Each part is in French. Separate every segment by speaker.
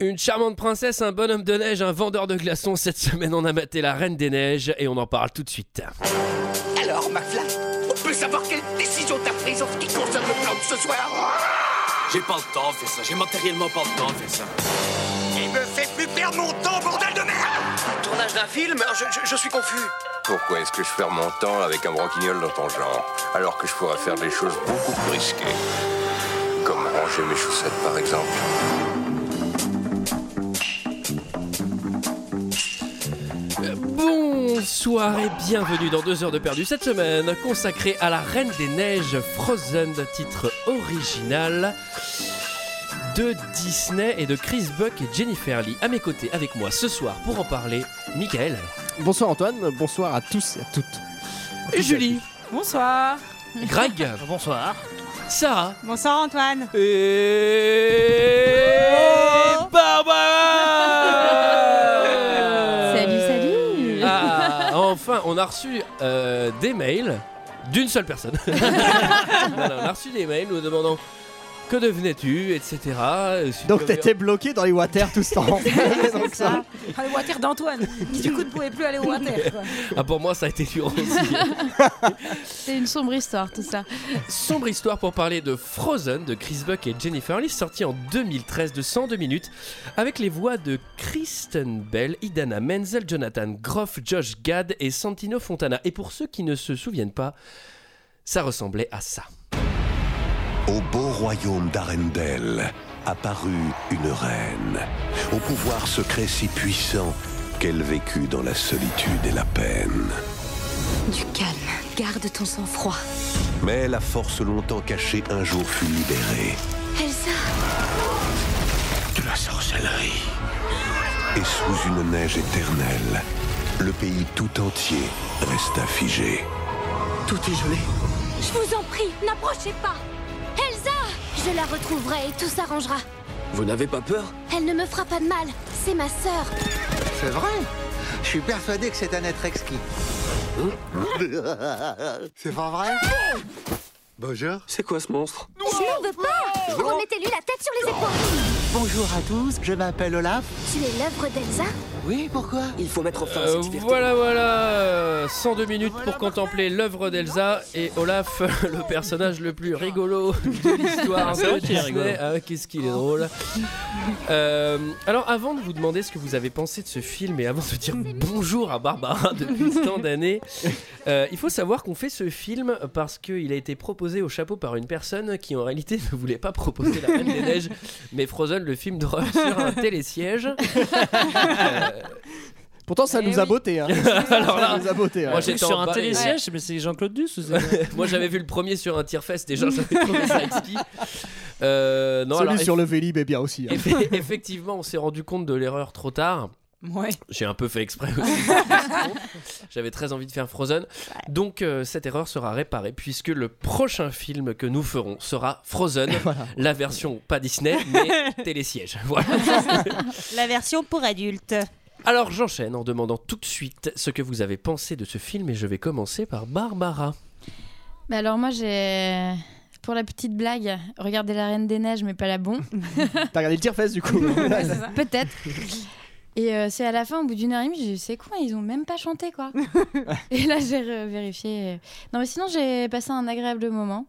Speaker 1: Une charmante princesse, un bonhomme de neige, un vendeur de glaçons. Cette semaine, on a maté la Reine des Neiges et on en parle tout de suite.
Speaker 2: Alors, McFly, on peut savoir quelle décision t'as prise en ce qui concerne le plan de ce soir
Speaker 3: J'ai pas le temps de faire ça, j'ai matériellement pas le temps de faire ça.
Speaker 2: Il me fait plus perdre mon temps, bordel de merde Tournage d'un film je, suis confus.
Speaker 4: Pourquoi est-ce que je perds mon temps avec un broquignol dans ton genre, alors que je pourrais faire des choses beaucoup plus risquées Comme ranger mes chaussettes, par exemple.
Speaker 1: Bonsoir et bienvenue dans 2 heures de perdu cette semaine consacrée à la Reine des Neiges Frozen, titre original de Disney et de Chris Buck et Jennifer Lee. À mes côtés, avec moi ce soir pour en parler, Michael
Speaker 5: Bonsoir Antoine, bonsoir à tous et à toutes.
Speaker 1: et Julie,
Speaker 6: Bonsoir.
Speaker 1: Greg,
Speaker 7: Bonsoir.
Speaker 1: Sarah
Speaker 6: Bonsoir Antoine.
Speaker 1: et Barbara.
Speaker 8: Salut, salut.
Speaker 1: Ah, enfin, on a reçu euh, des mails d'une seule personne. Voilà, on a reçu des mails nous demandant que devenais-tu, Euh, etc.
Speaker 5: Donc t'étais bloqué dans les water tout ce temps. Donc ça.
Speaker 6: Ah, le water d'Antoine, qui du coup ne pouvait plus aller au water. quoi.
Speaker 1: Ah, pour moi, ça a été dur aussi.
Speaker 8: C'est une sombre histoire tout ça.
Speaker 1: Sombre histoire pour parler de Frozen de Chris Buck et Jennifer Lee, sorti en 2013 de 102 minutes, avec les voix de Kristen Bell, Idana Menzel, Jonathan Groff, Josh Gad et Santino Fontana. Et pour ceux qui ne se souviennent pas, ça ressemblait à ça.
Speaker 9: Au beau royaume d'Arendelle apparut une reine, au pouvoir secret si puissant qu'elle vécut dans la solitude et la peine.
Speaker 10: Du calme, garde ton sang-froid.
Speaker 9: Mais la force longtemps cachée un jour fut libérée.
Speaker 10: Elsa
Speaker 9: De la sorcellerie. Et sous une neige éternelle, le pays tout entier resta figé.
Speaker 2: Tout est gelé.
Speaker 10: Je vous en prie, n'approchez pas Elsa Je la retrouverai et tout s'arrangera.
Speaker 3: Vous n'avez pas peur
Speaker 10: Elle ne me fera pas de mal, c'est ma sœur.
Speaker 11: C'est vrai Je suis persuadé que c'est un être exquis. c'est pas vrai Bonjour.
Speaker 3: C'est quoi ce monstre
Speaker 10: Je n'en veux pas Remettez-lui la tête sur les épaules
Speaker 11: Bonjour à tous, je m'appelle Olaf.
Speaker 10: Tu es l'œuvre d'Elsa
Speaker 11: Oui, pourquoi
Speaker 3: Il faut mettre fin à
Speaker 1: Euh,
Speaker 3: cette liberté.
Speaker 1: voilà, voilà, euh, 102 minutes pour contempler l'œuvre d'Elsa et Olaf, le personnage le plus rigolo de l'histoire.
Speaker 7: C'est vrai
Speaker 1: de
Speaker 7: qu'il est
Speaker 1: Disney.
Speaker 7: rigolo.
Speaker 1: Ah, Qu'est-ce qu'il est drôle. Euh, alors, avant de vous demander ce que vous avez pensé de ce film et avant de dire bonjour à Barbara depuis tant d'années, euh, il faut savoir qu'on fait ce film parce qu'il a été proposé au chapeau par une personne qui en réalité ne voulait pas proposer La Reine des Neiges, mais Frozen, le film d'horreur sur un télésiège. Euh,
Speaker 5: Pourtant ça
Speaker 8: Eh
Speaker 5: nous a
Speaker 8: oui.
Speaker 5: botté. Hein.
Speaker 1: alors là,
Speaker 5: ça nous a botté. ouais.
Speaker 1: moi, j'ai-
Speaker 7: J'étais
Speaker 1: J'étais
Speaker 7: sur
Speaker 1: en
Speaker 7: un
Speaker 1: bas et-
Speaker 7: télésiège, mais c'est Jean-Claude Duss ou c'est-
Speaker 1: Moi j'avais vu le premier sur un tir fest déjà, j'avais trouvé ça exquis. Euh, non,
Speaker 5: Celui
Speaker 1: alors,
Speaker 5: sur le Vélib est bien aussi. hein.
Speaker 1: eff- eff- effectivement, on s'est rendu compte de l'erreur trop tard.
Speaker 6: Ouais.
Speaker 1: J'ai un peu fait exprès aussi. J'avais très envie de faire Frozen. Donc euh, cette erreur sera réparée puisque le prochain film que nous ferons sera Frozen, la version pas Disney mais télésiège. Voilà.
Speaker 6: La version pour adultes.
Speaker 1: Alors j'enchaîne en demandant tout de suite ce que vous avez pensé de ce film et je vais commencer par Barbara.
Speaker 8: Mais alors moi j'ai pour la petite blague, regardez la Reine des Neiges mais pas la bonne.
Speaker 5: T'as regardé le tire-fesse du coup.
Speaker 8: Peut-être. Et euh, c'est à la fin, au bout d'une heure et demie, j'ai dit c'est quoi Ils ont même pas chanté quoi. et là j'ai vérifié. Non mais sinon j'ai passé un agréable moment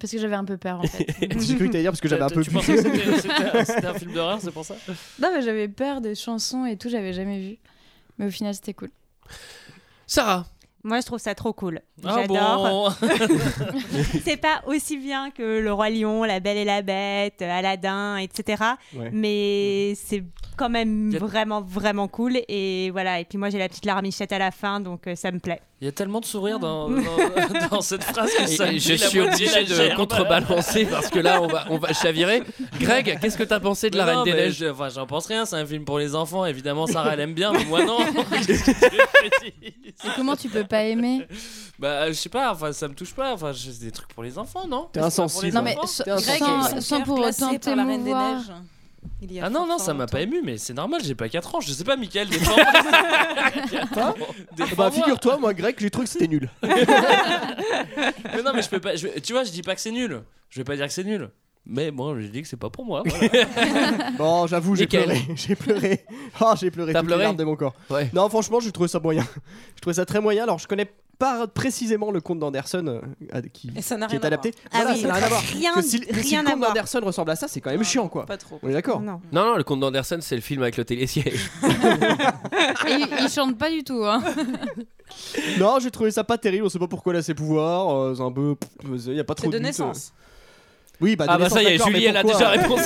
Speaker 8: parce que j'avais un peu peur en fait.
Speaker 5: j'ai cru que t'allais dire parce que j'avais un peu
Speaker 7: Tu
Speaker 5: bu.
Speaker 7: pensais que c'était- c'était c'était un film d'horreur, c'est pour ça
Speaker 8: non mais j'avais peur des chansons et tout, j'avais jamais vu. Mais au final c'était cool.
Speaker 1: Sarah,
Speaker 6: Moi, je trouve ça trop cool.
Speaker 7: Ah
Speaker 6: J'adore.
Speaker 7: bon
Speaker 6: C'est pas aussi bien que Le Roi Lion, La Belle et la Bête, Aladdin, etc.
Speaker 5: Ouais. Mhm.
Speaker 6: Mais c'est quand même
Speaker 7: Y a-
Speaker 6: vraiment, vraiment cool. Et voilà. Et puis moi, j'ai la petite larmichette à la fin, donc euh, ça me plaît.
Speaker 7: Il y a tellement de sourires dans, dans, dans cette phrase que ça
Speaker 1: Et-
Speaker 7: me
Speaker 1: et
Speaker 7: dit
Speaker 1: je
Speaker 7: la
Speaker 1: suis
Speaker 7: moitié
Speaker 1: obligé
Speaker 7: de la
Speaker 1: de
Speaker 7: gerbe.
Speaker 1: contrebalancer parce que là on va, on va chavirer. Greg, qu'est-ce que t'as pensé de la
Speaker 7: Mais
Speaker 1: Reine
Speaker 7: non,
Speaker 1: des
Speaker 7: mais
Speaker 1: Neiges
Speaker 7: je- enfin, J'en pense rien, c'est un film pour les enfants. Évidemment, Sarah, elle aime bien, mais moi non.
Speaker 8: Et comment tu peux pas aimer
Speaker 7: bah, je sais pas, enfin, ça me touche pas. Enfin, je- c'est des trucs pour les enfants, non
Speaker 5: T'es
Speaker 7: C'est pas pour les
Speaker 5: insensible.
Speaker 8: Non mais
Speaker 7: enfants
Speaker 8: sans,
Speaker 5: Greg,
Speaker 8: sans- sans pour autant t'émouvoir.
Speaker 7: Ah non, non, ça m'a pas ému, mais c'est normal, j'ai pas 4 ans. Je sais pas, Michael, défends
Speaker 5: Hein bah figure-toi, moi grec, j'ai trouvé que c'était nul.
Speaker 7: Mais non, mais je peux pas. je- tu vois, je dis pas que c'est nul. Je vais pas dire que c'est nul. Mais moi, j'ai dit que c'est pas pour moi.
Speaker 5: Bon, j'avoue, j'ai
Speaker 7: Nickel.
Speaker 5: pleuré. J'ai pleuré. Oh, j'ai pleuré
Speaker 7: T'as
Speaker 5: toutes
Speaker 7: pleuré
Speaker 5: les larmes de mon corps. Non, franchement, j'ai trouvé ça moyen. Je trouvais ça très moyen. Alors, je connais pas précisément le conte d'Anderson euh, à- qui,
Speaker 12: Et ça n'a
Speaker 5: qui
Speaker 12: rien
Speaker 5: est
Speaker 12: à
Speaker 5: adapté.
Speaker 12: voir. Ah
Speaker 5: Voilà,
Speaker 12: oui,
Speaker 5: ça n'a rien à voir.
Speaker 12: rien-
Speaker 5: Parce que si, si
Speaker 12: rien
Speaker 5: le
Speaker 12: à
Speaker 5: conte
Speaker 12: voir.
Speaker 5: d'Anderson ressemble à ça, c'est quand même chiant, quoi.
Speaker 12: Pas trop. Mm.
Speaker 5: On est d'accord.
Speaker 1: Non, non, le conte d'Anderson, c'est le film avec le télésiège.
Speaker 8: Et il, il chante pas du tout. Hein.
Speaker 5: Non, j'ai trouvé ça pas terrible. On sait pas pourquoi il a ses pouvoirs. euh, c'est un peu. Il y a pas trop.
Speaker 12: de
Speaker 5: but, euh.
Speaker 12: naissance.
Speaker 5: Oui, bah, de
Speaker 1: Ah bah
Speaker 5: naissance,
Speaker 1: ça y est,
Speaker 5: d'accord,
Speaker 1: Julie,
Speaker 5: mais
Speaker 1: elle a
Speaker 5: pourquoi
Speaker 1: déjà répondu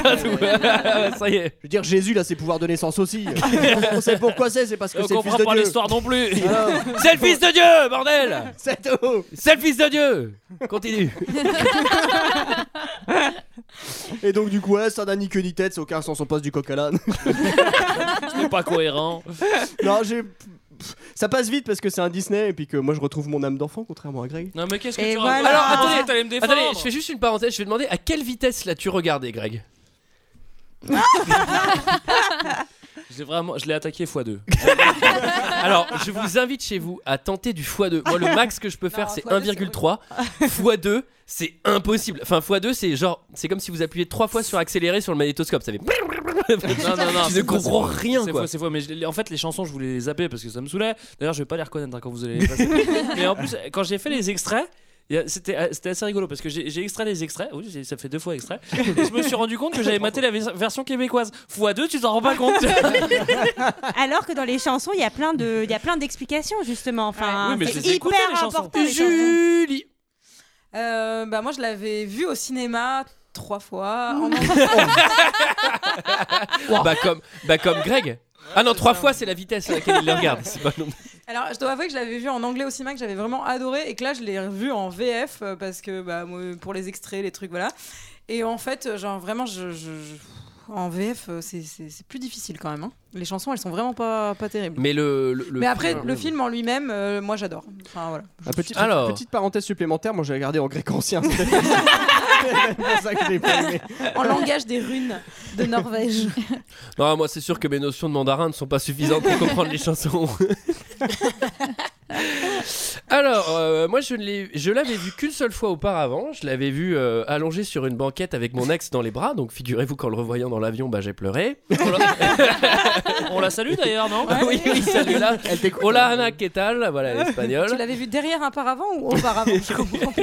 Speaker 1: à tout. ça y est.
Speaker 5: Je veux dire, Jésus, il a ses pouvoirs de naissance aussi. on sait pourquoi c'est, c'est parce que
Speaker 1: On
Speaker 5: c'est le fils
Speaker 1: comprend
Speaker 5: de
Speaker 1: pas
Speaker 5: Dieu.
Speaker 1: l'histoire non plus.
Speaker 5: Alors,
Speaker 1: C'est le fils de Dieu, bordel.
Speaker 5: C'est tout.
Speaker 1: C'est le fils de Dieu. Continue.
Speaker 5: Et donc, du coup, ouais, ça n'a ni queue ni tête, c'est aucun sens, on passe du coq à l'âne.
Speaker 7: C'est pas cohérent.
Speaker 5: non, j'ai. pff, Ça passe vite parce que c'est un Disney et puis que moi je retrouve mon âme d'enfant, contrairement à Greg.
Speaker 7: Non, mais qu'est-ce
Speaker 12: Et
Speaker 7: Ah, que tu
Speaker 12: voilà.
Speaker 7: racontes
Speaker 12: Alors,
Speaker 7: Comment
Speaker 1: attendez,
Speaker 7: ça, t'allais me défendre
Speaker 1: Attendez, je fais juste une parenthèse. Je vais demander à quelle vitesse l'as-tu regardé, Greg
Speaker 7: J'ai vraiment, je l'ai attaqué x2.
Speaker 1: Alors, je vous invite chez vous à tenter du x2. Moi, le max que je peux faire, c'est 1,3. x2, c'est impossible. Enfin, x2, c'est genre, c'est comme si vous appuyez trois fois sur accéléré sur le magnétoscope. Ça fait.
Speaker 7: non, non, non,
Speaker 1: tu ne
Speaker 7: c'est faux,
Speaker 1: comprends
Speaker 7: c'est faux.
Speaker 1: rien,
Speaker 5: Ah,
Speaker 7: C'est
Speaker 1: quoi.
Speaker 7: faux, c'est faux, mais je les- en fait, les chansons, je voulais les zapper parce que ça me saoulait. D'ailleurs, je vais pas les reconnaître hein, quand vous allez les passer. mais en plus, quand j'ai fait les extraits, il y a- c'était euh, c'était assez rigolo parce que j'ai j'ai extrait les extraits. Oui, j'ai- ça fait deux fois extrait. Et je me suis rendu compte que j'avais maté la vers- version québécoise. Fois 2 tu t'en rends pas compte.
Speaker 6: Alors que dans les chansons, il y a plein de, il y a plein d'explications justement. Enfin,
Speaker 7: Oui, mais je
Speaker 6: c'est
Speaker 7: les ai
Speaker 6: hyper
Speaker 7: écoutées, les chansons.
Speaker 6: important. les chansons.
Speaker 1: Julie
Speaker 12: Euh, bah moi je l'avais vu au cinéma trois fois. en-
Speaker 1: Bah, comme, bah, comme Greg. Ah non, trois fois, c'est la vitesse à laquelle il le regarde. C'est pas non plus.
Speaker 12: Alors je dois avouer que je l'avais vu en anglais au cinéma que j'avais vraiment adoré et que là je l'ai revu en VF euh, parce que bah moi, pour les extraits les trucs voilà. Et en fait euh, genre vraiment je, je- je- en VF euh, c'est- c'est c'est plus difficile quand même. hein. Les chansons elles sont vraiment pas pas terribles.
Speaker 1: Mais le. le- le-
Speaker 12: Mais après le film en lui-même euh, moi j'adore. Enfin voilà.
Speaker 5: Ah, petite,
Speaker 1: Alors.
Speaker 5: petite parenthèse supplémentaire, moi j'ai regardé en grec ancien. c'est pour ça que j'ai pas aimé.
Speaker 12: En langage des runes de Norvège.
Speaker 1: Non, moi, c'est sûr que mes notions de mandarin ne sont pas suffisantes pour comprendre les chansons. Alors, euh, moi, je ne l'ai- je l'avais vu qu'une seule fois auparavant. Je l'avais vu euh, allongé sur une banquette avec mon ex dans les bras. Donc, figurez-vous qu'en le revoyant dans l'avion, bah, j'ai pleuré. Ah
Speaker 7: On la salue d'ailleurs, non
Speaker 1: oui, oui, salut là. Hola, Ana, ¿qué tal Voilà,
Speaker 12: Tu
Speaker 1: l'espagnol.
Speaker 12: l'avais vu derrière un paravent ou auparavant Je comprends pas.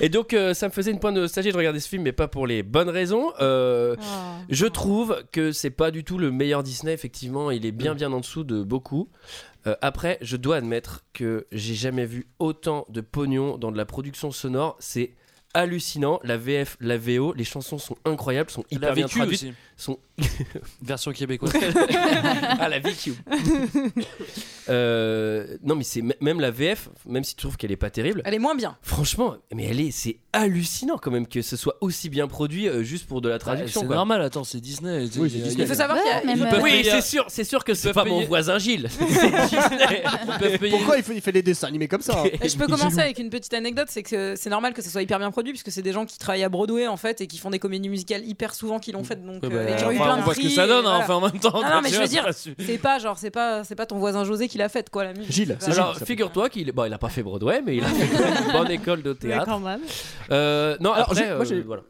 Speaker 1: Et donc, euh, ça me faisait une pointe de nostalgie de regarder ce film, mais pas pour les bonnes raisons. Euh, Je trouve que c'est pas du tout le meilleur Disney, effectivement, il est
Speaker 7: Mm.
Speaker 1: bien bien en dessous de beaucoup. Euh, après, je dois admettre que j'ai jamais vu autant de pognon dans de la production sonore, c'est hallucinant, la VF, la VO, les chansons sont incroyables, sont
Speaker 7: Il a
Speaker 1: hyper bien
Speaker 7: vécu
Speaker 1: traduites,
Speaker 7: aussi.
Speaker 1: sont
Speaker 7: Version québécoise.
Speaker 1: ah la VQ. Euh, non mais c'est m- même la VF, même si tu trouves qu'elle est pas terrible,
Speaker 12: Elle est moins bien.
Speaker 1: franchement, mais elle est c'est hallucinant quand même que ce soit aussi bien produit euh, juste pour de la traduction
Speaker 7: Bah, C'est
Speaker 1: quoi.
Speaker 7: normal, attends, c'est Disney.
Speaker 5: Oui, c'est Disney.
Speaker 12: Il faut savoir
Speaker 8: Ouais,
Speaker 12: qu'il y a-
Speaker 8: même,
Speaker 7: ils
Speaker 8: euh,
Speaker 7: peuvent-
Speaker 1: Oui,
Speaker 7: payer-
Speaker 1: c'est sûr, c'est sûr que c'est pas
Speaker 7: payer-
Speaker 1: mon voisin Gilles. C'est Disney.
Speaker 7: Ils peuvent payer
Speaker 5: Pourquoi il fait, il fait des dessins animés comme ça hein
Speaker 12: Je peux commencer avec une petite anecdote, c'est que c'est normal que ce soit hyper bien produit puisque c'est des gens qui travaillent à Broadway en fait et qui font des comédies musicales hyper souvent qui l'ont fait donc
Speaker 7: Ouais, bah,
Speaker 12: euh, et qui ont eu
Speaker 7: enfin,
Speaker 12: plein
Speaker 7: on
Speaker 12: de
Speaker 7: voit ce que
Speaker 12: prix,
Speaker 7: ça donne,
Speaker 12: et
Speaker 7: hein,
Speaker 12: voilà.
Speaker 7: enfin en même temps.
Speaker 12: Ah non, mais je veux
Speaker 7: c'est
Speaker 12: dire-
Speaker 7: pas su-
Speaker 12: C'est pas genre c'est pas c'est pas ton voisin José qui l'a faite quoi la musique.
Speaker 5: Gilles, c'est
Speaker 1: Alors,
Speaker 5: Gilles, ça.
Speaker 1: figure-toi qu'il bon, il a pas fait Broadway, mais il a fait une bonne école de théâtre. Euh, non,
Speaker 5: Alors,
Speaker 1: après,
Speaker 5: j'ai- moi,
Speaker 1: euh,
Speaker 5: j'ai-
Speaker 1: voilà.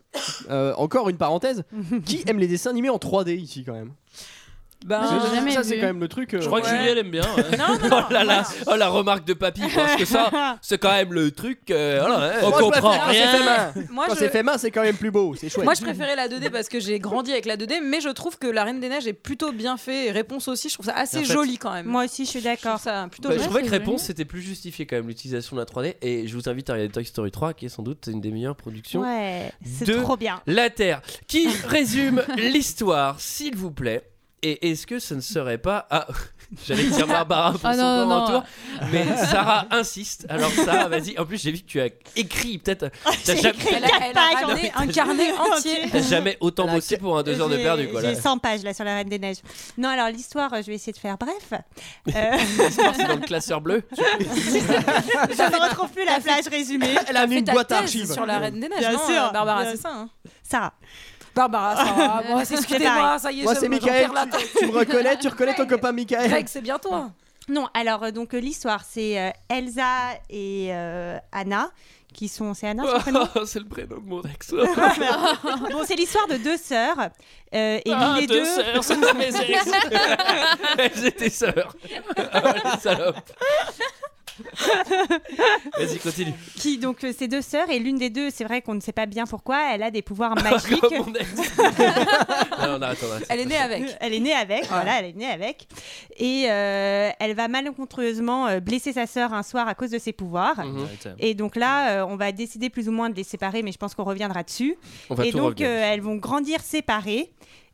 Speaker 5: Euh, encore une parenthèse. Qui aime les dessins animés en 3D ici quand même
Speaker 12: Ben,
Speaker 8: J'ai jamais
Speaker 5: Ça c'est
Speaker 8: vu.
Speaker 5: quand même le truc. euh,
Speaker 7: Je crois que
Speaker 12: Ouais.
Speaker 7: Julie, elle aime bien. ouais.
Speaker 12: non non.
Speaker 1: Oh là là, oh la remarque de papy, parce que ça, c'est quand même le truc. euh, voilà, hein.
Speaker 7: On
Speaker 5: Moi, je préfère
Speaker 7: comprend
Speaker 5: quand
Speaker 7: rien.
Speaker 5: c'est fait main.
Speaker 12: Moi
Speaker 5: Quand
Speaker 12: je
Speaker 5: c'est fait main, c'est quand même plus beau, c'est chouette.
Speaker 12: moi je préférais la 2D parce que j'ai grandi avec la 2D mais je trouve que la Reine des Neiges est plutôt bien fait et réponse aussi je trouve ça assez
Speaker 1: Et en fait-
Speaker 12: joli quand même.
Speaker 6: Moi aussi, je suis
Speaker 12: je trouve
Speaker 6: d'accord.
Speaker 12: ça plutôt
Speaker 1: Bah, je
Speaker 12: joli.
Speaker 1: trouvais que
Speaker 8: c'est
Speaker 1: réponse
Speaker 8: génial.
Speaker 1: c'était plus justifié quand même l'utilisation de la 3D et je vous invite à regarder Toy Story 3 qui est sans doute une des meilleures productions
Speaker 6: Ouais, c'est
Speaker 1: Deux.
Speaker 6: trop bien.
Speaker 1: La Terre, qui résume l'histoire, s'il vous plaît. Et est-ce que ce ne serait pas... Ah, j'allais dire Barbara pour
Speaker 8: Ah
Speaker 1: son
Speaker 8: non,
Speaker 1: plan
Speaker 8: non,
Speaker 1: en
Speaker 8: non.
Speaker 1: tour, mais Sarah insiste. Alors Sarah, vas-y. En plus, j'ai vu que tu as écrit peut-être...
Speaker 8: Ah,
Speaker 1: T'as jamais,
Speaker 6: écrit.
Speaker 12: Elle a, elle
Speaker 6: Quatre
Speaker 12: a
Speaker 6: pages,
Speaker 12: ramené
Speaker 1: hein.
Speaker 12: un carnet entier.
Speaker 1: t'as jamais autant bossé pour un deux heures de
Speaker 6: J'ai-
Speaker 1: perdu, quoi. là.
Speaker 6: J'ai 100 pages là sur la Reine des Neiges. Non, alors l'histoire, euh, je vais essayer de faire bref. Euh,
Speaker 1: L'histoire, c'est dans le classeur bleu.
Speaker 6: je ne retrouve plus la plage résumée.
Speaker 5: Elle a mis
Speaker 12: Fais
Speaker 5: une
Speaker 12: ta
Speaker 5: boîte à
Speaker 12: thèse
Speaker 5: archives.
Speaker 12: sur la Reine des Neiges,
Speaker 6: Bien
Speaker 12: non,
Speaker 6: sûr.
Speaker 12: euh, Barbara,
Speaker 6: Bien-
Speaker 12: c'est ça. hein.
Speaker 6: Sarah.
Speaker 12: Barbara, ça va. Bon, excusez-moi, ça y est,
Speaker 5: Moi
Speaker 12: je-
Speaker 5: c'est
Speaker 12: j'en
Speaker 5: Michael,
Speaker 12: perds la
Speaker 5: tu,
Speaker 12: tête.
Speaker 5: tu me reconnais, tu reconnais ton copain Michael.
Speaker 12: Greg, c'est hein. bien toi.
Speaker 6: Non, alors euh, donc euh, l'histoire, c'est euh, Elsa et euh, Anna qui sont. C'est Anna son prénom
Speaker 1: C'est le prénom de mon ex.
Speaker 6: Bon, c'est l'histoire de deux sœurs. euh, et
Speaker 1: Ah,
Speaker 6: l'une des
Speaker 1: deux
Speaker 6: deux.
Speaker 1: sœurs, c'est de mes ex. Elles étaient sœurs. Ah, les salopes. Vas-y, continue.
Speaker 6: qui donc euh, ces deux sœurs et l'une des deux c'est vrai qu'on ne sait pas bien pourquoi elle a des pouvoirs magiques
Speaker 1: Non, non, attends, attends.
Speaker 6: elle est née avec Euh, elle est née avec voilà elle est née avec et euh, elle va malencontreusement euh, blesser sa sœur un soir à cause de ses pouvoirs
Speaker 1: Mhm.
Speaker 6: et donc là euh, on va décider plus ou moins de les séparer mais je pense qu'on reviendra dessus
Speaker 1: On va
Speaker 6: et
Speaker 1: tout
Speaker 6: donc
Speaker 1: revenir.
Speaker 6: euh, elles vont grandir séparées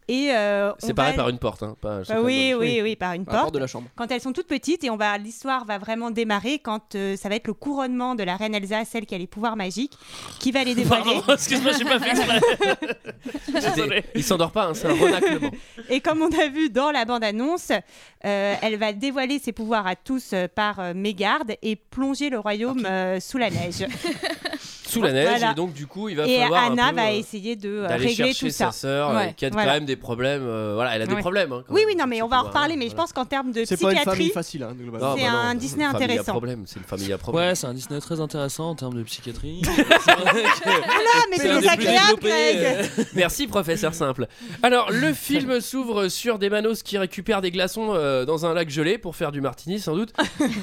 Speaker 6: et euh, on
Speaker 1: Séparé
Speaker 6: va-
Speaker 1: par une porte. Hein, pas- c'est
Speaker 6: bah
Speaker 1: pas
Speaker 6: oui,
Speaker 1: dans-
Speaker 6: oui, oui, par une
Speaker 1: Par la
Speaker 6: porte.
Speaker 1: porte de la chambre.
Speaker 6: Quand elles sont toutes petites et on va, l'histoire va vraiment démarrer quand euh, ça va être le couronnement de la reine Elsa, celle qui a les pouvoirs magiques, qui va les dévoiler.
Speaker 7: Pardon, excuse-moi, j'ai pas fait exprès.
Speaker 1: C'était- Il s'endort pas, hein, c'est un renaclement.
Speaker 6: et comme on a vu dans la bande-annonce, euh, elle va dévoiler ses pouvoirs à tous euh, par euh, mégarde et plonger le royaume euh, sous la neige.
Speaker 1: Sous la neige,
Speaker 6: Voilà.
Speaker 1: et donc du coup, il va
Speaker 6: et
Speaker 1: falloir. un
Speaker 6: Anna
Speaker 1: peu,
Speaker 6: va
Speaker 1: euh,
Speaker 6: essayer de euh,
Speaker 1: d'aller
Speaker 6: régler
Speaker 1: chercher
Speaker 6: tout ça.
Speaker 1: sa sœur euh, qui a
Speaker 6: Voilà.
Speaker 1: quand même des problèmes. euh, voilà, elle a des
Speaker 6: Ouais.
Speaker 1: problèmes. hein, quand
Speaker 6: oui,
Speaker 1: même.
Speaker 6: oui, non, mais on va en
Speaker 1: pouvoir,
Speaker 6: reparler, mais je pense qu'en termes de
Speaker 5: C'est pas une
Speaker 6: psychiatrie,
Speaker 5: famille facile, hein,
Speaker 1: Non,
Speaker 5: globalement.
Speaker 1: bah
Speaker 6: c'est
Speaker 1: non,
Speaker 6: un Disney
Speaker 1: une famille à
Speaker 6: intéressant.
Speaker 1: problème, C'est une famille à problème.
Speaker 7: Ouais, c'est un Disney très intéressant en termes de psychiatrie.
Speaker 6: Voilà, Ah, mais
Speaker 1: C'est
Speaker 6: c'est
Speaker 1: un des plus
Speaker 6: désagréable,
Speaker 1: développés,
Speaker 6: Greg.
Speaker 1: euh, Merci, professeur Simple. Alors, le film s'ouvre sur des manos qui récupèrent des glaçons euh, dans un lac gelé pour faire du martini, sans doute.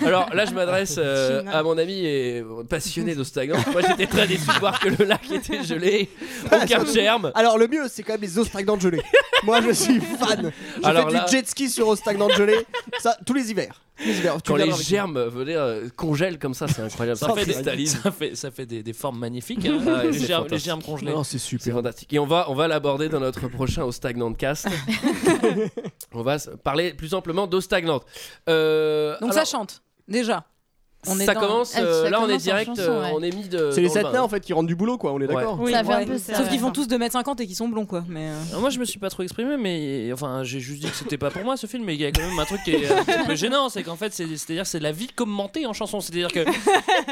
Speaker 1: Alors là, je m'adresse
Speaker 5: Ah,
Speaker 1: euh, à mon ami et euh, passionné d'Ostagan. Moi, j'étais très déçu de voir que le lac était gelé. Aucun germe.
Speaker 5: Ah, Alors le mieux, c'est quand même les eaux stagnantes gelées. Moi, je suis fan. Je
Speaker 1: Alors
Speaker 5: fais
Speaker 1: là-
Speaker 5: du jet ski sur eau stagnante gelée, ça tous les hivers. Tous les hivers. Tu
Speaker 1: Quand les
Speaker 5: viendras avec moi.
Speaker 1: germes veulent dire, euh, congèlent comme ça, c'est incroyable.
Speaker 7: Ça
Speaker 1: Ça
Speaker 7: fait des-
Speaker 1: cristallise.
Speaker 7: Ça fait, ça fait des, des formes magnifiques, hein,
Speaker 1: Ah ouais,
Speaker 7: les,
Speaker 1: c'est
Speaker 7: germes, les
Speaker 1: fantastique.
Speaker 7: germes congelés.
Speaker 1: Non, c'est super. fantastique. Et on va, on va l'aborder dans notre prochain Eau Stagnante Cast. on va se- parler plus amplement d'eau stagnante. Euh,
Speaker 12: Donc ça
Speaker 1: alors,
Speaker 12: chante, déjà. On est
Speaker 1: ça
Speaker 12: dans-
Speaker 1: commence, euh, là on est direct, euh, on est mis de.
Speaker 5: C'est les
Speaker 1: dans le
Speaker 5: 7
Speaker 1: bain.
Speaker 5: nains en fait qui rentrent du boulot, quoi. On est d'accord.
Speaker 12: Oui,
Speaker 6: Ça fait un peu ça,
Speaker 12: Sauf
Speaker 6: ouais.
Speaker 12: qu'ils font tous 2m50 et qu'ils sont blonds, quoi. Mais euh,
Speaker 7: Alors moi je me suis pas trop exprimé mais enfin j'ai juste dit que c'était pas pour moi ce film mais il y a quand même un truc qui est un petit peu gênant c'est qu'en fait c'est à dire c'est la vie commentée en chanson c'est à dire que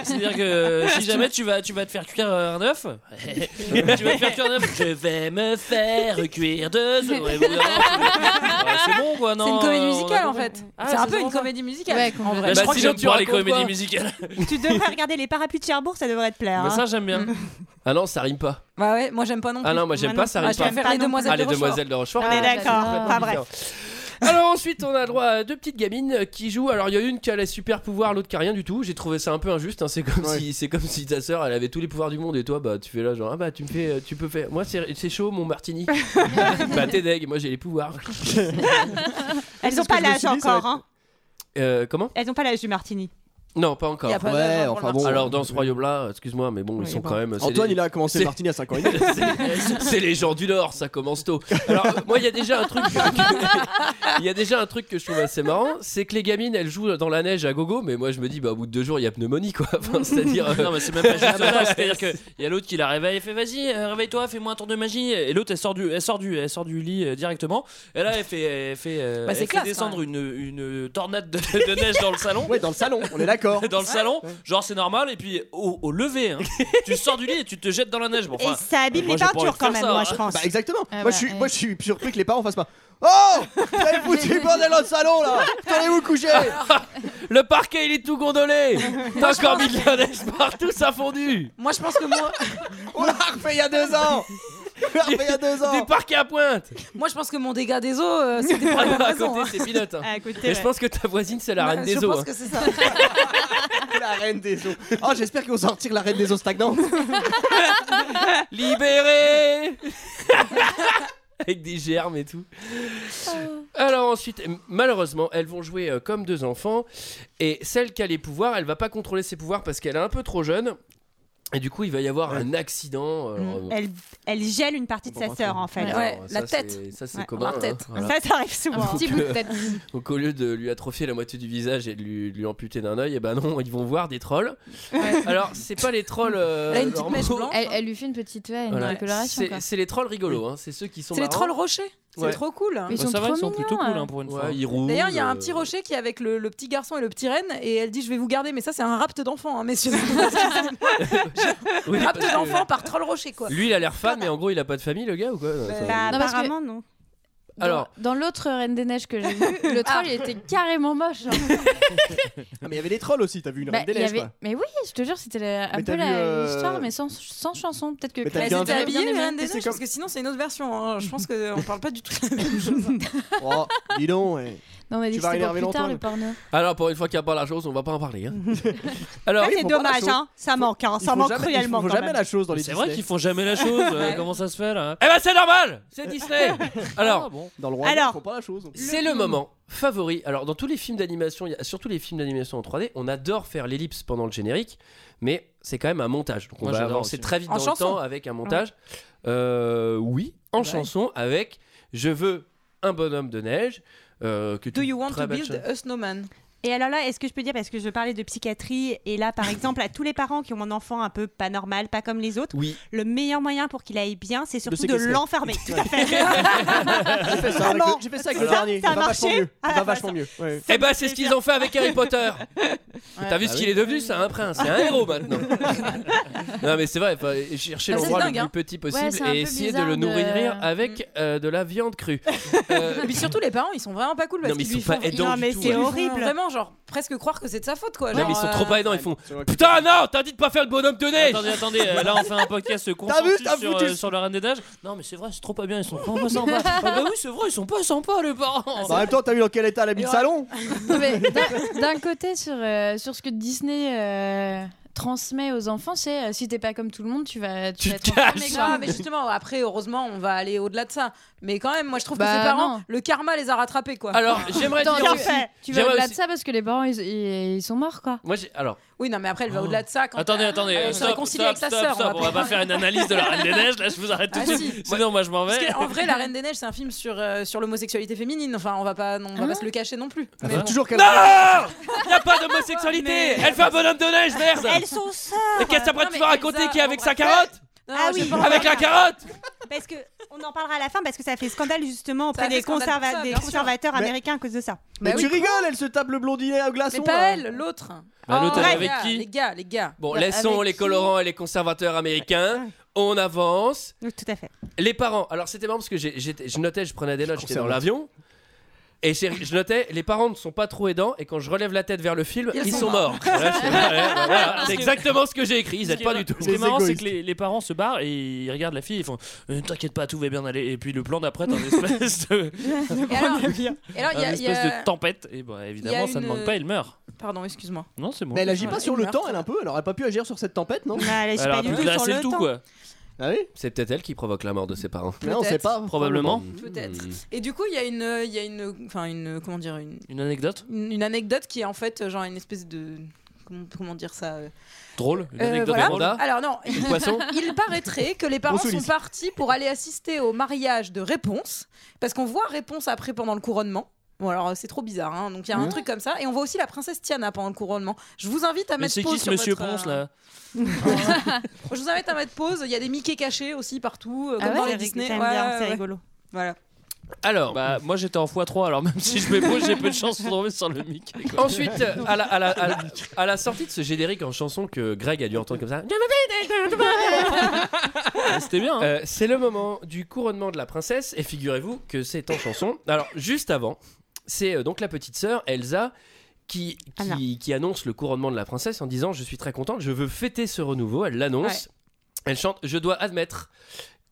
Speaker 7: c'est à dire que si jamais tu vas tu vas te faire cuire euh, un œuf tu vas te faire cuire un œuf je vais me faire cuire deux œufs Ouais, bon, ouais, c'est bon quoi non euh,
Speaker 12: c'est une
Speaker 7: on a
Speaker 12: comédie musicale en
Speaker 7: compris.
Speaker 12: fait.
Speaker 7: Ah,
Speaker 12: c'est un
Speaker 7: c'est
Speaker 12: peu
Speaker 7: bon,
Speaker 12: une
Speaker 7: ça.
Speaker 12: comédie musicale.
Speaker 7: Ouais,
Speaker 12: en vrai.
Speaker 7: Bah,
Speaker 12: Je crois
Speaker 7: si
Speaker 12: que
Speaker 7: j'aime
Speaker 12: tu
Speaker 7: pour les
Speaker 12: racontes
Speaker 7: comédies
Speaker 12: quoi
Speaker 7: musicales Bah,
Speaker 6: tu devrais regarder les parapluies de Cherbourg, ça devrait te plaire.
Speaker 1: Mais
Speaker 6: hein.
Speaker 1: ça, j'aime bien. Ah non, ça rime pas.
Speaker 12: Bah ouais, moi j'aime pas non plus.
Speaker 1: Ah non, moi j'aime pas, ça
Speaker 12: Ah,
Speaker 1: rime
Speaker 12: je
Speaker 1: pas.
Speaker 12: préfère les demoiselles
Speaker 1: Ah,
Speaker 12: de
Speaker 1: les demoiselles de Rochefort.
Speaker 6: On est d'accord,
Speaker 12: Ah,
Speaker 6: pas vrai.
Speaker 1: Alors ensuite, on a droit à deux petites gamines qui jouent. Alors il y a une qui a les super pouvoirs, l'autre qui a rien du tout. J'ai trouvé ça un peu injuste. hein. C'est comme si c'est comme si ta sœur elle avait tous les pouvoirs du monde et toi bah tu fais là genre ah bah tu me fais tu peux faire. Moi c'est c'est chaud mon martini. bah t'es deg, moi j'ai les pouvoirs.
Speaker 6: Elles n'ont
Speaker 5: que
Speaker 6: pas
Speaker 5: je me
Speaker 6: l'âge
Speaker 5: suis dit, ça va
Speaker 6: encore,
Speaker 5: être-
Speaker 6: hein.
Speaker 1: Euh, comment
Speaker 6: Elles n'ont pas l'âge du Martini.
Speaker 1: Non, pas encore.
Speaker 6: Y a pas Ouais, d'âge pour le enfin bon.
Speaker 1: Alors dans ce royaume-là, excuse-moi, mais bon, ils sont quand même. c'est
Speaker 5: Antoine,
Speaker 1: des-
Speaker 5: il a commencé le
Speaker 1: c'est-
Speaker 5: martini à 5 ans et demi.
Speaker 1: C'est- C'est les gens du Nord, ça commence tôt. Alors, euh, moi, il y a déjà un truc. que- Il y a déjà un truc que je trouve assez marrant, c'est que les gamines, elles jouent dans la neige à gogo, mais moi, je me dis, bah, au bout de deux jours, il y a pneumonie, quoi. Enfin, c'est-à-dire. euh,
Speaker 7: Non, mais c'est même pas juste ça. C'est-à-dire qu'il y a l'autre qui la réveille, elle fait vas-y, euh, réveille-toi, fais-moi un tour de magie. Et l'autre, elle, sort du- elle, sort du- elle sort du lit euh, directement. Et là, elle fait, elle fait, euh,
Speaker 12: Bah,
Speaker 7: elle
Speaker 12: c'est
Speaker 7: fait
Speaker 12: classe,
Speaker 7: descendre
Speaker 12: quand
Speaker 7: une, une tornade de, de neige dans le salon.
Speaker 5: Ouais, dans le salon, on est d'accord.
Speaker 7: Dans le salon, genre c'est normal, et puis au, au lever, hein, tu sors du lit et tu te jettes dans la neige. Bon,
Speaker 6: Et
Speaker 7: enfin,
Speaker 6: ça abîme
Speaker 7: moi,
Speaker 6: les
Speaker 7: j'ai pas
Speaker 6: peintures
Speaker 7: envie de
Speaker 6: quand
Speaker 7: faire
Speaker 6: même,
Speaker 7: ça,
Speaker 6: moi
Speaker 7: hein.
Speaker 6: je pense.
Speaker 5: Bah exactement.
Speaker 6: Ah,
Speaker 5: moi,
Speaker 6: bah,
Speaker 5: je suis,
Speaker 6: ouais.
Speaker 5: moi je suis surpris que les parents fassent pas. Oh Vous avez foutu le bordel dans le salon là Allez vous coucher
Speaker 1: Le parquet, il est tout gondolé T'as encore mis de la neige partout, ça a fondu
Speaker 12: Moi je pense que moi,
Speaker 5: On l'a refait il y a deux ans On l'a refait il y a deux ans
Speaker 1: Des parquets à pointe
Speaker 12: moi je pense que mon dégât des eaux, euh, c'était pour
Speaker 1: Ah,
Speaker 12: la même
Speaker 1: À
Speaker 12: raison.
Speaker 1: côté,
Speaker 12: hein.
Speaker 1: c'est pilote. hein.
Speaker 6: À côté,
Speaker 1: Mais je
Speaker 6: ouais.
Speaker 1: pense que ta voisine, c'est la reine
Speaker 12: Bah, Je
Speaker 1: des
Speaker 12: pense
Speaker 1: eaux. hein.
Speaker 12: que c'est ça.
Speaker 5: La reine des eaux Oh j'espère qu'ils vont sortir la reine des eaux stagnantes
Speaker 1: hein. Libérée Avec des germes et tout. Alors ensuite, m- malheureusement, elles vont jouer euh, comme deux enfants. Et celle qui a les pouvoirs, elle va pas contrôler ses pouvoirs parce qu'elle est un peu trop jeune. Et du coup, il va y avoir un accident.
Speaker 12: Mm.
Speaker 1: euh, alors,
Speaker 12: Eh,
Speaker 6: Elle, elle gèle une partie de sa sœur en fait.
Speaker 1: alors, ça, c'est- Ça, c'est commun. hein, voilà.
Speaker 6: Ça, ça arrive souvent.
Speaker 1: Donc, euh, Donc au lieu de lui atrophier la moitié du visage et de lui, lui amputer d'un œil, et ben non, ils vont voir des trolls. Alors c'est pas les trolls. euh,
Speaker 12: Elle a une petite
Speaker 1: normaux.
Speaker 12: mèche blanche.
Speaker 8: Elle, elle lui fait une petite ouais, une
Speaker 1: Voilà.
Speaker 8: coloration.
Speaker 1: C'est- C'est les trolls rigolos, hein. c'est ceux qui sont.
Speaker 12: C'est les
Speaker 1: marrants.
Speaker 12: trolls rochers. C'est
Speaker 1: Ouais.
Speaker 12: trop cool.
Speaker 8: Mais ils sont
Speaker 7: Bah, ça va,
Speaker 8: trop
Speaker 7: ils sont
Speaker 8: mignons,
Speaker 7: plutôt cool
Speaker 8: hein.
Speaker 7: hein, pour une fois.
Speaker 1: Ouais, ils roulent,
Speaker 12: D'ailleurs, il y a un
Speaker 1: euh,
Speaker 12: petit rocher qui est avec le, le petit garçon et le petit renne, et elle dit Je vais vous garder, mais ça, c'est un rapt d'enfant, hein, messieurs.
Speaker 1: oui,
Speaker 12: rapt
Speaker 1: parce que
Speaker 12: Ah, d'enfant par troll rocher, quoi.
Speaker 1: Lui, il a l'air fan, mais en gros, il a pas de famille, le gars ou quoi
Speaker 12: Euh,
Speaker 1: Ça-
Speaker 6: Bah,
Speaker 8: Non, parce que-
Speaker 6: apparemment, non.
Speaker 1: Alors,
Speaker 8: Dans l'autre Reine des Neiges que j'ai vu, le troll il était carrément moche. hein.
Speaker 5: Ah, mais il y avait des trolls aussi, t'as vu une
Speaker 8: Bah,
Speaker 5: reine des
Speaker 8: il y
Speaker 5: neiges
Speaker 8: avait-
Speaker 5: quoi.
Speaker 8: Mais oui, je te jure, c'était la- un
Speaker 5: Mais
Speaker 8: peu
Speaker 5: t'as
Speaker 8: la
Speaker 5: vu, euh,
Speaker 8: histoire, mais sans, sans chanson. Peut-être que
Speaker 5: Mais t'as
Speaker 8: Claire
Speaker 5: bien
Speaker 8: était
Speaker 5: vu.
Speaker 8: bien
Speaker 12: habillé
Speaker 8: aimée.
Speaker 12: les reines des neiges parce que sinon c'est une autre version. hein. Je pense qu'on parle pas du tout de la même chose.
Speaker 5: Oh, dis donc. eh.
Speaker 8: Non, mais
Speaker 5: Tu
Speaker 8: dis que
Speaker 5: vas
Speaker 8: c'était pour
Speaker 5: énerver
Speaker 8: plus tard
Speaker 5: longtemps,
Speaker 8: le porno.
Speaker 1: alors pour une fois qu'il n'y a pas la chose, on va pas en parler. hein. Alors,
Speaker 6: Ça, c'est dommage, hein. Ça manque, hein.
Speaker 5: il
Speaker 6: Ça
Speaker 5: faut
Speaker 6: manque
Speaker 5: jamais-
Speaker 6: cruellement.
Speaker 5: il faut
Speaker 6: quand
Speaker 5: jamais
Speaker 6: même.
Speaker 5: la chose dans les
Speaker 7: C'est vrai
Speaker 5: Disney.
Speaker 7: qu'ils font jamais la chose. euh, comment ça se fait là
Speaker 1: Eh ben c'est normal, c'est Disney.
Speaker 12: Oh,
Speaker 1: Alors,
Speaker 5: Dans le roi,
Speaker 1: Alors,
Speaker 5: ils font pas la chose.
Speaker 1: c'est le moment favori. Alors, dans tous les films d'animation, il y a- surtout les films d'animation en 3D, on adore faire l'ellipse pendant le générique, mais c'est quand même un montage. Donc, on
Speaker 7: Moi,
Speaker 1: va
Speaker 7: j'adore
Speaker 1: avancer
Speaker 7: aussi.
Speaker 1: très vite
Speaker 7: En
Speaker 1: dans
Speaker 7: chanson.
Speaker 1: le temps avec un montage. Euh, oui, en chanson avec Je veux un bonhomme de neige. euh, que
Speaker 12: Do
Speaker 1: tu-
Speaker 12: you want
Speaker 1: très
Speaker 12: to
Speaker 1: belle
Speaker 12: build
Speaker 1: chanson.
Speaker 12: a snowman
Speaker 6: Et alors là, est-ce que je peux dire, parce que je parlais de psychiatrie, et là, par exemple, à tous les parents qui ont un enfant un peu pas normal, pas comme les autres,
Speaker 1: Oui.
Speaker 6: le meilleur moyen pour qu'il aille bien, c'est surtout de
Speaker 5: séquestrer.
Speaker 6: l'enfermer. Tout à fait.
Speaker 5: J'ai fait ça avec
Speaker 6: Vraiment.
Speaker 5: le- j'ai fait Ah ça avec le
Speaker 6: Ça,
Speaker 5: dernier.
Speaker 6: ça a
Speaker 5: il va vachement
Speaker 6: marché
Speaker 5: mieux.
Speaker 6: Ah,
Speaker 5: Il va vachement mieux. ouais.
Speaker 1: Eh ben, c'est ce qu'ils ont fait avec Harry Potter. T'as vu ce qu'il est devenu, c'est un prince, c'est un héros maintenant. non mais c'est vrai, faut aller chercher
Speaker 7: Ah, c'est
Speaker 1: l'endroit
Speaker 7: dingue,
Speaker 1: le
Speaker 7: hein.
Speaker 1: plus petit possible
Speaker 7: Ouais, c'est un peu
Speaker 1: et essayer de
Speaker 7: bizarre
Speaker 1: le
Speaker 7: de-
Speaker 1: nourrir avec euh, de la viande crue. Euh,
Speaker 12: Et puis surtout, les parents, ils sont vraiment pas cool parce
Speaker 1: Non, mais ils
Speaker 12: qu'ils lui
Speaker 1: sont pas
Speaker 12: font-
Speaker 1: aidants Non, du mais tout, c'est
Speaker 12: ils lui font
Speaker 1: horrible.
Speaker 12: Vraiment, genre presque croire que c'est de sa faute, quoi.
Speaker 1: non, mais ils
Speaker 12: genre,
Speaker 1: sont
Speaker 12: euh,
Speaker 1: trop pas aidants, ils font Putain, non, t'as dit de pas faire le bonhomme de neige
Speaker 7: Attendez, attendez, euh, là on fait un podcast
Speaker 1: T'as vu,
Speaker 7: consensus
Speaker 1: t'as
Speaker 7: sur,
Speaker 1: foutu
Speaker 7: euh,
Speaker 1: le-
Speaker 7: sur le Reine des Neiges. Non, mais c'est vrai, c'est trop pas bien, ils sont vraiment pas sympas. ah bah oui, c'est vrai, ils sont pas sympas les parents.
Speaker 5: Bah, en même temps, t'as vu dans quel état elle habite le salon
Speaker 8: Non, mais d'un- D'un côté, sur, euh, sur ce que Disney euh, transmet aux enfants, c'est euh, si t'es pas comme tout le monde, tu vas, tu vas être enfermé, quoi.
Speaker 12: mais justement, après, heureusement, on va aller au-delà de ça. Mais quand même, moi, je trouve
Speaker 8: Bah,
Speaker 12: que ses parents,
Speaker 8: non.
Speaker 12: le karma les a rattrapés, quoi.
Speaker 1: Alors, j'aimerais
Speaker 8: Attends,
Speaker 1: dire
Speaker 8: tu-
Speaker 1: aussi-
Speaker 8: Tu vas
Speaker 1: j'aimerais
Speaker 8: au-delà
Speaker 1: aussi-
Speaker 8: de ça parce que les parents, ils, ils- ils sont morts, quoi.
Speaker 1: Moi, j'ai. Alors.
Speaker 12: Oui, non, mais après, elle
Speaker 8: Oh.
Speaker 12: va au-delà de ça. Quand
Speaker 7: Attendez,
Speaker 12: elle-
Speaker 7: attendez,
Speaker 12: elle se
Speaker 7: stop,
Speaker 12: réconcilie
Speaker 7: stop,
Speaker 12: avec sa
Speaker 7: stop,
Speaker 12: sœur.
Speaker 7: stop, on va pas faire une analyse de la Reine des Neiges, là je vous arrête tout de
Speaker 12: Ah,
Speaker 7: suite. Sinon, moi je m'en vais.
Speaker 12: Parce que, en vrai, La Reine des Neiges, c'est un film sur, euh, sur l'homosexualité féminine. Enfin, on va pas, on
Speaker 8: Ah
Speaker 12: va pas se le cacher Ah non plus. Mais
Speaker 5: Faut
Speaker 12: bon.
Speaker 5: Toujours qu'elle.
Speaker 1: Non Il a pas d'homosexualité Elle fait un bonhomme de neige, merde
Speaker 6: Elles sont sœurs.
Speaker 1: Et qu'est-ce que t'apprêtes
Speaker 12: Non, mais
Speaker 1: toujours raconter
Speaker 12: Elsa,
Speaker 1: qui est avec
Speaker 12: on
Speaker 1: sa
Speaker 12: va-
Speaker 1: carotte
Speaker 12: Non,
Speaker 6: Ah
Speaker 12: j'ai
Speaker 6: oui.
Speaker 12: pas envie
Speaker 1: Avec
Speaker 12: de
Speaker 1: la
Speaker 12: dire.
Speaker 1: carotte
Speaker 6: Parce que on en parlera à la fin, parce que ça fait scandale justement
Speaker 12: Ça
Speaker 6: auprès
Speaker 12: a fait
Speaker 6: des,
Speaker 12: scandale pour
Speaker 6: conserva-
Speaker 12: ça,
Speaker 6: des
Speaker 12: bien sûr.
Speaker 6: conservateurs
Speaker 5: Mais-
Speaker 6: américains à cause de ça.
Speaker 5: Mais
Speaker 12: Bah
Speaker 5: tu
Speaker 12: oui.
Speaker 5: rigoles, elle se tape le blondinet au glaçon. hein.
Speaker 12: Mais pas
Speaker 5: là.
Speaker 12: elle, l'autre.
Speaker 7: Bah, l'autre,
Speaker 12: Oh,
Speaker 7: elle est
Speaker 12: les
Speaker 7: avec
Speaker 12: gars,
Speaker 7: qui
Speaker 12: euh, Les gars, les gars.
Speaker 1: Bon,
Speaker 6: Bah,
Speaker 1: laissons
Speaker 6: avec
Speaker 1: les
Speaker 6: qui
Speaker 1: colorants et les conservateurs américains. On avance.
Speaker 6: Oui, Tout à fait.
Speaker 1: Les parents, alors c'était marrant parce que j'ai- j'étais- je notais, je prenais des notes, j'étais dans
Speaker 5: Conservateur.
Speaker 1: l'avion. Et j'ai- je notais, les parents ne sont pas trop aidants, et quand je relève la tête vers le film, ils,
Speaker 12: Ils
Speaker 1: sont,
Speaker 12: sont
Speaker 1: morts. Voilà, c'est voilà, voilà, c'est
Speaker 7: que-
Speaker 1: exactement ce que j'ai écrit, ils
Speaker 7: Ce qui
Speaker 1: n'aident
Speaker 7: est
Speaker 1: pas
Speaker 7: mar-
Speaker 1: du tout.
Speaker 7: Ce qui est
Speaker 5: Les
Speaker 7: marrant, c'est
Speaker 5: égoïstes.
Speaker 7: que les, les parents se barrent et ils regardent la fille et ils font Euh, T'inquiète pas, tout va bien aller. Et puis le plan d'après, t'as une espèce de,
Speaker 12: Et alors,
Speaker 8: hein.
Speaker 12: et alors, il y
Speaker 7: une
Speaker 12: a- il y
Speaker 7: espèce
Speaker 12: a.
Speaker 7: de tempête. Et bah
Speaker 12: il y
Speaker 7: évidemment,
Speaker 12: a
Speaker 7: ça ne
Speaker 12: une-
Speaker 7: manque pas, il meurt.
Speaker 12: Pardon, excuse-moi.
Speaker 7: Non, c'est bon.
Speaker 5: Mais elle agit
Speaker 12: Ouais,
Speaker 5: pas
Speaker 12: il
Speaker 5: sur le
Speaker 12: meurt,
Speaker 5: temps,
Speaker 12: ça.
Speaker 5: elle un peu. Elle aurait pas pu agir sur cette tempête, non
Speaker 6: Ah, là, je suis
Speaker 7: Elle
Speaker 6: pas
Speaker 7: a
Speaker 6: du
Speaker 7: plus
Speaker 6: tout
Speaker 7: de
Speaker 6: sur
Speaker 7: assez
Speaker 6: le
Speaker 7: le tout
Speaker 6: temps.
Speaker 7: quoi.
Speaker 5: Ah oui
Speaker 1: C'est peut-être elle qui provoque la mort de ses parents.
Speaker 5: Mais on sait
Speaker 12: Peut-être.
Speaker 5: pas.
Speaker 7: Probablement.
Speaker 12: Peut-être.
Speaker 1: Hmm.
Speaker 12: Et du coup, il y a une, euh, il y a une, enfin une, comment dire, une,
Speaker 7: Une anecdote
Speaker 12: une une anecdote qui est en fait euh, genre une espèce de, comment, comment dire ça. euh,
Speaker 7: drôle. Une
Speaker 12: euh,
Speaker 7: anecdote
Speaker 12: voilà.
Speaker 7: drôle.
Speaker 12: Alors non,
Speaker 1: Du poisson
Speaker 12: Il paraîtrait que les parents
Speaker 5: Gros
Speaker 12: sont
Speaker 5: soliste.
Speaker 12: partis pour aller assister au mariage de Réponse, parce qu'on voit Réponse après pendant le couronnement. Bon alors euh, c'est trop bizarre, hein. donc il y a un
Speaker 5: Hein
Speaker 12: truc comme ça, et on voit aussi la princesse Tiana pendant le couronnement. Je vous invite à
Speaker 7: Mais
Speaker 12: mettre
Speaker 7: c'est qui
Speaker 12: pause
Speaker 7: ce
Speaker 12: sur
Speaker 7: monsieur
Speaker 12: votre, euh,
Speaker 7: Ponce là
Speaker 12: Je vous invite à mettre pause. Il y a des Mickey cachés aussi partout, euh,
Speaker 6: Ah
Speaker 12: comme
Speaker 6: ouais,
Speaker 12: dans les
Speaker 6: j'aime
Speaker 12: Disney.
Speaker 6: bien,
Speaker 12: Ouais,
Speaker 6: c'est
Speaker 12: ouais.
Speaker 6: rigolo.
Speaker 12: Voilà.
Speaker 1: Alors,
Speaker 7: Bah, moi j'étais en x3, alors même si je me pose, j'ai peu de chance de tomber sur le mic. quoi.
Speaker 1: ensuite, euh, à la, à la- à la- à la sortie de ce générique en chanson que Greg a dû entendre comme ça,
Speaker 7: Ah, C'était bien. hein.
Speaker 1: Euh, c'est le moment du couronnement de la princesse et figurez-vous que c'est en chanson. Alors juste avant, c'est euh, donc la petite sœur Elsa qui,
Speaker 6: Anna.
Speaker 1: qui, qui annonce le couronnement de la princesse en disant je suis très contente, je veux fêter ce renouveau. Elle l'annonce. Elle chante je dois admettre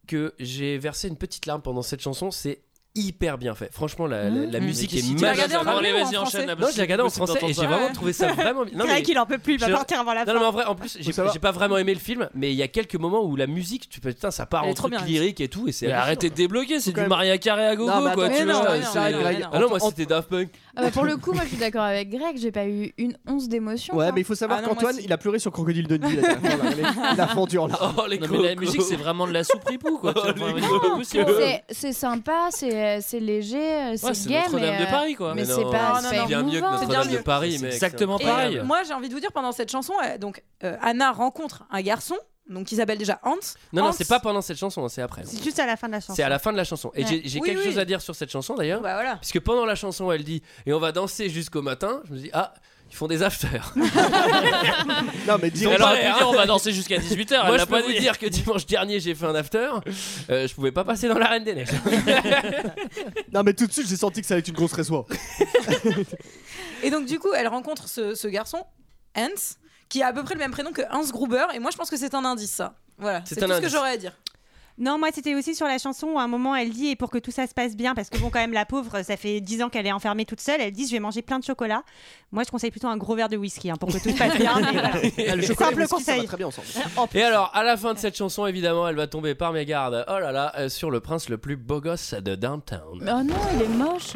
Speaker 1: que j'ai versé une petite larme pendant cette chanson. C'est hyper bien fait. Franchement la, la-
Speaker 7: Mais
Speaker 1: la musique
Speaker 7: qu'est-ce
Speaker 1: est
Speaker 7: qu'il dit
Speaker 12: l'as
Speaker 1: magique.
Speaker 12: regardé en anglais
Speaker 7: Allez,
Speaker 12: ou en
Speaker 7: vas-y,
Speaker 12: français
Speaker 7: enchaîne, là,
Speaker 1: Non,
Speaker 7: parce
Speaker 1: je
Speaker 7: que
Speaker 1: l'ai regardé en
Speaker 7: c'est possible
Speaker 1: français et j'ai
Speaker 7: d'entendre
Speaker 1: vraiment
Speaker 7: ça.
Speaker 1: trouvé ça vraiment bien. Non,
Speaker 6: C'est vrai
Speaker 1: mais-
Speaker 6: qu'il en peut plus, il va
Speaker 1: je-
Speaker 6: partir avant la
Speaker 1: non,
Speaker 6: fin.
Speaker 1: non, mais en vrai, en plus, j'ai
Speaker 5: savoir-
Speaker 1: j'ai pas vraiment aimé le film, mais il y a quelques moments où la musique, tu peux, putain, ça part
Speaker 12: Elle est
Speaker 1: en
Speaker 12: trop
Speaker 1: truc
Speaker 12: bien,
Speaker 1: lyrique et tout, et c'est
Speaker 7: Mais
Speaker 1: hallucinant.
Speaker 7: arrêtez de débloquer, c'est
Speaker 5: Quand
Speaker 7: du
Speaker 5: même.
Speaker 7: Maria Carré à gogo
Speaker 5: Non, mais
Speaker 7: quoi.
Speaker 5: attends,
Speaker 7: Tu
Speaker 5: mais
Speaker 7: vois,
Speaker 5: non,
Speaker 7: c'est-
Speaker 5: mais non, mais non, mais non.
Speaker 1: Ah non, moi c'était Daft Punk.
Speaker 8: Ah bah, pour le coup, moi, je suis d'accord avec Greg, j'ai pas eu une once d'émotion. hein.
Speaker 5: Ouais,
Speaker 8: quoi.
Speaker 5: mais il faut savoir
Speaker 12: Ah non, moi
Speaker 5: qu'Antoine,
Speaker 12: aussi.
Speaker 5: il a pleuré sur Crocodile Dundee. la dernière fois, là. Il a- il a fendu en larmes.
Speaker 1: Oh les
Speaker 7: Non, mais la
Speaker 1: cocos.
Speaker 7: musique c'est vraiment de la soupe ripou quoi.
Speaker 1: Oh,
Speaker 7: Enfin,
Speaker 1: les
Speaker 7: vraiment,
Speaker 1: gros
Speaker 7: c'est pas possible.
Speaker 1: que-
Speaker 8: C'est- C'est sympa, c'est c'est léger,
Speaker 7: Ouais,
Speaker 8: c'est
Speaker 7: c'est
Speaker 8: gay,
Speaker 7: Notre-Dame
Speaker 8: mais.
Speaker 7: de
Speaker 8: euh,
Speaker 7: Paris quoi.
Speaker 8: mais
Speaker 1: non,
Speaker 8: c'est pas-
Speaker 12: c'est
Speaker 1: c'est
Speaker 12: pas
Speaker 1: bien mieux que
Speaker 8: émouvant.
Speaker 12: C'est
Speaker 1: Notre-Dame
Speaker 12: bien
Speaker 1: de
Speaker 12: mieux.
Speaker 1: Paris,
Speaker 7: C'est
Speaker 1: mec.
Speaker 7: exactement
Speaker 1: c'est
Speaker 12: Et euh,
Speaker 7: pareil.
Speaker 1: incroyable.
Speaker 12: moi, j'ai envie de vous dire pendant cette chanson, euh, donc euh, Anna rencontre un garçon, donc qui s'appelle déjà Hans.
Speaker 1: Non, non,
Speaker 12: Hans-
Speaker 1: c'est pas pendant cette chanson, hein, c'est après.
Speaker 6: C'est juste à la fin de la chanson.
Speaker 1: C'est à la fin de la chanson. Et
Speaker 8: Ouais.
Speaker 1: j'ai j'ai
Speaker 12: Oui,
Speaker 1: quelque
Speaker 12: oui.
Speaker 1: chose à dire sur cette chanson d'ailleurs.
Speaker 12: Bah voilà.
Speaker 1: Puisque pendant la chanson, elle dit Et on va danser jusqu'au matin. Je me dis Ah, il Ils font des afters.
Speaker 5: non, mais
Speaker 1: disons
Speaker 7: Elle aurait pu dire, on va danser jusqu'à 18h.
Speaker 1: Moi,
Speaker 7: elle
Speaker 1: je
Speaker 7: l'a
Speaker 1: peux
Speaker 7: pas
Speaker 1: vous
Speaker 7: dit.
Speaker 1: dire que dimanche dernier, j'ai fait un after. Euh, je pouvais pas passer dans la Reine des Neiges.
Speaker 5: Non, mais tout de suite, j'ai senti que ça allait être une grosse réseau.
Speaker 12: Et donc, du coup, elle rencontre ce, ce garçon, Hans, qui a à peu près le même prénom que Hans Gruber. Et moi, je pense que c'est un indice, ça. Voilà,
Speaker 1: C'est
Speaker 12: c'est
Speaker 1: un
Speaker 12: tout ce que
Speaker 1: indice.
Speaker 12: j'aurais à dire.
Speaker 6: Non, moi c'était aussi sur la chanson où à un moment elle dit et pour que tout ça se passe bien parce que bon quand même la pauvre ça fait 10 ans qu'elle est enfermée toute seule elle dit je vais manger plein de chocolat. Moi je conseille plutôt un gros verre de whisky hein, pour que tout se passe bien. mais voilà.
Speaker 5: Ah, le chocolat et
Speaker 6: Simple
Speaker 5: le whisky, ça va
Speaker 6: conseil.
Speaker 5: très bien ensemble.
Speaker 1: Et alors, à la fin de cette chanson, évidemment, elle va tomber par mes gardes. Oh là là, euh, sur le prince le plus beau gosse de downtown.
Speaker 8: Oh non, il est moche.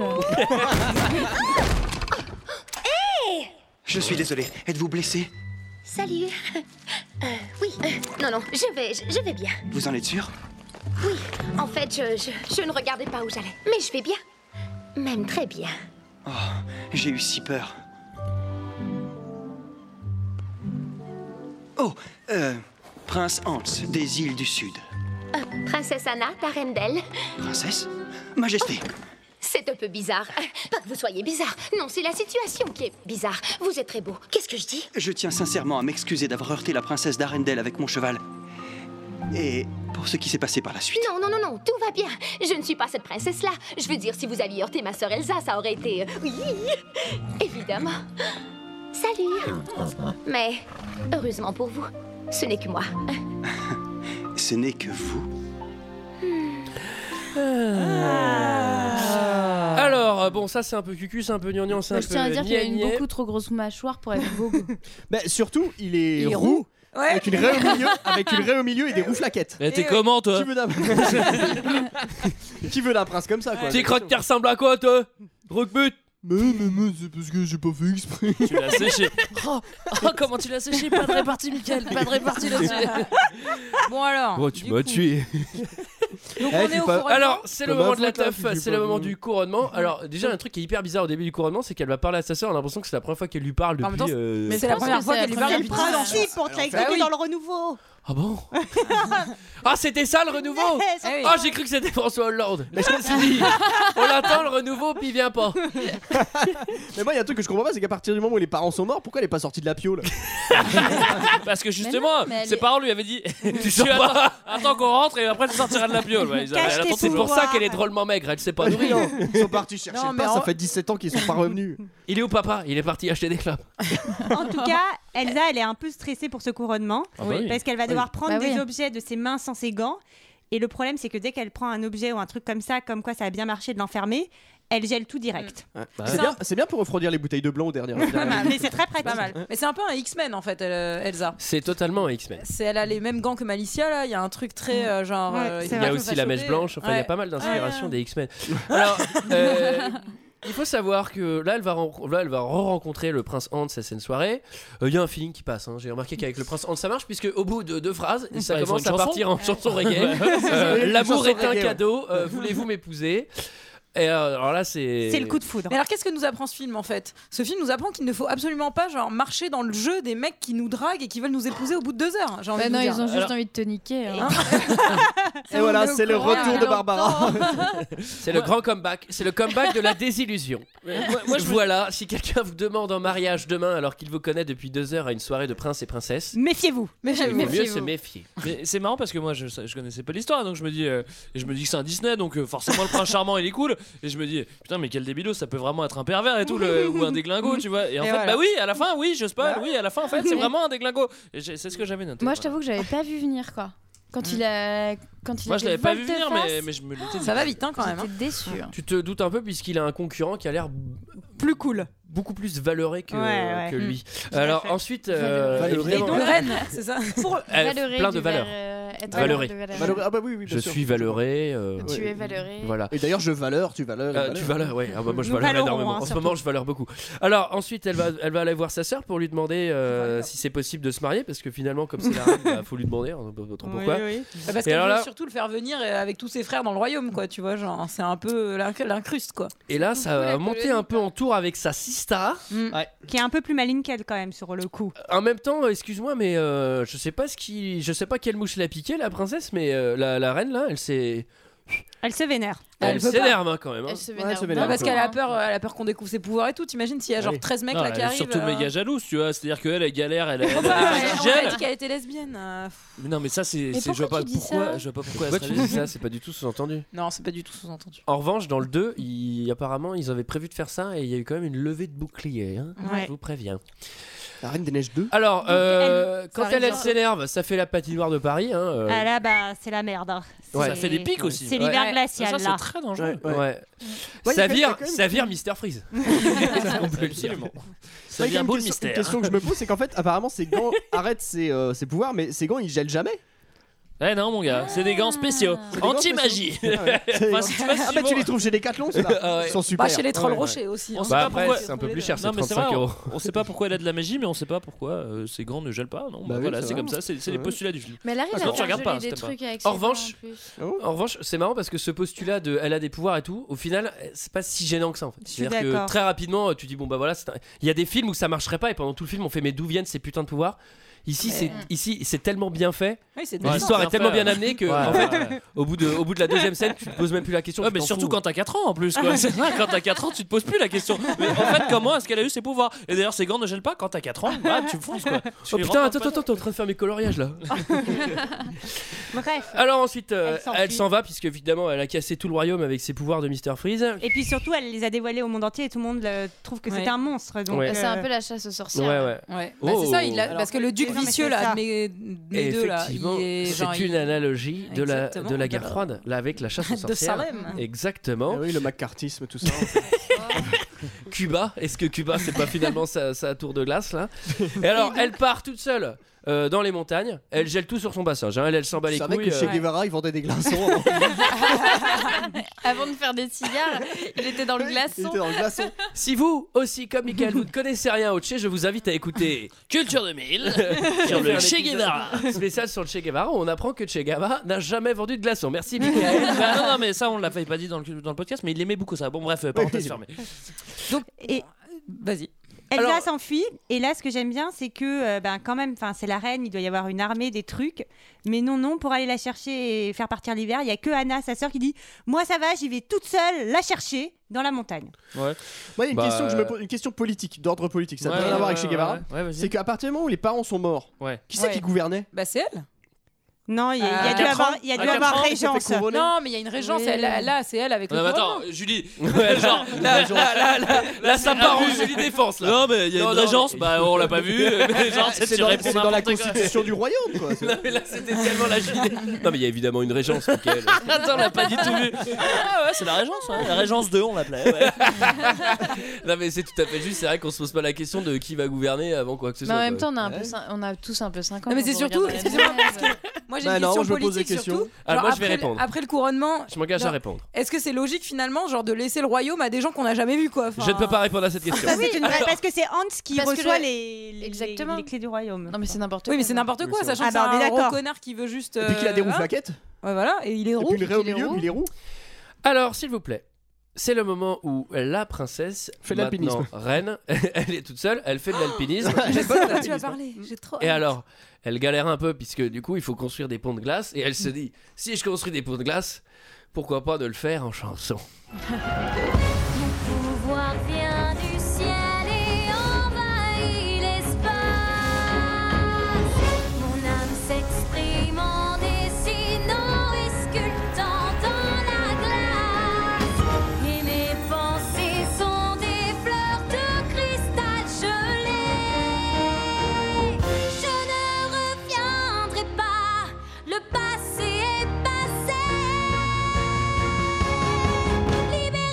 Speaker 11: Je suis désolé. Êtes-vous blessé
Speaker 10: Salut. Euh, oui. euh, non, non, je vais, je, je vais bien.
Speaker 11: Vous en êtes sûr
Speaker 10: Oui. En fait, je, je- je ne regardais pas où j'allais. Mais je vais bien. Même très bien.
Speaker 11: Oh, j'ai eu si peur. Oh, euh, Prince Hans des îles du Sud.
Speaker 10: Euh, princesse Anna, ta reine d'elle. Oh,
Speaker 11: Princesse Majesté.
Speaker 10: C'est un peu bizarre. Euh, Pas que vous soyez bizarre. Non, c'est la situation qui est bizarre. Vous êtes très beau. Qu'est-ce que je dis
Speaker 11: Je tiens sincèrement à m'excuser d'avoir heurté la princesse d'Arendelle avec mon cheval. Et pour ce qui s'est passé par la suite.
Speaker 10: Non, non, non, non, tout va bien. Je ne suis pas cette princesse-là. Je veux dire, si vous aviez heurté ma sœur Elsa, ça aurait été... euh, Oui, évidemment. Salut. Mais, heureusement pour vous, ce n'est que moi.
Speaker 11: Ce n'est que vous.
Speaker 1: Alors, euh, bon, ça c'est un peu cucu, c'est un peu gnangnan, c'est un peu.
Speaker 8: Bah. Je tiens à dire qu'il a une
Speaker 1: gna-gna.
Speaker 8: beaucoup trop grosse mâchoire pour être beau.
Speaker 5: Bah, surtout, il est,
Speaker 8: Il est
Speaker 5: roux.
Speaker 8: roux.
Speaker 5: Avec une raie au milieu, avec une raie au milieu et des rouflaquettes.
Speaker 7: Mais Eh,
Speaker 8: Eh,
Speaker 7: t'es comment, toi
Speaker 5: Qui veut d'un Qui veut d'un prince comme ça quoi
Speaker 1: Tes crottes, t'y ressembles à quoi, toi Rockbut
Speaker 5: Mais, mais, mais, c'est parce que j'ai pas fait exprès.
Speaker 7: Tu l'as séché.
Speaker 12: Oh, comment tu l'as séché Pas de répartie, Michael. Pas de répartie
Speaker 7: là-dessus.
Speaker 12: bon, alors.
Speaker 1: Oh, tu m'as tué.
Speaker 12: Donc,
Speaker 1: Eh,
Speaker 12: on
Speaker 1: c'est
Speaker 12: est au
Speaker 1: pas-
Speaker 12: couronnement.
Speaker 1: Alors, c'est le
Speaker 5: Bah,
Speaker 1: moment de la
Speaker 5: faut pas,
Speaker 1: teuf,
Speaker 5: si tu
Speaker 1: c'est
Speaker 5: veux
Speaker 1: le
Speaker 5: pas.
Speaker 1: moment du couronnement. Alors, déjà, un truc qui est hyper bizarre au début du couronnement, c'est qu'elle va parler à sa sœur. On a l'impression que c'est la première fois qu'elle lui parle depuis.
Speaker 12: En même temps,
Speaker 1: euh,
Speaker 12: mais c'est la première fois qu'elle lui parle
Speaker 6: C'est le
Speaker 12: depuis 10 ans.
Speaker 6: principe pour te
Speaker 5: Ah,
Speaker 1: Alors,
Speaker 6: l'expliquer
Speaker 1: bah oui.
Speaker 6: dans le renouveau.
Speaker 1: Ah bon Ah, c'était ça le renouveau
Speaker 6: Ouais, c'est-
Speaker 1: Ah, j'ai cru que c'était François Hollande.
Speaker 5: Mais je me suis dit-
Speaker 1: On l'attend le renouveau, puis il vient pas.
Speaker 5: Mais moi, il y a un truc que je comprends pas, c'est qu'à partir du moment où les parents sont morts, pourquoi elle est pas sortie de la piole
Speaker 7: Parce que justement,
Speaker 8: mais elle
Speaker 7: ses
Speaker 8: est-
Speaker 7: parents lui avaient dit Tu
Speaker 1: sors
Speaker 7: attends-
Speaker 1: pas.
Speaker 7: Attends qu'on rentre et après tu sortiras de la piole. Ouais, ils avaient- elle attend
Speaker 1: C'est
Speaker 7: toujours.
Speaker 1: pour ça qu'elle est drôlement maigre, elle s'est pas nourrie.
Speaker 5: Non, Ils sont partis chercher
Speaker 12: Non,
Speaker 5: le
Speaker 12: mais
Speaker 5: pain,
Speaker 12: en-
Speaker 5: ça fait 17 ans qu'ils sont pas revenus.
Speaker 1: Il est où papa Il est parti acheter des clopes.
Speaker 6: En tout cas, Elsa, elle est un peu stressée pour ce couronnement
Speaker 1: Ah bah oui.
Speaker 6: parce qu'elle va
Speaker 1: Oui.
Speaker 6: devoir prendre
Speaker 8: Bah
Speaker 6: des
Speaker 8: oui.
Speaker 6: objets de ses mains sans ses gants. Et le problème, c'est que dès qu'elle prend un objet ou un truc comme ça, comme quoi ça a bien marché de l'enfermer, elle gèle tout direct.
Speaker 5: Mm.
Speaker 7: Bah
Speaker 6: Bah,
Speaker 5: C'est bien, c'est bien pour refroidir les bouteilles de blanc au dernier.
Speaker 12: Pas mal.
Speaker 6: Mais c'est très pratique.
Speaker 12: Pas mal. Mais c'est un peu un X-Men en fait, elle, euh, Elsa.
Speaker 1: C'est totalement un X-Men.
Speaker 12: C'est elle a les mêmes gants que Malicia là. Il y a un truc très euh, genre.
Speaker 6: Mm. Ouais,
Speaker 12: euh,
Speaker 6: c'est
Speaker 1: Il y
Speaker 6: vrai
Speaker 1: a
Speaker 6: qu'on
Speaker 1: aussi
Speaker 6: va
Speaker 1: la
Speaker 6: choper.
Speaker 1: mèche blanche, enfin il y a
Speaker 12: Ouais.
Speaker 1: pas mal d'inspiration
Speaker 12: Ouais.
Speaker 1: des X-Men. Alors, euh, il faut savoir que là elle va, ren- là, elle va re-rencontrer le prince Hans à cette soirée. Euh, Il y a un feeling qui passe, hein. j'ai remarqué qu'avec le prince Hans ça marche, puisque au bout de deux phrases, ça
Speaker 7: Bah, ils font
Speaker 1: commence
Speaker 7: une
Speaker 1: à
Speaker 7: chanson.
Speaker 1: partir en chanson reggae.
Speaker 5: ça.
Speaker 1: Euh, L'amour
Speaker 5: Chanson
Speaker 1: est un
Speaker 5: reggae, ouais.
Speaker 1: cadeau, euh, voulez-vous m'épouser Et euh, alors là c'est...
Speaker 6: C'est le coup de foudre.
Speaker 12: Mais alors qu'est-ce que nous apprend ce film en fait Ce film nous apprend qu'il ne faut absolument pas genre marcher dans le jeu des mecs qui nous draguent et qui veulent nous épouser au bout de deux heures. J'ai
Speaker 8: Bah
Speaker 12: envie de
Speaker 8: non,
Speaker 12: vous
Speaker 8: ils
Speaker 12: dire.
Speaker 8: ont juste
Speaker 7: Alors-
Speaker 8: envie de te niquer. hein.
Speaker 5: Et voilà, c'est le retour de Barbara.
Speaker 1: C'est le grand comeback, c'est le comeback de la désillusion.
Speaker 7: Moi, moi, je me-
Speaker 1: Voilà, si quelqu'un vous demande en mariage demain alors qu'il vous connaît depuis deux heures à une soirée de prince et princesse,
Speaker 6: Méfiez-vous.
Speaker 12: Mais
Speaker 1: il vaut mieux
Speaker 8: Méfiez-vous.
Speaker 1: se méfier.
Speaker 7: Mais c'est marrant parce que moi je, je connaissais pas l'histoire donc je me dis euh, et je me dis que c'est un Disney donc euh, forcément le prince charmant il est cool et je me dis putain mais quel débilo ça peut vraiment être un pervers et tout le- ou un déglingo tu vois et en
Speaker 12: Et
Speaker 7: fait
Speaker 12: voilà.
Speaker 7: bah oui à la fin oui je spoil oui à la fin en fait c'est vraiment un déglingo Et j'ai- c'est ce que j'avais noté
Speaker 8: Moi, je
Speaker 7: voilà.
Speaker 8: t'avoue que j'avais pas vu venir quoi. Quand il a, quand il
Speaker 7: moi
Speaker 8: a
Speaker 7: je
Speaker 8: fait
Speaker 7: l'avais pas vu
Speaker 8: volte-face,
Speaker 7: venir mais, mais je me doutais
Speaker 12: Ça va vite hein, quand même. hein.
Speaker 8: J'étais déçue.
Speaker 1: Tu te doutes un peu puisqu'il a un concurrent qui a l'air b-
Speaker 12: Plus cool.
Speaker 1: beaucoup plus valeuré que,
Speaker 6: Ouais, ouais.
Speaker 1: que lui.
Speaker 6: à
Speaker 1: Alors
Speaker 6: fait.
Speaker 1: ensuite, euh,
Speaker 5: Valeuré.
Speaker 1: évidemment,
Speaker 5: Et donc-
Speaker 12: Reine, c'est ça.
Speaker 7: Euh,
Speaker 1: elle-
Speaker 8: Valoré
Speaker 1: plein de
Speaker 8: du
Speaker 1: valeur.
Speaker 8: val- euh, être
Speaker 1: Valoré.
Speaker 8: de valeur.
Speaker 5: Valeur- Ah bah oui, oui, bien
Speaker 1: Je
Speaker 5: sûr.
Speaker 1: suis valeuré. euh,
Speaker 8: Tu es valoré.
Speaker 1: Voilà.
Speaker 5: Et d'ailleurs, je valeur, tu valeur.
Speaker 1: Euh, tu valeurs, ouais. Ah bah, moi je
Speaker 6: Nous
Speaker 1: valeur
Speaker 6: valorons,
Speaker 1: énormément.
Speaker 6: hein,
Speaker 1: en ce
Speaker 6: surtout.
Speaker 1: moment, je valeur beaucoup. Alors ensuite, elle va, elle va aller voir sa sœur pour lui demander euh, si c'est possible de se marier parce que finalement, comme c'est la reine, bah, faut lui demander. On ne peut pas trop pourquoi.
Speaker 12: Bah, Parce
Speaker 1: Et
Speaker 12: qu'elle
Speaker 1: alors
Speaker 12: veut
Speaker 1: là-
Speaker 12: surtout le faire venir euh, avec tous ses frères dans le royaume, quoi. Tu vois, genre, c'est un peu l'inc- l'incruste, quoi.
Speaker 1: Et là, ça va
Speaker 8: la
Speaker 1: monter
Speaker 8: colonie,
Speaker 1: un peu en tour avec sa sista.
Speaker 6: Qui est un peu plus maligne qu'elle quand même sur le coup.
Speaker 1: En même temps, euh, excuse-moi, mais euh, je sais pas ce qui, je sais pas quelle mouche l'a piqué la princesse, mais euh, la, la reine là, elle s'est
Speaker 6: Elle se vénère.
Speaker 1: Elle,
Speaker 12: Elle peut pas.
Speaker 1: s'énerve hein, quand même. hein.
Speaker 12: Non, parce qu'elle a peur, euh, elle a peur qu'on découvre ses pouvoirs et tout. T'imagines s'il y a genre 13 mecs
Speaker 7: Non,
Speaker 12: là
Speaker 7: elle
Speaker 12: qui
Speaker 7: est
Speaker 12: arrivent.
Speaker 7: surtout
Speaker 12: euh,
Speaker 7: méga jalouse, tu vois. C'est-à-dire qu'elle, elle galère, elle.
Speaker 12: on
Speaker 7: elle-
Speaker 12: a
Speaker 7: elle-
Speaker 12: dit qu'elle était lesbienne. euh, pff,
Speaker 7: Mais non, mais ça, c'est.
Speaker 12: Mais
Speaker 7: c'est- Je vois
Speaker 12: pourquoi
Speaker 7: pas
Speaker 12: tu dis ça
Speaker 7: pourquoi. Je vois pas pourquoi.
Speaker 1: Pourquoi tu dis ça C'est pas du tout sous-entendu.
Speaker 12: Non, c'est pas du tout sous-entendu.
Speaker 1: En revanche, dans le 2, il- apparemment, ils avaient prévu de faire ça et il y a eu quand même une levée de bouclier. hein.
Speaker 12: Ouais.
Speaker 1: Je vous préviens.
Speaker 5: La Reine des Neiges 2
Speaker 1: Alors, euh,
Speaker 6: elle-
Speaker 1: quand
Speaker 6: ça
Speaker 1: elle, elle
Speaker 6: arrive-
Speaker 1: s'énerve, ça fait la patinoire de Paris. hein, euh,
Speaker 6: Ah là, bah, c'est la merde. hein.
Speaker 1: ouais.
Speaker 6: C'est- C'est
Speaker 1: Ouais.
Speaker 6: l'hiver
Speaker 1: Ouais.
Speaker 6: glacial,
Speaker 7: Ça, c'est
Speaker 6: là.
Speaker 7: très dangereux.
Speaker 1: Ouais.
Speaker 5: Ouais,
Speaker 1: ça
Speaker 5: il y a
Speaker 1: vire,
Speaker 5: quand même-
Speaker 1: ça vire Mister Freeze. Bah, on peut le dire.
Speaker 7: Absolument.
Speaker 1: Ça
Speaker 5: Ouais, il y a
Speaker 1: vire
Speaker 5: une
Speaker 1: boule
Speaker 5: question-
Speaker 1: mystère.
Speaker 5: Une question que je me pose, c'est qu'en fait, apparemment, ses gants arrêtent ses, euh, ses pouvoirs, mais ses gants ils gèlent jamais.
Speaker 7: Ouais, Eh non, mon gars, c'est des gants spéciaux.
Speaker 5: Ah. C'est des gants
Speaker 7: Anti-magie.
Speaker 5: spéciaux. Ah ouais. C'est-
Speaker 7: Enfin, si tu vas
Speaker 5: Ah bah,
Speaker 7: suivre-
Speaker 5: tu les trouves chez Decathlon, ceux-là.
Speaker 7: Ah ouais.
Speaker 5: Ils sont super.
Speaker 12: Bah, chez les trolls
Speaker 5: Ouais, ouais.
Speaker 12: rochers aussi.
Speaker 7: On
Speaker 12: hein.
Speaker 7: sait
Speaker 1: Bah,
Speaker 7: pas
Speaker 1: après,
Speaker 7: pourquoi-
Speaker 1: c'est un peu plus cher,
Speaker 7: Non,
Speaker 1: c'est
Speaker 7: mais c'est
Speaker 1: 35
Speaker 7: vrai, on-
Speaker 1: euros.
Speaker 7: On sait pas pourquoi elle a de la magie, mais on sait pas pourquoi euh, ses gants ne gèlent pas. Non, bah
Speaker 5: oui,
Speaker 7: voilà,
Speaker 5: c'est
Speaker 7: c'est
Speaker 5: vrai.
Speaker 7: comme ça, c'est c'est les
Speaker 5: Ouais.
Speaker 7: postulats du film.
Speaker 8: Mais elle arrive
Speaker 7: Parce
Speaker 8: à
Speaker 7: que tu
Speaker 8: faire
Speaker 7: regardes
Speaker 8: geler
Speaker 7: pas,
Speaker 8: des
Speaker 7: si t'aimes
Speaker 8: trucs avec ses
Speaker 1: En
Speaker 8: dents,
Speaker 1: revanche,
Speaker 8: plus.
Speaker 1: en revanche, c'est marrant parce que ce postulat de elle a des pouvoirs et tout, au final, c'est pas si gênant que ça en fait.
Speaker 6: Je suis
Speaker 1: C'est-à-dire que
Speaker 6: d'accord.
Speaker 1: très rapidement, tu dis bon bah voilà, c'est un- il y a des films où ça marcherait pas et pendant tout le film on fait mais d'où viennent ces putains de pouvoirs Ici c'est
Speaker 6: Mm.
Speaker 1: ici c'est tellement bien fait,
Speaker 12: Oui, c'est
Speaker 7: Ouais,
Speaker 1: l'histoire
Speaker 7: c'est
Speaker 1: est tellement
Speaker 7: bien fait.
Speaker 1: bien amenée que
Speaker 7: Ouais,
Speaker 1: en
Speaker 7: ouais,
Speaker 1: fait,
Speaker 7: ouais.
Speaker 1: au bout de au bout de la deuxième scène, tu te poses même plus la question.
Speaker 7: Ouais,
Speaker 1: tu
Speaker 7: mais
Speaker 1: t'en
Speaker 7: surtout
Speaker 1: fous.
Speaker 7: quand t'as 4 ans en plus, quoi. C'est vrai, quand t'as 4 ans, tu te poses plus la question. Mais en fait, comment est-ce qu'elle a eu ses pouvoirs Et d'ailleurs, ses gants ne gèlent pas quand t'as 4 ans, bah, tu fonces, quoi. Tu
Speaker 1: Oh
Speaker 7: les
Speaker 1: putain,
Speaker 7: rentres
Speaker 1: attends,
Speaker 7: pas-
Speaker 1: attends, t'es en train de faire mes coloriages là.
Speaker 6: Bref.
Speaker 1: Alors ensuite, euh,
Speaker 6: Elle s'enfuit.
Speaker 1: elle s'en va, puisque évidemment, elle a cassé tout le royaume avec ses pouvoirs de Mister Freeze.
Speaker 6: Et puis surtout, elle les a dévoilés au monde entier et tout le monde euh, trouve que
Speaker 12: Ouais.
Speaker 6: c'était un monstre. Donc,
Speaker 1: Ouais.
Speaker 8: Bah, C'est
Speaker 6: euh,
Speaker 8: un peu la chasse aux
Speaker 1: Ouais,
Speaker 8: sorcières. hein.
Speaker 1: ouais.
Speaker 12: Ouais.
Speaker 1: Oh.
Speaker 12: Bah, c'est ça, il a-
Speaker 6: Alors,
Speaker 12: parce que le duc
Speaker 6: non, mais c'est
Speaker 12: vicieux là,
Speaker 6: ça.
Speaker 12: de mes, de mes deux là, il
Speaker 1: effectivement,
Speaker 12: est genre,
Speaker 1: c'est une
Speaker 12: il-
Speaker 1: analogie de la, de
Speaker 12: Exactement.
Speaker 1: la guerre froide, là, avec la chasse aux
Speaker 12: de
Speaker 1: sorcières.
Speaker 12: Salem.
Speaker 5: Ah
Speaker 1: Exactement.
Speaker 5: oui, le macartisme, tout ça.
Speaker 1: Cuba, est-ce que Cuba, c'est pas finalement sa, sa tour de glace, là Et alors, elle part toute seule euh, dans les montagnes, elle gèle tout sur son passage, hein. elle, elle s'en bat
Speaker 5: Je
Speaker 1: les
Speaker 5: savais
Speaker 1: couilles.
Speaker 5: que chez
Speaker 1: euh,
Speaker 5: Guevara, ils vendaient des glaçons. hein.
Speaker 8: Avant de faire des cigares, il était dans le
Speaker 5: Ils
Speaker 8: glaçon.
Speaker 5: étaient dans le glaçon.
Speaker 1: Si vous, aussi comme Michael, vous ne connaissez rien au Che, je vous invite à écouter
Speaker 7: Culture 2000, sur
Speaker 1: faire
Speaker 7: le Che
Speaker 1: l'épisode
Speaker 7: Guevara.
Speaker 1: spécial sur le Che Guevara, où on apprend que Che Guevara n'a jamais vendu de glaçons. Merci, Michael.
Speaker 7: Bah, non, non, mais ça, on l'a failli pas dit dans le, dans le podcast, mais il aimait beaucoup ça. Bon, bref, euh, parenthèse fermée.
Speaker 6: et
Speaker 12: Vas-y.
Speaker 6: Elsa
Speaker 1: Alors-
Speaker 6: s'enfuit. Et là, ce que j'aime bien, c'est que, euh, ben, quand même, 'fin, c'est la reine, il doit y avoir une armée, des trucs. Mais non, non, pour aller la chercher et faire partir l'hiver, il y a que Anna, sa sœur, qui dit Moi, ça va, j'y vais toute seule la chercher dans la montagne.
Speaker 5: Moi, il y a une
Speaker 1: Bah,
Speaker 5: question que je me
Speaker 1: euh,
Speaker 5: pose, une question politique, d'ordre politique. Ça n'a
Speaker 7: Ouais,
Speaker 5: rien à
Speaker 7: ouais,
Speaker 5: voir avec
Speaker 7: ouais,
Speaker 5: Che Guevara.
Speaker 7: ouais, ouais, vas-y.
Speaker 5: C'est qu'à partir du moment où les parents sont morts,
Speaker 7: Ouais.
Speaker 5: qui c'est
Speaker 12: Ouais.
Speaker 5: qui gouvernait
Speaker 12: Bah, c'est elle.
Speaker 6: Non, il y a, il y a
Speaker 12: À
Speaker 6: dû
Speaker 12: quatre
Speaker 6: avoir,
Speaker 12: ans
Speaker 6: il y a
Speaker 7: À
Speaker 6: dû
Speaker 7: quatre
Speaker 6: avoir
Speaker 7: ans, elle
Speaker 5: Elle s'est fait
Speaker 6: régence.
Speaker 5: couronner
Speaker 12: Non, mais il y a une régence.
Speaker 8: Oui.
Speaker 12: elle- là, c'est elle avec
Speaker 7: Non,
Speaker 12: le
Speaker 1: bah,
Speaker 7: mais
Speaker 12: couronnement.
Speaker 7: attends, Julie, ouais, genre, là, là, là, là, là, ça part en Julie Défense, là. Non, mais il y
Speaker 1: a une
Speaker 7: agence, bah, on l'a pas vu. Mais genre, tu sais,
Speaker 5: C'est
Speaker 7: tu
Speaker 5: dans,
Speaker 7: réponds
Speaker 5: c'est dans la
Speaker 7: n'importe quoi.
Speaker 5: constitution du royaume, quoi.
Speaker 1: Non, mais là, c'était tellement la Julie. Non, mais il y a évidemment une régence, Michael.
Speaker 7: Attends, on l'a pas du tout vu. Ah ouais, c'est la Régence, ouais. la Régence 2, on l'appelait. Ouais.
Speaker 1: Non, mais c'est tout à fait juste. C'est vrai qu'on se pose pas la question de qui va gouverner avant quoi que ce
Speaker 8: Mais
Speaker 1: soit.
Speaker 8: en même
Speaker 1: quoi.
Speaker 8: temps, on a, un peu cin- on a tous un peu 50
Speaker 12: Non, mais c'est surtout- excusez-moi, Moi, j'ai
Speaker 5: Bah
Speaker 12: une
Speaker 5: non,
Speaker 12: question
Speaker 5: je me pose des
Speaker 12: politique
Speaker 5: questions.
Speaker 12: surtout.
Speaker 1: Ah,
Speaker 12: Genre,
Speaker 1: moi, je vais
Speaker 12: après-
Speaker 1: répondre.
Speaker 12: Après le couronnement,
Speaker 1: Je m'engage
Speaker 12: Non.
Speaker 1: à répondre.
Speaker 12: est-ce que c'est logique finalement, genre de laisser le royaume à des gens qu'on n'a jamais vu quoi enfin,
Speaker 1: Je ne peux pas répondre à cette question.
Speaker 6: Ça, c'est une vraie- parce que c'est Hans qui
Speaker 8: Parce que
Speaker 6: reçoit
Speaker 8: le-
Speaker 6: les, les-
Speaker 8: Exactement.
Speaker 6: les clés du royaume.
Speaker 8: Non, mais c'est n'importe quoi.
Speaker 12: Oui, mais c'est n'importe
Speaker 5: Oui,
Speaker 12: quoi,
Speaker 5: c'est
Speaker 12: sachant
Speaker 6: vrai.
Speaker 12: que c'est
Speaker 6: Ah, bah, on est
Speaker 12: un gros
Speaker 6: d'accord.
Speaker 12: connard qui veut juste.
Speaker 5: Et puis qu'il a des
Speaker 12: euh,
Speaker 5: roues
Speaker 12: hein.
Speaker 5: plaquettes.
Speaker 12: Ouais, voilà, et il est
Speaker 5: Et
Speaker 12: roux.
Speaker 5: puis il est au
Speaker 8: il est
Speaker 5: milieu,
Speaker 8: roux.
Speaker 5: puis il est roux.
Speaker 1: Alors, s'il vous plaît, c'est le moment où la princesse,
Speaker 5: Fait de
Speaker 1: maintenant reine, elle est toute seule, elle fait de l'alpinisme.
Speaker 12: Oh, Je sais de quoi tu vas parler. J'ai trop.
Speaker 1: Et alors, elle galère un peu puisque du coup, il faut construire des ponts de glace et elle se dit si je construis des ponts de glace, pourquoi pas de le faire en chanson.
Speaker 10: pouvoir vient du ciel et envahit l'espace. Mon âme s'exprime en dessinant et sculptant dans la glace. Et mes pensées sont des fleurs de cristal gelé. Je ne reviendrai pas, le passé est passé. Libéré.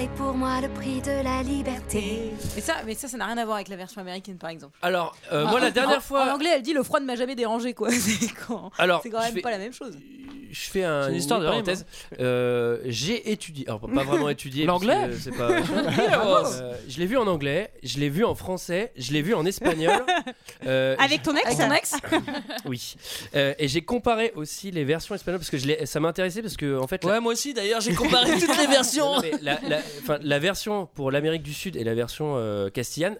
Speaker 13: est pour moi le prix de la liberté.
Speaker 12: Mais ça, mais ça, ça n'a rien à voir avec la version américaine, par exemple.
Speaker 1: Alors, euh,
Speaker 12: Ah, En-
Speaker 1: moi, la
Speaker 12: en-
Speaker 1: dernière fois.
Speaker 12: En anglais, elle dit le froid ne m'a jamais dérangé, quoi. C'est quand,
Speaker 1: Alors,
Speaker 12: c'est quand même
Speaker 1: je Euh, fais-
Speaker 12: pas la même chose.
Speaker 1: je fais un,
Speaker 7: C'est une
Speaker 1: une
Speaker 7: histoire de
Speaker 1: parenthèse. Euh, j'ai étudié, alors pas vraiment étudié.
Speaker 7: L'anglais
Speaker 1: parce que c'est pas-
Speaker 7: Bravo.
Speaker 1: Euh, Je l'ai vu en anglais, je l'ai vu en français, je l'ai vu en espagnol. Euh,
Speaker 6: Avec ton ex
Speaker 12: Avec ton ex
Speaker 1: Ah, Oui. Euh, et j'ai comparé aussi les versions espagnoles parce que je l'ai- ça m'intéressait parce que en fait. Ah,
Speaker 7: Ouais, moi aussi d'ailleurs, j'ai comparé toutes les versions.
Speaker 1: Non, non, mais la, la- enfin, la version pour l'Amérique du Sud et la version euh, castillane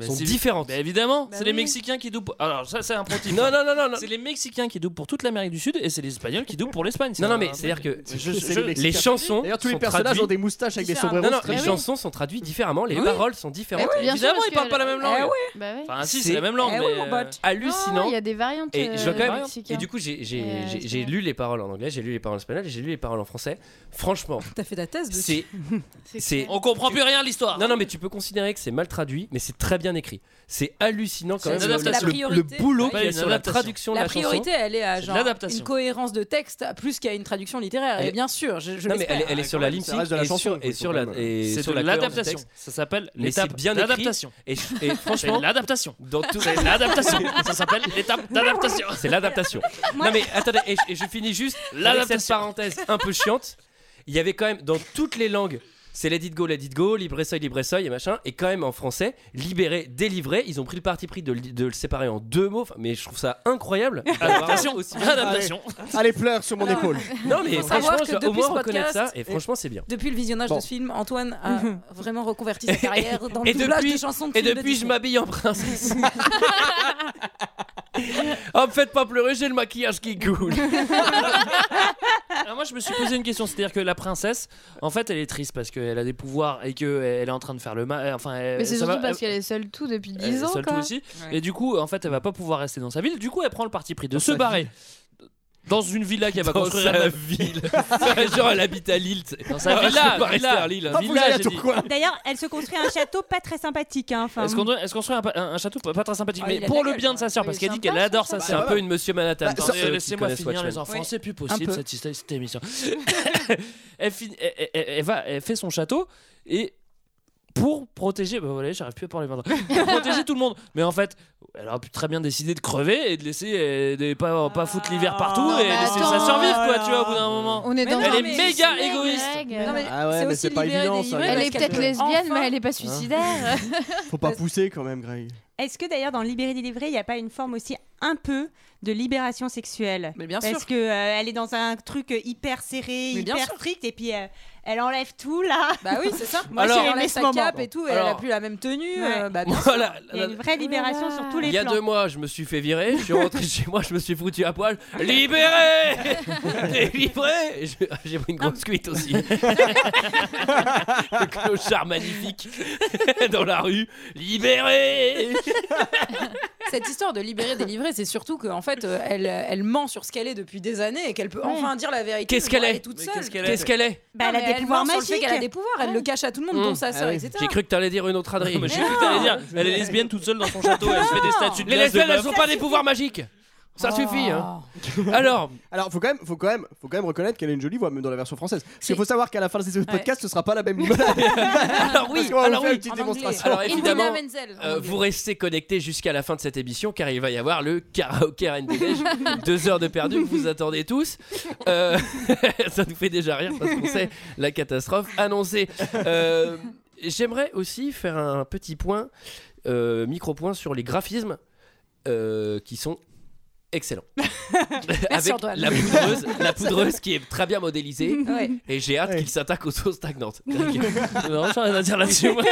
Speaker 1: sont
Speaker 7: c'est-
Speaker 1: différentes.
Speaker 7: évidemment,
Speaker 1: Bah
Speaker 7: c'est les
Speaker 1: oui.
Speaker 7: Mexicains qui doublent. Alors ça, c'est un pro
Speaker 1: Non, non, non, non, non.
Speaker 7: C'est les Mexicains qui doublent pour toute l'Amérique du Sud et c'est les Espagnols qui doublent pour l'Espagne.
Speaker 1: Non, non, mais c'est-à-dire que
Speaker 7: Je-
Speaker 1: c'est
Speaker 7: je-
Speaker 1: les les chansons.
Speaker 5: D'ailleurs, tous les
Speaker 1: sont
Speaker 5: personnages
Speaker 1: traduits-
Speaker 5: ont des moustaches avec des
Speaker 1: Différemment.
Speaker 5: sombreros.
Speaker 1: Non, non,
Speaker 5: c'est très
Speaker 1: les
Speaker 5: bien.
Speaker 1: chansons sont traduites différemment, les
Speaker 5: Oui. Ah
Speaker 1: paroles sont différentes.
Speaker 7: Eh oui, bien sûr,
Speaker 1: Évidemment,
Speaker 7: parce
Speaker 1: ils parlent
Speaker 7: que-
Speaker 1: pas la même langue.
Speaker 7: Eh oui.
Speaker 8: Bah oui.
Speaker 7: Enfin, si, c'est la même langue,
Speaker 1: eh oui,
Speaker 7: mais,
Speaker 1: mon
Speaker 7: euh,
Speaker 1: pote. hallucinant.
Speaker 5: Ah,
Speaker 8: Non, Il y a des variantes.
Speaker 1: Et je dois
Speaker 8: euh,
Speaker 1: quand même.
Speaker 8: mexicains.
Speaker 1: Et du coup, j'ai j'ai-
Speaker 8: Euh,
Speaker 1: j'ai- j'ai lu les paroles en anglais, j'ai lu les paroles en espagnol, et j'ai lu les paroles en français. Franchement,
Speaker 12: T'as fait ta thèse dessus.
Speaker 1: c'est c'est
Speaker 7: On comprend plus rien à l'histoire.
Speaker 1: non non mais tu peux considérer que c'est mal traduit mais c'est très bien écrit c'est hallucinant quand
Speaker 12: C'est
Speaker 1: même
Speaker 12: une
Speaker 1: le,
Speaker 12: adaptation.
Speaker 1: le-
Speaker 12: La
Speaker 1: le
Speaker 12: priorité,
Speaker 1: boulot
Speaker 12: ouais.
Speaker 1: qu'il y a
Speaker 7: Une
Speaker 1: sur la
Speaker 7: adaptation.
Speaker 1: traduction de
Speaker 12: La
Speaker 1: la chanson
Speaker 12: priorité, elle est à
Speaker 1: C'est de
Speaker 12: genre
Speaker 1: l'adaptation.
Speaker 12: une cohérence de texte plus qu'à une traduction littéraire.
Speaker 1: Elle
Speaker 12: Et
Speaker 1: est-
Speaker 12: bien sûr, je, je
Speaker 1: non mais elle, est-
Speaker 12: l'espère.
Speaker 1: elle est sur la ligne et sur, et sur la et
Speaker 7: C'est
Speaker 1: sur
Speaker 7: de
Speaker 1: la cohérence
Speaker 7: l'adaptation.
Speaker 1: du texte.
Speaker 7: Ça s'appelle
Speaker 1: Mais
Speaker 7: l'étape
Speaker 1: c'est bien écrit.
Speaker 7: d'adaptation.
Speaker 1: et, et franchement
Speaker 7: C'est l'adaptation.
Speaker 1: dans tout
Speaker 7: C'est l'adaptation. Ça s'appelle l'étape d'adaptation.
Speaker 1: C'est l'adaptation. non mais attendez, et, je- et je finis juste avec cette
Speaker 7: L'adaptation.
Speaker 1: parenthèse un peu chiante. Il y avait quand même dans toutes les langues, c'est Let it go, Let it go, Libre soy, Libre soy et machin, et quand même en français, libéré, délivré, ils ont pris le parti pris de, le- de le séparer en deux mots, Enfin, mais je trouve ça incroyable.
Speaker 7: Adaptation.
Speaker 1: D'avoir aussi-
Speaker 7: Adaptation.
Speaker 5: Allez, pleure sur mon
Speaker 1: Ah.
Speaker 5: épaule.
Speaker 1: Non
Speaker 12: Il
Speaker 1: mais
Speaker 12: faut savoir
Speaker 1: franchement,
Speaker 12: que
Speaker 1: je dois au
Speaker 12: depuis
Speaker 1: moins
Speaker 12: ce
Speaker 1: reconnaître ça,
Speaker 12: podcast-
Speaker 1: et franchement c'est bien.
Speaker 12: Depuis le visionnage de ce film, Antoine a
Speaker 6: Mhm.
Speaker 12: vraiment reconverti sa carrière dans le
Speaker 1: Et
Speaker 12: doublage
Speaker 1: depuis,
Speaker 12: de chansons de
Speaker 1: et
Speaker 12: films de
Speaker 1: depuis je
Speaker 12: Disney.
Speaker 1: m'habille en princesse. oh, me faites pas pleurer, j'ai le maquillage qui coule.
Speaker 7: Alors moi, je me suis posé une question, c'est-à-dire que la princesse, en fait, elle est triste parce qu'elle a des pouvoirs et qu'elle est en train de faire le mal. Enfin, elle-
Speaker 8: Mais c'est
Speaker 7: ça va-
Speaker 8: surtout parce
Speaker 7: elle-
Speaker 8: qu'elle est seule tout depuis
Speaker 7: elle est
Speaker 8: 10 ans.
Speaker 7: seule tout
Speaker 8: quoi.
Speaker 7: aussi. Et du coup, en fait, elle va pas pouvoir rester dans sa ville. Du coup, elle prend le parti pris de se barrer dans une villa qu'elle va
Speaker 1: Dans
Speaker 7: construire.
Speaker 1: sa
Speaker 7: elle-même.
Speaker 1: ville. Genre, elle habite à Lille. t'sais.
Speaker 7: Dans sa
Speaker 1: Ah,
Speaker 7: villa,
Speaker 1: je peux pas
Speaker 7: villa.
Speaker 1: rester à Lille. hein.
Speaker 7: Ah, vous
Speaker 1: Villa,
Speaker 7: allez à
Speaker 1: j'ai dit.
Speaker 7: Tourcoing.
Speaker 6: D'ailleurs, elle se construit un château pas très sympathique. hein, enfin,
Speaker 7: Est-ce qu'on doit- est-ce qu'on construit un, pa- un- un château pas pas très sympathique,
Speaker 6: Ah,
Speaker 7: mais
Speaker 6: il a
Speaker 7: pour
Speaker 6: de la
Speaker 7: le
Speaker 6: gueule,
Speaker 7: bien de sa sœur, parce qu'elle dit qu'elle adore sa
Speaker 1: C'est un
Speaker 7: sœur.
Speaker 1: peu une Monsieur Manhattan. pour
Speaker 7: Attendez,
Speaker 1: Bah, ceux qui
Speaker 7: Euh, Laissez-moi
Speaker 1: connaissent
Speaker 7: finir
Speaker 1: Watchmen.
Speaker 7: les enfants,
Speaker 1: Oui.
Speaker 7: c'est plus
Speaker 1: Un
Speaker 7: possible
Speaker 1: peu.
Speaker 7: cette, his- cette émission. elle, fin- elle- elle- elle va, elle fait son château et pour protéger, bah voilà, j'arrive plus à parler maintenant. Pour protéger tout le monde. Mais en fait, elle aurait pu très bien décider de crever et de laisser euh, de pas pas foutre l'hiver partout
Speaker 8: Ah. non,
Speaker 7: et
Speaker 8: mais
Speaker 7: laisser
Speaker 8: attends, euh,
Speaker 7: ça survivre quoi,
Speaker 8: alors.
Speaker 7: tu vois, au bout d'un moment.
Speaker 8: On est dans
Speaker 7: elle
Speaker 8: un
Speaker 7: est
Speaker 8: mais-
Speaker 7: méga
Speaker 8: mais
Speaker 7: égoïste.
Speaker 8: Greg.
Speaker 5: Ah ouais, mais c'est pas évident ça.
Speaker 8: Elle est peut-être lesbienne, mais elle est pas suicidaire.
Speaker 5: Faut pas pousser quand même, Greg.
Speaker 6: Est-ce que d'ailleurs dans Libéré délivré, il n'y a pas une forme aussi un peu de libération sexuelle Mais
Speaker 12: bien
Speaker 6: Parce
Speaker 12: sûr.
Speaker 6: que euh, elle est dans un truc euh, hyper serré,
Speaker 12: Mais bien
Speaker 6: hyper
Speaker 12: sûr.
Speaker 6: strict, et puis euh, elle enlève tout là.
Speaker 12: Bah oui, c'est ça.
Speaker 6: Moi,
Speaker 1: Alors-
Speaker 6: j'ai aimé
Speaker 12: enlève
Speaker 6: ce
Speaker 12: sa
Speaker 6: moment.
Speaker 12: cape et tout, et elle a
Speaker 1: Alors-
Speaker 12: plus la même tenue.
Speaker 6: Ouais.
Speaker 12: euh, bah, bien sûr.
Speaker 1: Voilà.
Speaker 6: Il y a une vraie libération sur tous les
Speaker 1: Il y a
Speaker 6: plans.
Speaker 1: deux mois, je me suis fait virer, je suis rentré chez moi, je me suis foutu à poil. Libéré Délivré Je- J'ai pris une grosse cuite aussi. Le clochard magnifique dans la rue. Libéré
Speaker 12: Cette histoire de libérer, délivrer, c'est surtout qu'en fait, euh, elle, elle ment sur ce qu'elle est depuis des années et qu'elle peut enfin dire la vérité.
Speaker 1: Qu'est-ce
Speaker 12: mais
Speaker 1: qu'elle
Speaker 12: bon,
Speaker 1: est
Speaker 12: elle est toute seule.
Speaker 1: Qu'est-ce qu'elle est Qu'est-ce qu'elle est
Speaker 6: Bah, elle a
Speaker 12: Non,
Speaker 6: des
Speaker 12: mais
Speaker 6: pouvoirs
Speaker 12: ment sur le fait
Speaker 6: magiques.
Speaker 12: qu'elle a des pouvoirs, elle le cache à tout le monde, dont sa sœur, etc.
Speaker 1: Mmh. Ah J'ai cru que t'allais dire une autre Adrien.
Speaker 7: J'ai cru que t'allais dire, elle est lesbienne toute seule dans son château, elle se fait des statues de
Speaker 1: Les
Speaker 7: glace de
Speaker 1: lesbiennes, elles
Speaker 7: meufs.
Speaker 1: ont pas des pouvoirs magiques
Speaker 12: Ah.
Speaker 1: Ça suffit,
Speaker 12: Oh.
Speaker 1: hein Alors,
Speaker 5: Alors, faut quand même, faut quand même, faut quand même reconnaître qu'elle a une jolie voix, même dans la version française. Parce
Speaker 12: Si.
Speaker 5: qu'il faut savoir qu'à la fin de ce podcast, ce sera pas la même
Speaker 1: alors oui,
Speaker 5: Parce qu'on va
Speaker 1: alors
Speaker 5: faire
Speaker 1: oui.
Speaker 5: une petite
Speaker 12: en
Speaker 5: démonstration.
Speaker 1: Alors
Speaker 12: Indina
Speaker 1: évidemment,
Speaker 12: Wenzel, en
Speaker 1: euh,
Speaker 12: anglais.
Speaker 1: vous restez connectés jusqu'à la fin de cette émission car il va y avoir le karaoké RNDDJ. Deux heures de perdu que vous attendez tous. Euh, ça nous fait déjà rire parce qu'on sait la catastrophe annoncée. Euh, J'aimerais aussi faire un petit point, euh, micro-point sur les graphismes euh, qui sont excellents. Avec
Speaker 12: Antoine.
Speaker 1: la poudreuse, la poudreuse qui est très bien modélisée.
Speaker 12: Ouais.
Speaker 1: Et j'ai hâte qu'il s'attaque aux sauces stagnantes.
Speaker 7: Non, j'ai rien à dire là-dessus. moi.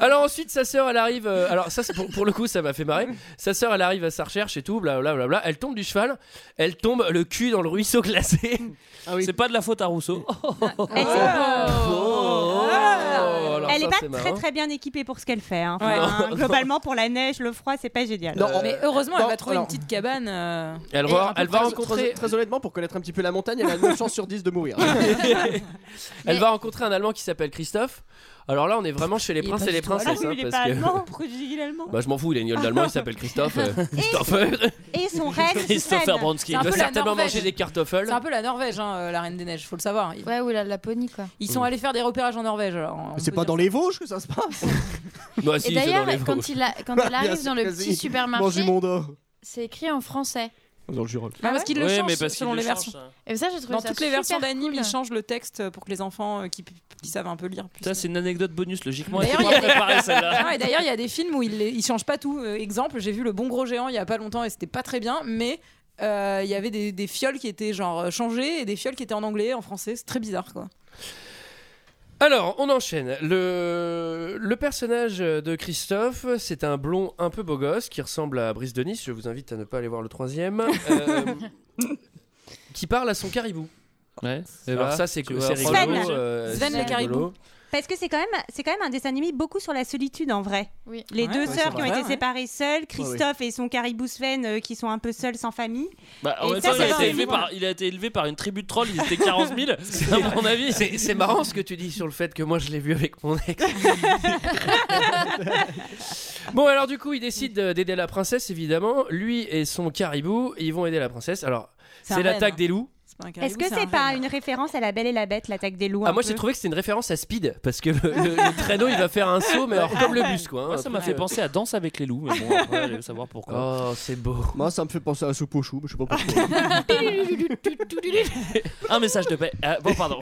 Speaker 1: Alors ensuite, sa sœur, elle arrive. euh, alors ça, c'est pour, pour le coup, ça m'a fait marrer. Sa sœur, elle arrive à sa recherche et tout, blablabla. Elle tombe du cheval. Elle tombe le cul dans le ruisseau glacé.
Speaker 7: C'est pas de la faute à Rousseau.
Speaker 6: Elle,
Speaker 1: Oh, oh, oh, oh, oh, oh, oh, oh,
Speaker 6: elle est
Speaker 1: ça,
Speaker 6: pas
Speaker 1: c'est
Speaker 6: très
Speaker 1: marrant.
Speaker 6: très bien équipée pour ce qu'elle fait. hein.
Speaker 1: Ouais.
Speaker 6: Enfin,
Speaker 1: Non,
Speaker 6: globalement, pour la neige, le froid, c'est pas génial.
Speaker 5: Non, Mais
Speaker 12: heureusement,
Speaker 5: non,
Speaker 12: elle va trouver
Speaker 5: alors-
Speaker 12: une petite cabane. euh,
Speaker 1: Elle
Speaker 12: et
Speaker 1: va-
Speaker 12: un peu
Speaker 1: elle va
Speaker 12: près-
Speaker 1: rencontrer-
Speaker 5: Très, très honnêtement, pour connaître un petit peu la montagne, elle a 9 chances sur 10 de mourir.
Speaker 1: Elle va rencontrer un Allemand qui s'appelle Christophe. Alors là, on est vraiment chez les
Speaker 5: Il est
Speaker 1: princes
Speaker 5: pas
Speaker 1: et les
Speaker 5: du tout
Speaker 1: princesses.
Speaker 5: allemand.
Speaker 1: hein,
Speaker 5: Ah oui, il est
Speaker 1: parce
Speaker 5: pas
Speaker 1: que-
Speaker 8: Oh,
Speaker 5: allemand.
Speaker 6: Pourquoi j'ai dit l'allemand
Speaker 1: Bah, je m'en fous, il a une gueule d'allemand, il s'appelle Christophe. euh, Christophe.
Speaker 6: Et son rêve,
Speaker 1: Christopher Bransky.
Speaker 12: C'est un
Speaker 1: Il doit
Speaker 12: peu la
Speaker 1: certainement
Speaker 12: Norvège.
Speaker 1: manger des
Speaker 12: C'est
Speaker 1: kartoffels.
Speaker 12: un peu la Norvège, hein, euh, la Reine des Neiges, faut le savoir. Ils,
Speaker 8: Ouais, ou la Laponie, quoi.
Speaker 12: ils sont allés faire des repérages en Norvège. alors, on
Speaker 5: C'est
Speaker 12: peut
Speaker 5: pas
Speaker 12: dire
Speaker 5: dans les Vosges que ça se passe
Speaker 1: Bah,
Speaker 8: Et d'ailleurs, quand, il a- quand elle arrive dans le petit
Speaker 5: Mange
Speaker 8: supermarché,
Speaker 5: du monde.
Speaker 8: c'est écrit en français.
Speaker 5: Dans le Jura.
Speaker 12: Non, parce qu'ils le
Speaker 5: Ouais,
Speaker 12: changent
Speaker 5: mais parce
Speaker 12: selon
Speaker 5: qu'ils
Speaker 12: les
Speaker 5: le
Speaker 12: versions.
Speaker 5: changent,
Speaker 8: Et ça, j'ai trouvé
Speaker 12: Dans
Speaker 8: ça
Speaker 12: toutes les
Speaker 8: super
Speaker 12: versions d'anime,
Speaker 8: cool.
Speaker 12: ils changent le texte pour que les enfants euh, qui, qui savent un peu lire puissent.
Speaker 7: Ça, c'est une anecdote bonus, logiquement.
Speaker 12: D'ailleurs,
Speaker 7: elle
Speaker 12: il y a
Speaker 7: était
Speaker 12: des-
Speaker 7: pas préparée, celle-là.
Speaker 12: Non, et d'ailleurs, il y a des films où ils, les- ils changent pas tout. Euh, exemple, j'ai vu Le Bon Gros Géant il y a pas longtemps et c'était pas très bien, mais euh, il y avait des, des fioles qui étaient genre euh, changées et des fioles qui étaient en anglais, en français. C'est très bizarre quoi.
Speaker 1: Alors, on enchaîne. Le, le personnage de Christophe, c'est un blond un peu beau gosse qui ressemble à Brice de Nice. Je vous invite à ne pas aller voir le troisième. euh, qui parle à son caribou.
Speaker 7: Ouais.
Speaker 1: Alors,
Speaker 7: va,
Speaker 1: ça, c'est
Speaker 7: tu
Speaker 1: que-
Speaker 7: vois,
Speaker 1: c'est
Speaker 7: Rollo,
Speaker 1: rigolo.
Speaker 7: Sven.
Speaker 1: euh,
Speaker 12: Sven
Speaker 1: c'est
Speaker 12: le
Speaker 1: rigolo.
Speaker 12: caribou.
Speaker 6: Parce que c'est quand même, c'est quand même un dessin animé beaucoup sur la solitude en vrai. Les
Speaker 12: Ouais,
Speaker 6: deux
Speaker 12: ouais,
Speaker 6: sœurs
Speaker 12: c'est
Speaker 6: qui ont
Speaker 12: vrai,
Speaker 6: été
Speaker 12: ouais.
Speaker 6: séparées seules, Christophe et son caribou Sven euh, qui sont un peu seuls sans famille.
Speaker 7: Bah, en
Speaker 6: Et
Speaker 7: même
Speaker 6: ça,
Speaker 7: temps, il a,
Speaker 6: c'est
Speaker 7: été
Speaker 6: un
Speaker 7: élevé
Speaker 6: livre.
Speaker 7: par, il a été élevé par une tribu de trolls, ils étaient 40 000, à mon avis.
Speaker 1: C'est c'est marrant ce que tu dis sur le fait que moi je l'ai vu avec mon ex. bon, alors du coup, il décide euh, d'aider la princesse, évidemment. Lui et son caribou, ils vont aider la princesse. Alors,
Speaker 6: C'est
Speaker 1: c'est
Speaker 6: un
Speaker 1: l'attaque
Speaker 6: renne, hein.
Speaker 1: des loups.
Speaker 6: Est-ce que c'est pas une référence à La Belle et la Bête, l'attaque des loups
Speaker 1: Ah,
Speaker 6: un
Speaker 1: moi
Speaker 6: peu
Speaker 1: j'ai trouvé que c'était une référence à Speed parce que le, le- le traîneau il va faire un saut, mais alors comme le bus quoi. hein,
Speaker 7: Moi,
Speaker 1: un
Speaker 7: ça m'a
Speaker 1: truc,
Speaker 7: fait
Speaker 1: euh,
Speaker 7: penser à Danse avec les loups, mais bon, après, allez savoir pourquoi.
Speaker 1: Oh, c'est beau.
Speaker 5: Moi, ça me fait penser à soupe au chou, mais je sais pas pourquoi.
Speaker 7: Un message de paix. Ah, bon, pardon.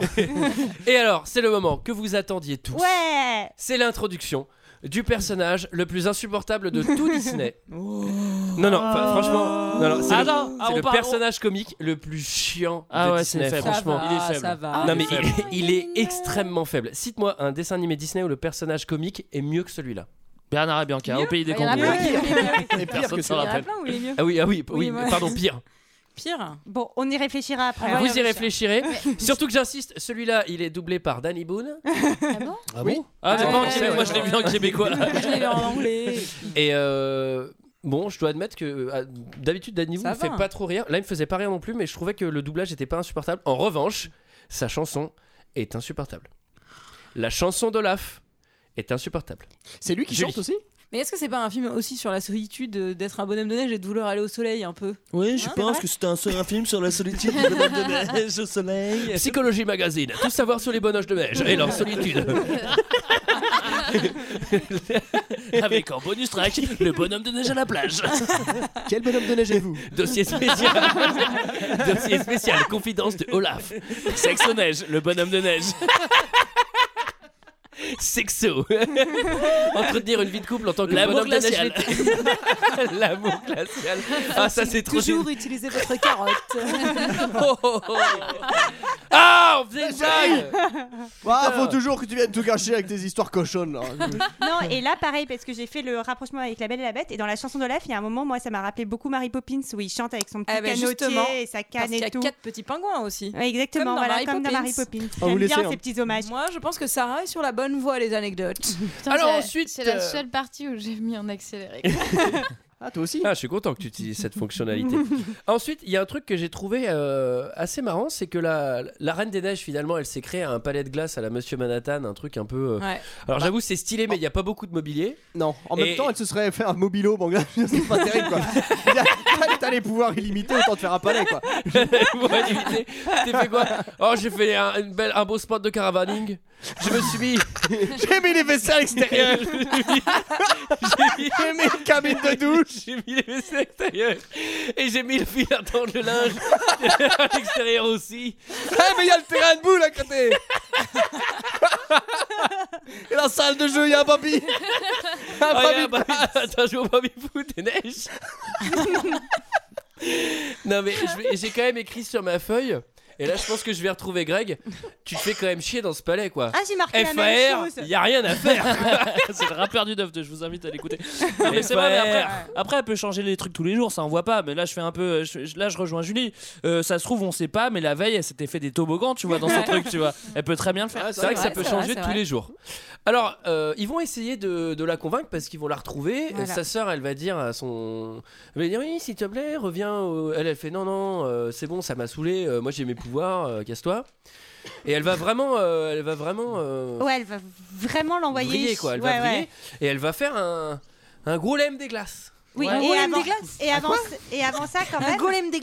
Speaker 1: Et alors, c'est le moment que vous attendiez tous.
Speaker 8: Ah
Speaker 6: Ouais
Speaker 1: C'est l'introduction du personnage le plus insupportable de tout Disney. Non, non, enfin, franchement, non, non, c'est
Speaker 7: Ah
Speaker 1: le,
Speaker 7: non, ah,
Speaker 1: c'est
Speaker 7: on
Speaker 1: le
Speaker 7: parle-
Speaker 1: personnage comique le plus chiant
Speaker 7: Ah
Speaker 1: de
Speaker 7: ouais,
Speaker 1: Disney,
Speaker 7: c'est faible.
Speaker 1: franchement.
Speaker 7: Ça va, Il est faible. ça va.
Speaker 1: Non, mais
Speaker 7: Ah,
Speaker 1: il, il est extrêmement faible. Cite-moi un dessin animé Disney où le personnage comique est mieux que celui-là.
Speaker 7: Bernard et Bianca, au pays des
Speaker 12: Il y en a
Speaker 7: kangourous.
Speaker 12: plein qui- il y en a plein-
Speaker 1: Et pire
Speaker 7: Personne
Speaker 1: que
Speaker 7: s'en
Speaker 1: ça.
Speaker 12: il y en a
Speaker 7: rappelle.
Speaker 12: plein où il est mieux.
Speaker 1: Ah oui, ah oui, oui,
Speaker 12: moi.
Speaker 1: pardon, pire.
Speaker 12: Pire.
Speaker 6: Bon, on y réfléchira
Speaker 12: Ah,
Speaker 6: après.
Speaker 1: Vous y réfléchirez. Surtout que j'insiste, celui-là, il est doublé par Danny Boone. Ah bon
Speaker 7: Ah,
Speaker 1: Ah
Speaker 7: c'est
Speaker 1: bon
Speaker 7: pas en québécois, moi je l'ai vu en québécois là.
Speaker 12: Je l'ai vu en anglais.
Speaker 1: Et euh, bon, je dois admettre que euh, d'habitude Danny Boone
Speaker 12: Ça
Speaker 1: me fait
Speaker 12: va.
Speaker 1: pas trop rire. Là, il me faisait pas rire non plus, mais je trouvais que le doublage était pas insupportable. En revanche, sa chanson est insupportable. La chanson d'Olaf est insupportable.
Speaker 5: C'est lui qui
Speaker 1: Julie.
Speaker 5: chante aussi
Speaker 12: Mais est-ce que c'est pas un film aussi sur la solitude euh, d'être un bonhomme de neige et de vouloir aller au soleil un peu
Speaker 7: Oui, je pense que c'était un, un film sur la solitude de la neige au soleil.
Speaker 1: Psychologie Magazine, tout savoir sur les bonhommes de neige et leur solitude.
Speaker 7: Avec en bonus track, le bonhomme de neige à la plage.
Speaker 5: Quel bonhomme de neige êtes-vous
Speaker 1: Dossier spécial. Dossier spécial, confidence de Olaf.
Speaker 7: Sexo neige, le bonhomme de neige.
Speaker 1: Sexo. Entretenir une vie de couple en tant que
Speaker 7: L'amour
Speaker 1: bonhomme de neige
Speaker 7: glacial.
Speaker 1: l'été. L'amour glacial. Ah, ça, c'est trop
Speaker 12: Toujours utilisez votre carotte.
Speaker 1: Oh, oh, oh. Ah, on faisait une blague
Speaker 5: Ah, faut toujours que tu viennes tout gâcher avec tes histoires cochonnes là.
Speaker 6: Non, et là, pareil, parce que j'ai fait le rapprochement avec La Belle et la Bête. Et dans la chanson d'Olaf, il y a un moment, moi, ça m'a rappelé beaucoup Mary Poppins où il chante avec son petit
Speaker 12: Ah bah justement,
Speaker 6: canotier et sa
Speaker 12: Parce
Speaker 6: canne
Speaker 12: qu'il y
Speaker 6: et
Speaker 12: a
Speaker 6: tout.
Speaker 12: quatre petits pingouins aussi.
Speaker 6: Ouais, exactement,
Speaker 12: comme dans
Speaker 6: voilà,
Speaker 12: Mary
Speaker 6: comme dans
Speaker 12: Poppins.
Speaker 6: Mary Poppins.
Speaker 5: Ah, vous
Speaker 6: J'aime
Speaker 5: laissez,
Speaker 6: bien
Speaker 5: hein.
Speaker 6: ces petits hommages.
Speaker 12: Moi, je pense que Sarah est sur la bonne voie, les anecdotes.
Speaker 8: Putain,
Speaker 1: Alors
Speaker 8: c'est-
Speaker 1: ensuite,
Speaker 8: C'est la
Speaker 1: euh,
Speaker 8: seule partie où j'ai mis en accéléré.
Speaker 5: Ah, toi aussi
Speaker 1: Ah, je suis content que tu utilises cette fonctionnalité. Ensuite, il y a un truc que j'ai trouvé euh, assez marrant, c'est que la, la Reine des Neiges, finalement, elle s'est créée un palais de glace à la Monsieur Manhattan, un truc un peu... euh,
Speaker 12: Ouais.
Speaker 1: Alors j'avoue, c'est stylé, mais il n'y a pas beaucoup de mobilier.
Speaker 5: Bah. Non, en même
Speaker 1: Et-
Speaker 5: temps, elle se serait fait un mobilo, bon, c'est pas terrible quoi. T'as- T'as les pouvoirs illimités, autant te faire un palais quoi.
Speaker 1: Pour éviter, t'es fait quoi Oh, j'ai fait un, une belle, un beau spot de caravaning. Je me suis mis...
Speaker 5: J'ai mis les WC à l'extérieur, j'ai mis une cabine de douche.
Speaker 1: J'ai mis les WC à l'extérieur et j'ai mis le fil à tendre le linge à l'extérieur aussi.
Speaker 5: Ah, mais il y a le terrain de boule à côté. Et la salle de jeu, il y a un papy. Un
Speaker 1: Ah,
Speaker 5: papy.
Speaker 1: y'a un baby- Attends, je vois pas foot des neiges. non, mais je vais- j'ai quand même écrit sur ma feuille. Et là, je pense que je vais retrouver Greg. Tu te fais quand même chier dans ce palais, quoi.
Speaker 6: Ah, j'ai marqué la
Speaker 1: FAR,
Speaker 6: même chose.
Speaker 1: il a rien à faire.
Speaker 7: c'est le
Speaker 12: Ah,
Speaker 7: rappeur du 9 je vous invite à l'écouter. Non, mais c'est vrai, mais après, après, elle peut changer les trucs tous les jours, ça on voit pas. Mais là, je fais un peu. je- je- là, je rejoins Julie. Euh, ça se trouve, on sait pas, mais la veille, elle s'était fait des toboggans, tu vois, dans son truc, tu vois. Elle peut très bien le faire.
Speaker 1: C'est vrai que ça
Speaker 12: Ouais,
Speaker 1: peut
Speaker 12: c'est
Speaker 1: changer
Speaker 12: vrai, c'est
Speaker 1: tous
Speaker 12: vrai.
Speaker 1: les jours. Alors, euh, ils vont essayer de, de la convaincre parce qu'ils vont la retrouver.
Speaker 7: Voilà.
Speaker 1: Sa sœur, elle va dire à son. Elle va dire Oui, s'il te plaît, reviens. au- Elle, elle fait Non, non, euh, c'est bon, ça m'a saoulé. euh, moi, j'ai mes pouvoirs, euh, casse-toi. Et elle va vraiment. euh, elle va vraiment. euh,
Speaker 6: Ouais, elle va vraiment l'envoyer.
Speaker 1: briller, quoi. Elle
Speaker 6: Ouais,
Speaker 1: va briller.
Speaker 6: ouais.
Speaker 1: Et elle va faire un, un gros lemme des glaces.
Speaker 6: Oui,
Speaker 1: Ouais.
Speaker 6: et, avant, et, avant, et avant ça, quand même. Un golem des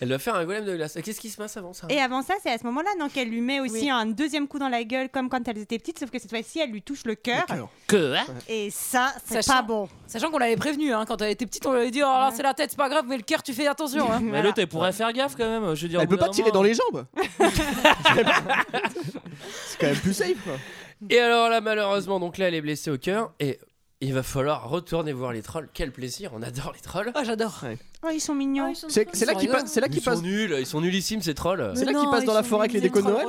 Speaker 1: Elle va faire un golem de glace. Et qu'est-ce qui se passe avant ça
Speaker 6: Et avant ça, c'est à ce moment-là non, qu'elle lui met aussi un deuxième coup dans la gueule, comme quand elles étaient petites, sauf que cette fois-ci, elle lui touche le cœur.
Speaker 7: Que hein
Speaker 6: Et ça, c'est
Speaker 12: Sachant-
Speaker 6: pas bon.
Speaker 12: Sachant qu'on l'avait prévenu, hein, quand elle était petite, on lui avait dit Oh là, c'est la tête, c'est pas grave, mais le cœur, tu fais attention. hein.
Speaker 7: Mais l'autre, elle pourrait faire gaffe quand même. Je veux dire,
Speaker 5: Elle peut pas tirer dans les jambes.
Speaker 1: C'est quand même plus safe. Et alors là, malheureusement, donc là, elle est blessée au cœur et il va falloir retourner voir les trolls. Quel plaisir, on adore les trolls. Ah,
Speaker 12: j'adore.
Speaker 6: Oh, ils sont
Speaker 12: Ah,
Speaker 6: mignons.
Speaker 5: C'est- c'est là qu'ils passent- c'est là qu'ils
Speaker 1: Ils sont
Speaker 5: passent-
Speaker 1: nuls, ils sont nullissimes ces trolls.
Speaker 5: C'est là qu'ils passent dans la forêt avec les décos de Noël.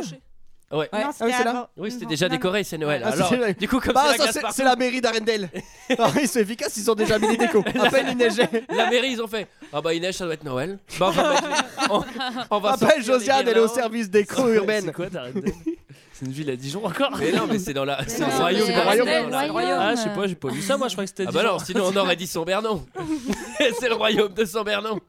Speaker 1: Ouais.
Speaker 5: Ah oui, c'est là.
Speaker 1: Oui, c'était déjà décoré, c'est Noël.
Speaker 5: Ah, c'est-
Speaker 1: Alors,
Speaker 5: c'est-
Speaker 1: du coup, comme
Speaker 5: Bah,
Speaker 1: c'est la
Speaker 5: ça,
Speaker 1: glace
Speaker 5: c'est
Speaker 1: partout-
Speaker 5: c'est la mairie d'Arendelle. Ah oui, c'est efficace, ils ont déjà mis les décos. À peine il neigeait.
Speaker 1: La mairie, ils ont fait. Ah bah, il neige, ça doit être Noël. Bah, on va mettre- on- on va
Speaker 5: À peine
Speaker 1: sortir
Speaker 5: Josiane,
Speaker 1: les
Speaker 5: elle est au
Speaker 1: guirlandes.
Speaker 5: service décro urbaine.
Speaker 7: C'est quoi, t'arrêtes C'est une ville à Dijon encore
Speaker 1: Mais non, mais c'est dans la.
Speaker 7: Mais
Speaker 1: C'est dans
Speaker 7: non,
Speaker 1: le
Speaker 7: mais
Speaker 1: royaume.
Speaker 7: c'est
Speaker 1: dans la-
Speaker 7: Arendelle,
Speaker 1: dans la-
Speaker 7: le royaume. Ah, je sais pas, j'ai pas vu ça, moi, je crois que c'était
Speaker 1: Ah bah
Speaker 7: Dijon.
Speaker 1: alors, sinon on aurait dit son Bernon. c'est le royaume de San Bernon.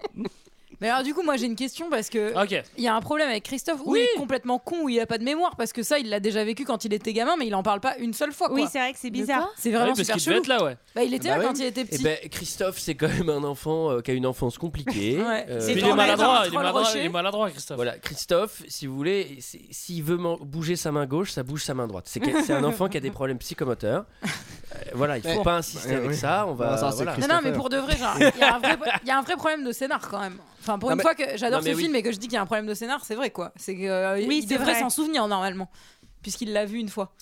Speaker 12: Mais alors, du coup, moi j'ai une question parce
Speaker 1: Ah.
Speaker 12: que.
Speaker 7: Ok.
Speaker 12: Il y a un problème avec Christophe où il est complètement con, où il a pas de mémoire, parce que ça, il l'a déjà vécu quand il était gamin, mais il en parle pas une seule fois.
Speaker 6: Oui,
Speaker 12: quoi.
Speaker 6: c'est vrai que c'est
Speaker 12: De
Speaker 6: bizarre.
Speaker 12: quoi C'est vraiment
Speaker 1: Ah oui, parce
Speaker 12: super
Speaker 1: qu'il devait
Speaker 12: chelou.
Speaker 1: être là, ouais.
Speaker 12: Bah, il était
Speaker 1: Ah
Speaker 12: là
Speaker 1: bah
Speaker 12: quand
Speaker 1: oui.
Speaker 12: il était
Speaker 1: Eh
Speaker 12: petit.
Speaker 1: ben, Christophe, c'est quand même un enfant euh, qui a une enfance compliquée. Euh,
Speaker 12: Ouais. C'est
Speaker 7: Puis il est
Speaker 12: tourné vers
Speaker 7: maladroit,
Speaker 12: un
Speaker 7: il est
Speaker 12: troll
Speaker 7: maladroit,
Speaker 12: rocher.
Speaker 7: il est maladroit, Christophe.
Speaker 1: Voilà, Christophe, si vous voulez, c'est- s'il veut man- bouger sa main gauche, ça bouge sa main droite. C'est que- c'est un enfant qui a des problèmes psychomoteurs. Euh, voilà, il faut
Speaker 12: Ouais.
Speaker 1: pas insister
Speaker 5: Ouais,
Speaker 1: avec
Speaker 5: oui.
Speaker 1: ça. On va.
Speaker 5: Ah, ça, c'est
Speaker 1: voilà.
Speaker 12: Non, non, mais pour de vrai, genre, il y, a un vrai- il y a un vrai problème de scénar quand même. Enfin, pour
Speaker 1: Non,
Speaker 12: une
Speaker 1: mais-
Speaker 12: fois que
Speaker 1: Non,
Speaker 12: j'adore ce
Speaker 1: mais oui.
Speaker 12: film et que je dis qu'il y a un problème de scénar, c'est vrai quoi. C'est que euh,
Speaker 6: Oui,
Speaker 12: il
Speaker 6: c'est
Speaker 12: devrait
Speaker 6: vrai.
Speaker 12: s'en souvenir normalement, puisqu'il l'a vu une fois.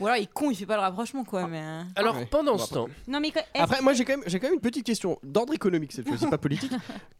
Speaker 12: Ou alors il est con, il fait pas le rapprochement
Speaker 1: Ah.
Speaker 12: quoi. Mais euh.
Speaker 1: Alors pendant ce temps,
Speaker 6: Non, mais quoi- est-ce-
Speaker 5: Après, moi j'ai quand, même- j'ai quand même une petite question d'ordre économique cette fois-ci, pas politique.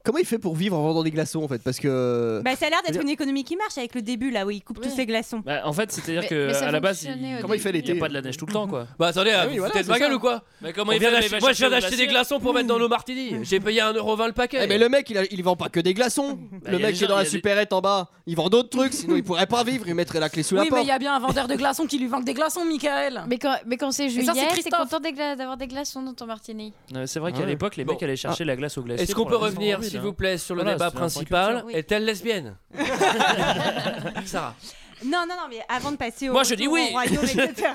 Speaker 5: Comment il fait pour vivre en vendant des glaçons en fait Parce que.
Speaker 6: Bah, ça a l'air d'être
Speaker 5: C'est-à-dire-
Speaker 6: une économie qui marche avec le début là où il coupe tous ses glaçons.
Speaker 7: Bah, en fait, c'est-à-dire
Speaker 6: Mais-
Speaker 7: que
Speaker 6: mais ça
Speaker 7: à la base, il...
Speaker 6: fonctionnait au
Speaker 7: comment il
Speaker 6: début.
Speaker 7: fait l'été Il n'y a pas de la neige tout le temps, quoi.
Speaker 1: Bah attendez,
Speaker 7: Ah
Speaker 1: vous
Speaker 7: oui,
Speaker 1: vous
Speaker 7: voilà,
Speaker 1: foutez de ma
Speaker 7: c'est
Speaker 1: gueule
Speaker 7: ça.
Speaker 1: ou quoi
Speaker 7: Mais comment
Speaker 1: On
Speaker 7: il
Speaker 1: vient
Speaker 7: fait,
Speaker 1: d'acheter-
Speaker 7: il va
Speaker 1: Moi je
Speaker 7: chercher
Speaker 1: viens
Speaker 7: le
Speaker 1: d'acheter des
Speaker 7: glacier.
Speaker 1: Mmh. glaçons pour mettre dans l'eau martini. J'ai payé 1,20€ le paquet.
Speaker 5: Eh, mais le mec, il, a- il vend pas que des glaçons.
Speaker 1: Bah, y a
Speaker 5: le
Speaker 1: des
Speaker 5: mec qui
Speaker 1: gens-
Speaker 5: est dans
Speaker 1: il
Speaker 5: la
Speaker 1: y a des-
Speaker 5: supérette en bas, il vend d'autres trucs, sinon il pourrait pas vivre, il mettrait la clé sous
Speaker 12: oui,
Speaker 5: la
Speaker 12: mais
Speaker 5: porte.
Speaker 12: il y a bien un vendeur de glaçons qui lui vend que des glaçons, Michael.
Speaker 8: Mais quand, mais quand c'est
Speaker 12: Et ça, c'est
Speaker 8: juillet, t'es
Speaker 12: Christophe.
Speaker 8: content des gla- d'avoir des glaçons dans ton martini.
Speaker 7: Euh, C'est vrai qu'à
Speaker 1: Ah ouais.
Speaker 7: l'époque, les
Speaker 1: Bon.
Speaker 7: mecs allaient chercher
Speaker 1: Ah.
Speaker 7: la glace au glacier.
Speaker 1: Est-ce qu'on
Speaker 7: pour
Speaker 1: peut
Speaker 7: la mettre en
Speaker 1: revenir,
Speaker 7: ville,
Speaker 1: s'il
Speaker 7: hein.
Speaker 1: vous plaît, sur le
Speaker 7: Voilà,
Speaker 1: débat
Speaker 7: c'est un point
Speaker 1: principal
Speaker 7: culture.
Speaker 1: Est-elle lesbienne Sarah.
Speaker 6: Non, non, non, mais avant de passer au,
Speaker 1: Moi, je dis
Speaker 6: retour
Speaker 1: oui.
Speaker 6: au royaume, etc.,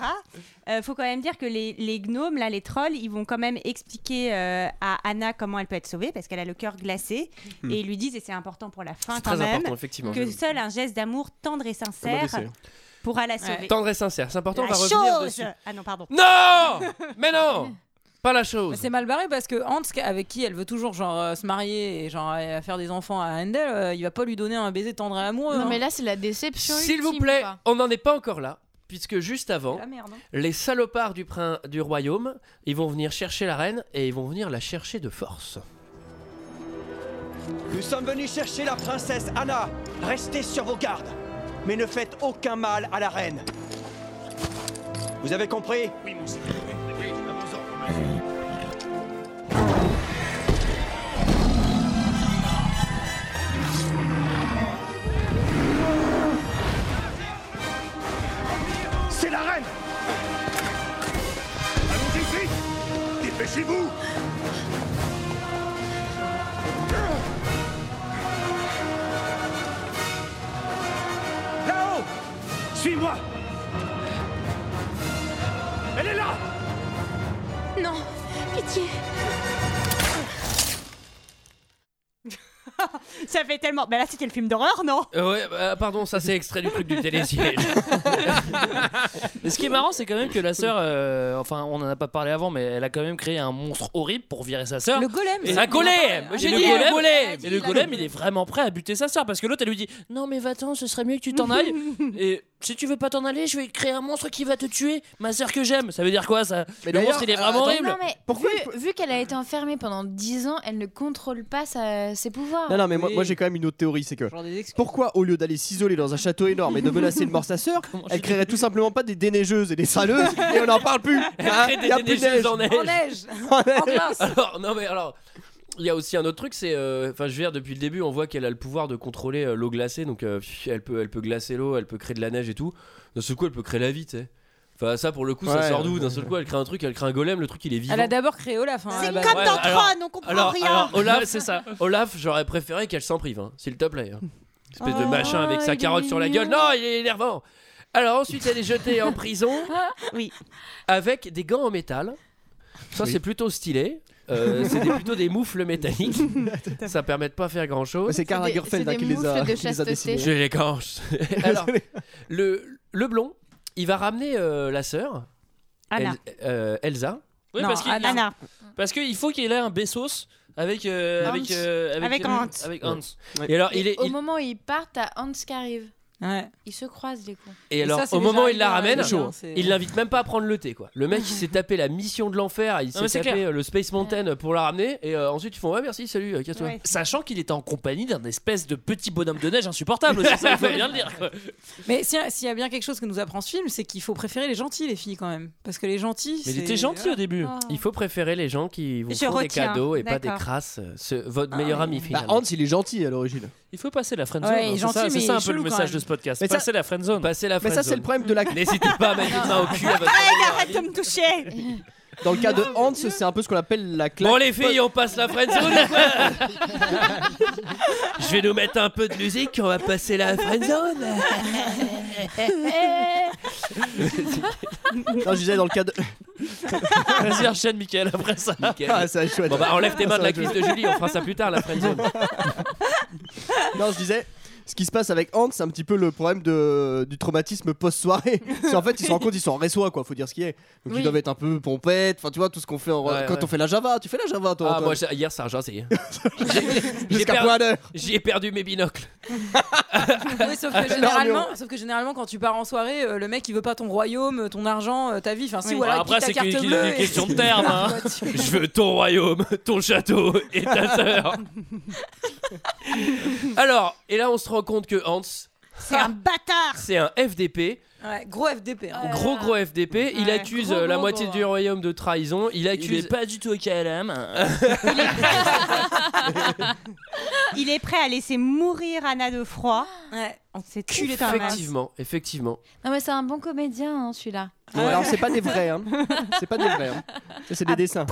Speaker 6: euh, faut quand même dire que les, les gnomes, là, les trolls, ils vont quand même expliquer euh, à Anna comment elle peut être sauvée parce qu'elle a le cœur glacé
Speaker 1: Hmm.
Speaker 6: et ils lui disent, et c'est important pour la fin
Speaker 1: C'est
Speaker 6: quand
Speaker 1: très
Speaker 6: même,
Speaker 1: important, effectivement.
Speaker 6: que seul un geste d'amour tendre et sincère
Speaker 1: Comment on dit,
Speaker 6: pourra la sauver.
Speaker 1: Tendre et sincère, c'est important, on
Speaker 6: La
Speaker 1: va revenir
Speaker 6: chose
Speaker 1: dessus.
Speaker 6: Ah non, pardon.
Speaker 1: Non Mais non Pas la
Speaker 8: Bah,
Speaker 1: chose.
Speaker 12: C'est mal barré parce que Hans, avec qui elle veut toujours genre euh, se marier et genre euh, faire des enfants à Handel, euh, il va pas lui donner un baiser tendre et amoureux.
Speaker 8: Non,
Speaker 12: hein.
Speaker 8: mais là, c'est la déception.
Speaker 1: S'il vous
Speaker 8: ultime,
Speaker 1: plaît,
Speaker 8: quoi.
Speaker 1: on n'en est pas encore là, puisque juste avant,
Speaker 8: hein.
Speaker 1: les salopards du, prin- du royaume, ils vont venir chercher la reine et ils vont venir la chercher de force.
Speaker 14: Nous sommes venus chercher la princesse Anna. Restez sur vos gardes. Mais ne faites aucun mal à la reine. Vous avez compris Oui, mon seigneur.
Speaker 2: C'est la reine Allons-y vite Dépêchez-vous
Speaker 14: Là-haut Suis-moi
Speaker 2: Elle est là
Speaker 10: Non, pitié.
Speaker 6: Ça fait tellement. Bah là, c'était le film d'horreur, non
Speaker 1: Euh, ouais, bah, pardon, ça c'est extrait du truc du télésiège.
Speaker 7: Mais hein. ce qui est marrant, c'est quand même que la sœur, euh, enfin, on en a pas parlé avant, mais elle a quand même créé un monstre horrible pour virer sa sœur.
Speaker 12: Le golem.
Speaker 7: Ah. Et
Speaker 12: ça,
Speaker 7: un
Speaker 12: on en parlait,
Speaker 7: golem.
Speaker 12: hein.
Speaker 7: J'ai
Speaker 12: Et
Speaker 7: dit
Speaker 12: le
Speaker 7: le
Speaker 12: golem.
Speaker 7: golem. Et
Speaker 12: Il
Speaker 7: le
Speaker 12: a dit-
Speaker 7: golem, il est vraiment prêt à buter sa sœur parce que l'autre, elle lui dit non mais va-t'en, ce serait mieux que tu t'en ailles. Et si tu veux pas t'en aller, je vais créer un monstre qui va te tuer, ma sœur que j'aime. Ça veut dire quoi ça Le
Speaker 5: d'ailleurs,
Speaker 7: monstre, il est vraiment
Speaker 5: attends,
Speaker 7: horrible.
Speaker 8: Non, mais vu, vu qu'elle a été enfermée pendant 10 ans, elle ne contrôle pas sa- ses pouvoirs.
Speaker 5: Non, non, mais moi, moi, j'ai quand même une autre théorie, c'est que pourquoi au lieu d'aller s'isoler dans un château énorme et de menacer de mort sa sœur, elle créerait tout simplement pas des déneigeuses et des saleuses et on n'en parle plus.
Speaker 1: Elle
Speaker 5: Hein,
Speaker 1: crée des
Speaker 5: y a plus de
Speaker 1: déneigeuses en neige.
Speaker 12: En neige.
Speaker 5: En
Speaker 12: glace.
Speaker 1: Alors, non mais alors, il y a aussi un autre truc, c'est, euh, enfin, je veux dire, depuis le début, on voit qu'elle a le pouvoir de contrôler euh, l'eau glacée, donc euh, pff, elle peut, elle peut glacer l'eau, elle peut créer de la neige et tout. D'un seul coup, elle peut créer la vie, tu sais. Enfin, ça pour le coup, ça
Speaker 5: Ouais,
Speaker 1: sort d'où
Speaker 5: ouais,
Speaker 1: D'un seul coup, elle crée un truc, elle crée un golem, le truc il est vivant.
Speaker 12: Elle a d'abord créé Olaf. hein, à la base.
Speaker 7: Ah,
Speaker 1: Ouais, alors- alors- alors, Olaf, c'est
Speaker 7: ça.
Speaker 1: Olaf, j'aurais préféré qu'elle s'en prive, hein, s'il te plaît. hein. Espèce de
Speaker 7: Oh,
Speaker 1: machin avec sa
Speaker 7: il est
Speaker 1: carotte sur la
Speaker 7: mignon.
Speaker 1: gueule. Non, il est énervant. Alors ensuite, elle est jetée en prison.
Speaker 6: Oui.
Speaker 1: Avec des gants en métal. Ça,
Speaker 5: Oui.
Speaker 1: c'est plutôt stylé. Euh, c'est des- plutôt des moufles métalliques. ça permet de pas faire grand chose.
Speaker 5: C'est Karl C'est des- Lagerfeld, c'est hein, des qui les a- moufles de qui les a chasteté. dessinés.
Speaker 1: Je les ganche. Alors, le, le blond, il va ramener euh, la sœur.
Speaker 7: Anna.
Speaker 1: El- euh, Elsa.
Speaker 7: Oui, parce qu'il Parce qu'il faut qu'il ait un Bessos avec euh,
Speaker 8: Hans.
Speaker 7: avec euh,
Speaker 8: Avec
Speaker 7: euh,
Speaker 8: Hans.
Speaker 7: avec Hans.
Speaker 1: Et alors, il
Speaker 8: Et
Speaker 1: est,
Speaker 8: au
Speaker 1: il-
Speaker 8: moment où ils partent, t'as Hans qui arrive.
Speaker 12: Ouais.
Speaker 8: Ils se croisent, les cons.
Speaker 1: Et alors,
Speaker 7: ça, c'est
Speaker 1: au
Speaker 7: déjà
Speaker 1: moment où il la
Speaker 7: arrivé,
Speaker 1: ramène,
Speaker 7: hein, Chaud. c'est-
Speaker 1: il l'invite même pas à prendre le thé, quoi. Le mec, il s'est tapé la mission de l'enfer, il
Speaker 7: Non, mais c'est
Speaker 1: s'est tapé
Speaker 7: clair.
Speaker 1: euh, le Space Mountain pour la ramener, et euh, ensuite ils font ouais merci, salut, euh, casse-toi.
Speaker 7: Sachant qu'il était en compagnie d'un espèce de petit bonhomme de neige insupportable aussi, ça il faut bien le dire. quoi.
Speaker 12: Mais si- s'il y a bien quelque chose que nous apprend ce film, c'est qu'il faut préférer les gentils, les filles, quand même. Parce que les gentils.
Speaker 1: Mais il
Speaker 12: c'est-
Speaker 1: était gentil
Speaker 12: voilà.
Speaker 1: au début. Il faut préférer les gens qui vous
Speaker 12: Je
Speaker 1: font
Speaker 12: retiens,
Speaker 1: des cadeaux et pas des
Speaker 12: d'accord.
Speaker 1: crasses. euh, Ce- votre
Speaker 12: Ah,
Speaker 1: meilleur
Speaker 12: oui.
Speaker 1: ami,
Speaker 5: Bah,
Speaker 1: finalement.
Speaker 5: Hans, il est gentil à l'origine.
Speaker 7: Il faut passer la friend
Speaker 1: Ouais,
Speaker 7: zone.
Speaker 1: il est
Speaker 7: c'est
Speaker 1: gentil,
Speaker 7: ça, c'est ça un
Speaker 1: mais il est
Speaker 7: peu le
Speaker 1: chelou quand
Speaker 7: message
Speaker 1: même.
Speaker 7: de ce podcast.
Speaker 1: Mais ça-
Speaker 7: passer la friend zone.
Speaker 1: Passer la
Speaker 5: Mais ça, c'est le problème de la.
Speaker 1: N'hésitez pas à mettre une main au cul à votre
Speaker 6: Arrête, arrête de me toucher
Speaker 5: Dans le cas de Hans, c'est un peu ce qu'on appelle la claque.
Speaker 1: Bon les filles, on passe la friendzone ou quoi Je vais nous mettre un peu de musique, on va passer la friendzone.
Speaker 5: Non, je disais dans le cas de.
Speaker 7: Vas-y, enchaîne, Michael, après ça.
Speaker 5: Ah, ça va être chouette.
Speaker 1: Bon bah enlève tes
Speaker 5: Ça
Speaker 1: mains de
Speaker 5: va
Speaker 1: la
Speaker 5: être
Speaker 1: cuisse de
Speaker 5: chouette.
Speaker 1: Julie, on fera ça plus tard la friendzone.
Speaker 5: Non, je disais, ce qui se passe avec Hans, c'est un petit peu le problème de, du traumatisme post-soirée. Parce qu'en fait, ils se rendent compte, ils sont en réseau, quoi, faut dire ce qui est. Donc
Speaker 1: Oui.
Speaker 5: ils doivent être un peu pompettes, enfin, tu vois, tout ce qu'on fait en-
Speaker 1: Ouais,
Speaker 5: quand
Speaker 1: ouais.
Speaker 5: on fait la Java, tu fais la Java, toi.
Speaker 1: Ah,
Speaker 5: Antoine.
Speaker 1: moi, ça- hier, ça a jasé. J'ai
Speaker 5: Jusqu'à
Speaker 1: perdu-
Speaker 5: point d'heure.
Speaker 1: J'y ai perdu mes binocles.
Speaker 12: Oui, sauf que, généralement, sauf que généralement, quand tu pars en soirée, euh, le mec il veut pas ton royaume, ton argent, euh, ta vie. Enfin, si,
Speaker 7: Oui.
Speaker 12: voilà,
Speaker 7: Bon,
Speaker 12: il
Speaker 7: après,
Speaker 12: quitte ta
Speaker 7: c'est
Speaker 12: carte
Speaker 7: qu'une-
Speaker 12: bleue
Speaker 7: qu'une
Speaker 12: et-
Speaker 7: question de terme, hein.
Speaker 1: Je veux ton royaume, ton château et ta sœur. Alors, et là, on se rend compte que Hans,
Speaker 6: C'est un bâtard
Speaker 1: c'est un FDP.
Speaker 12: Ouais, gros FDP. hein.
Speaker 1: Gros gros FDP, il accuse
Speaker 12: gros,
Speaker 1: euh, la
Speaker 12: gros,
Speaker 1: moitié
Speaker 12: gros,
Speaker 1: du royaume de trahison, il accuse
Speaker 7: est pas du tout au KLM.
Speaker 6: Il est prêt à laisser mourir Anna de froid.
Speaker 12: Ouais,
Speaker 6: on s'est
Speaker 1: effectivement, effectivement.
Speaker 8: Non, mais c'est un bon comédien, hein, celui-là.
Speaker 5: Bon, alors, c'est pas des vrais, hein. C'est pas des vrais, hein. Ça, c'est des dessins.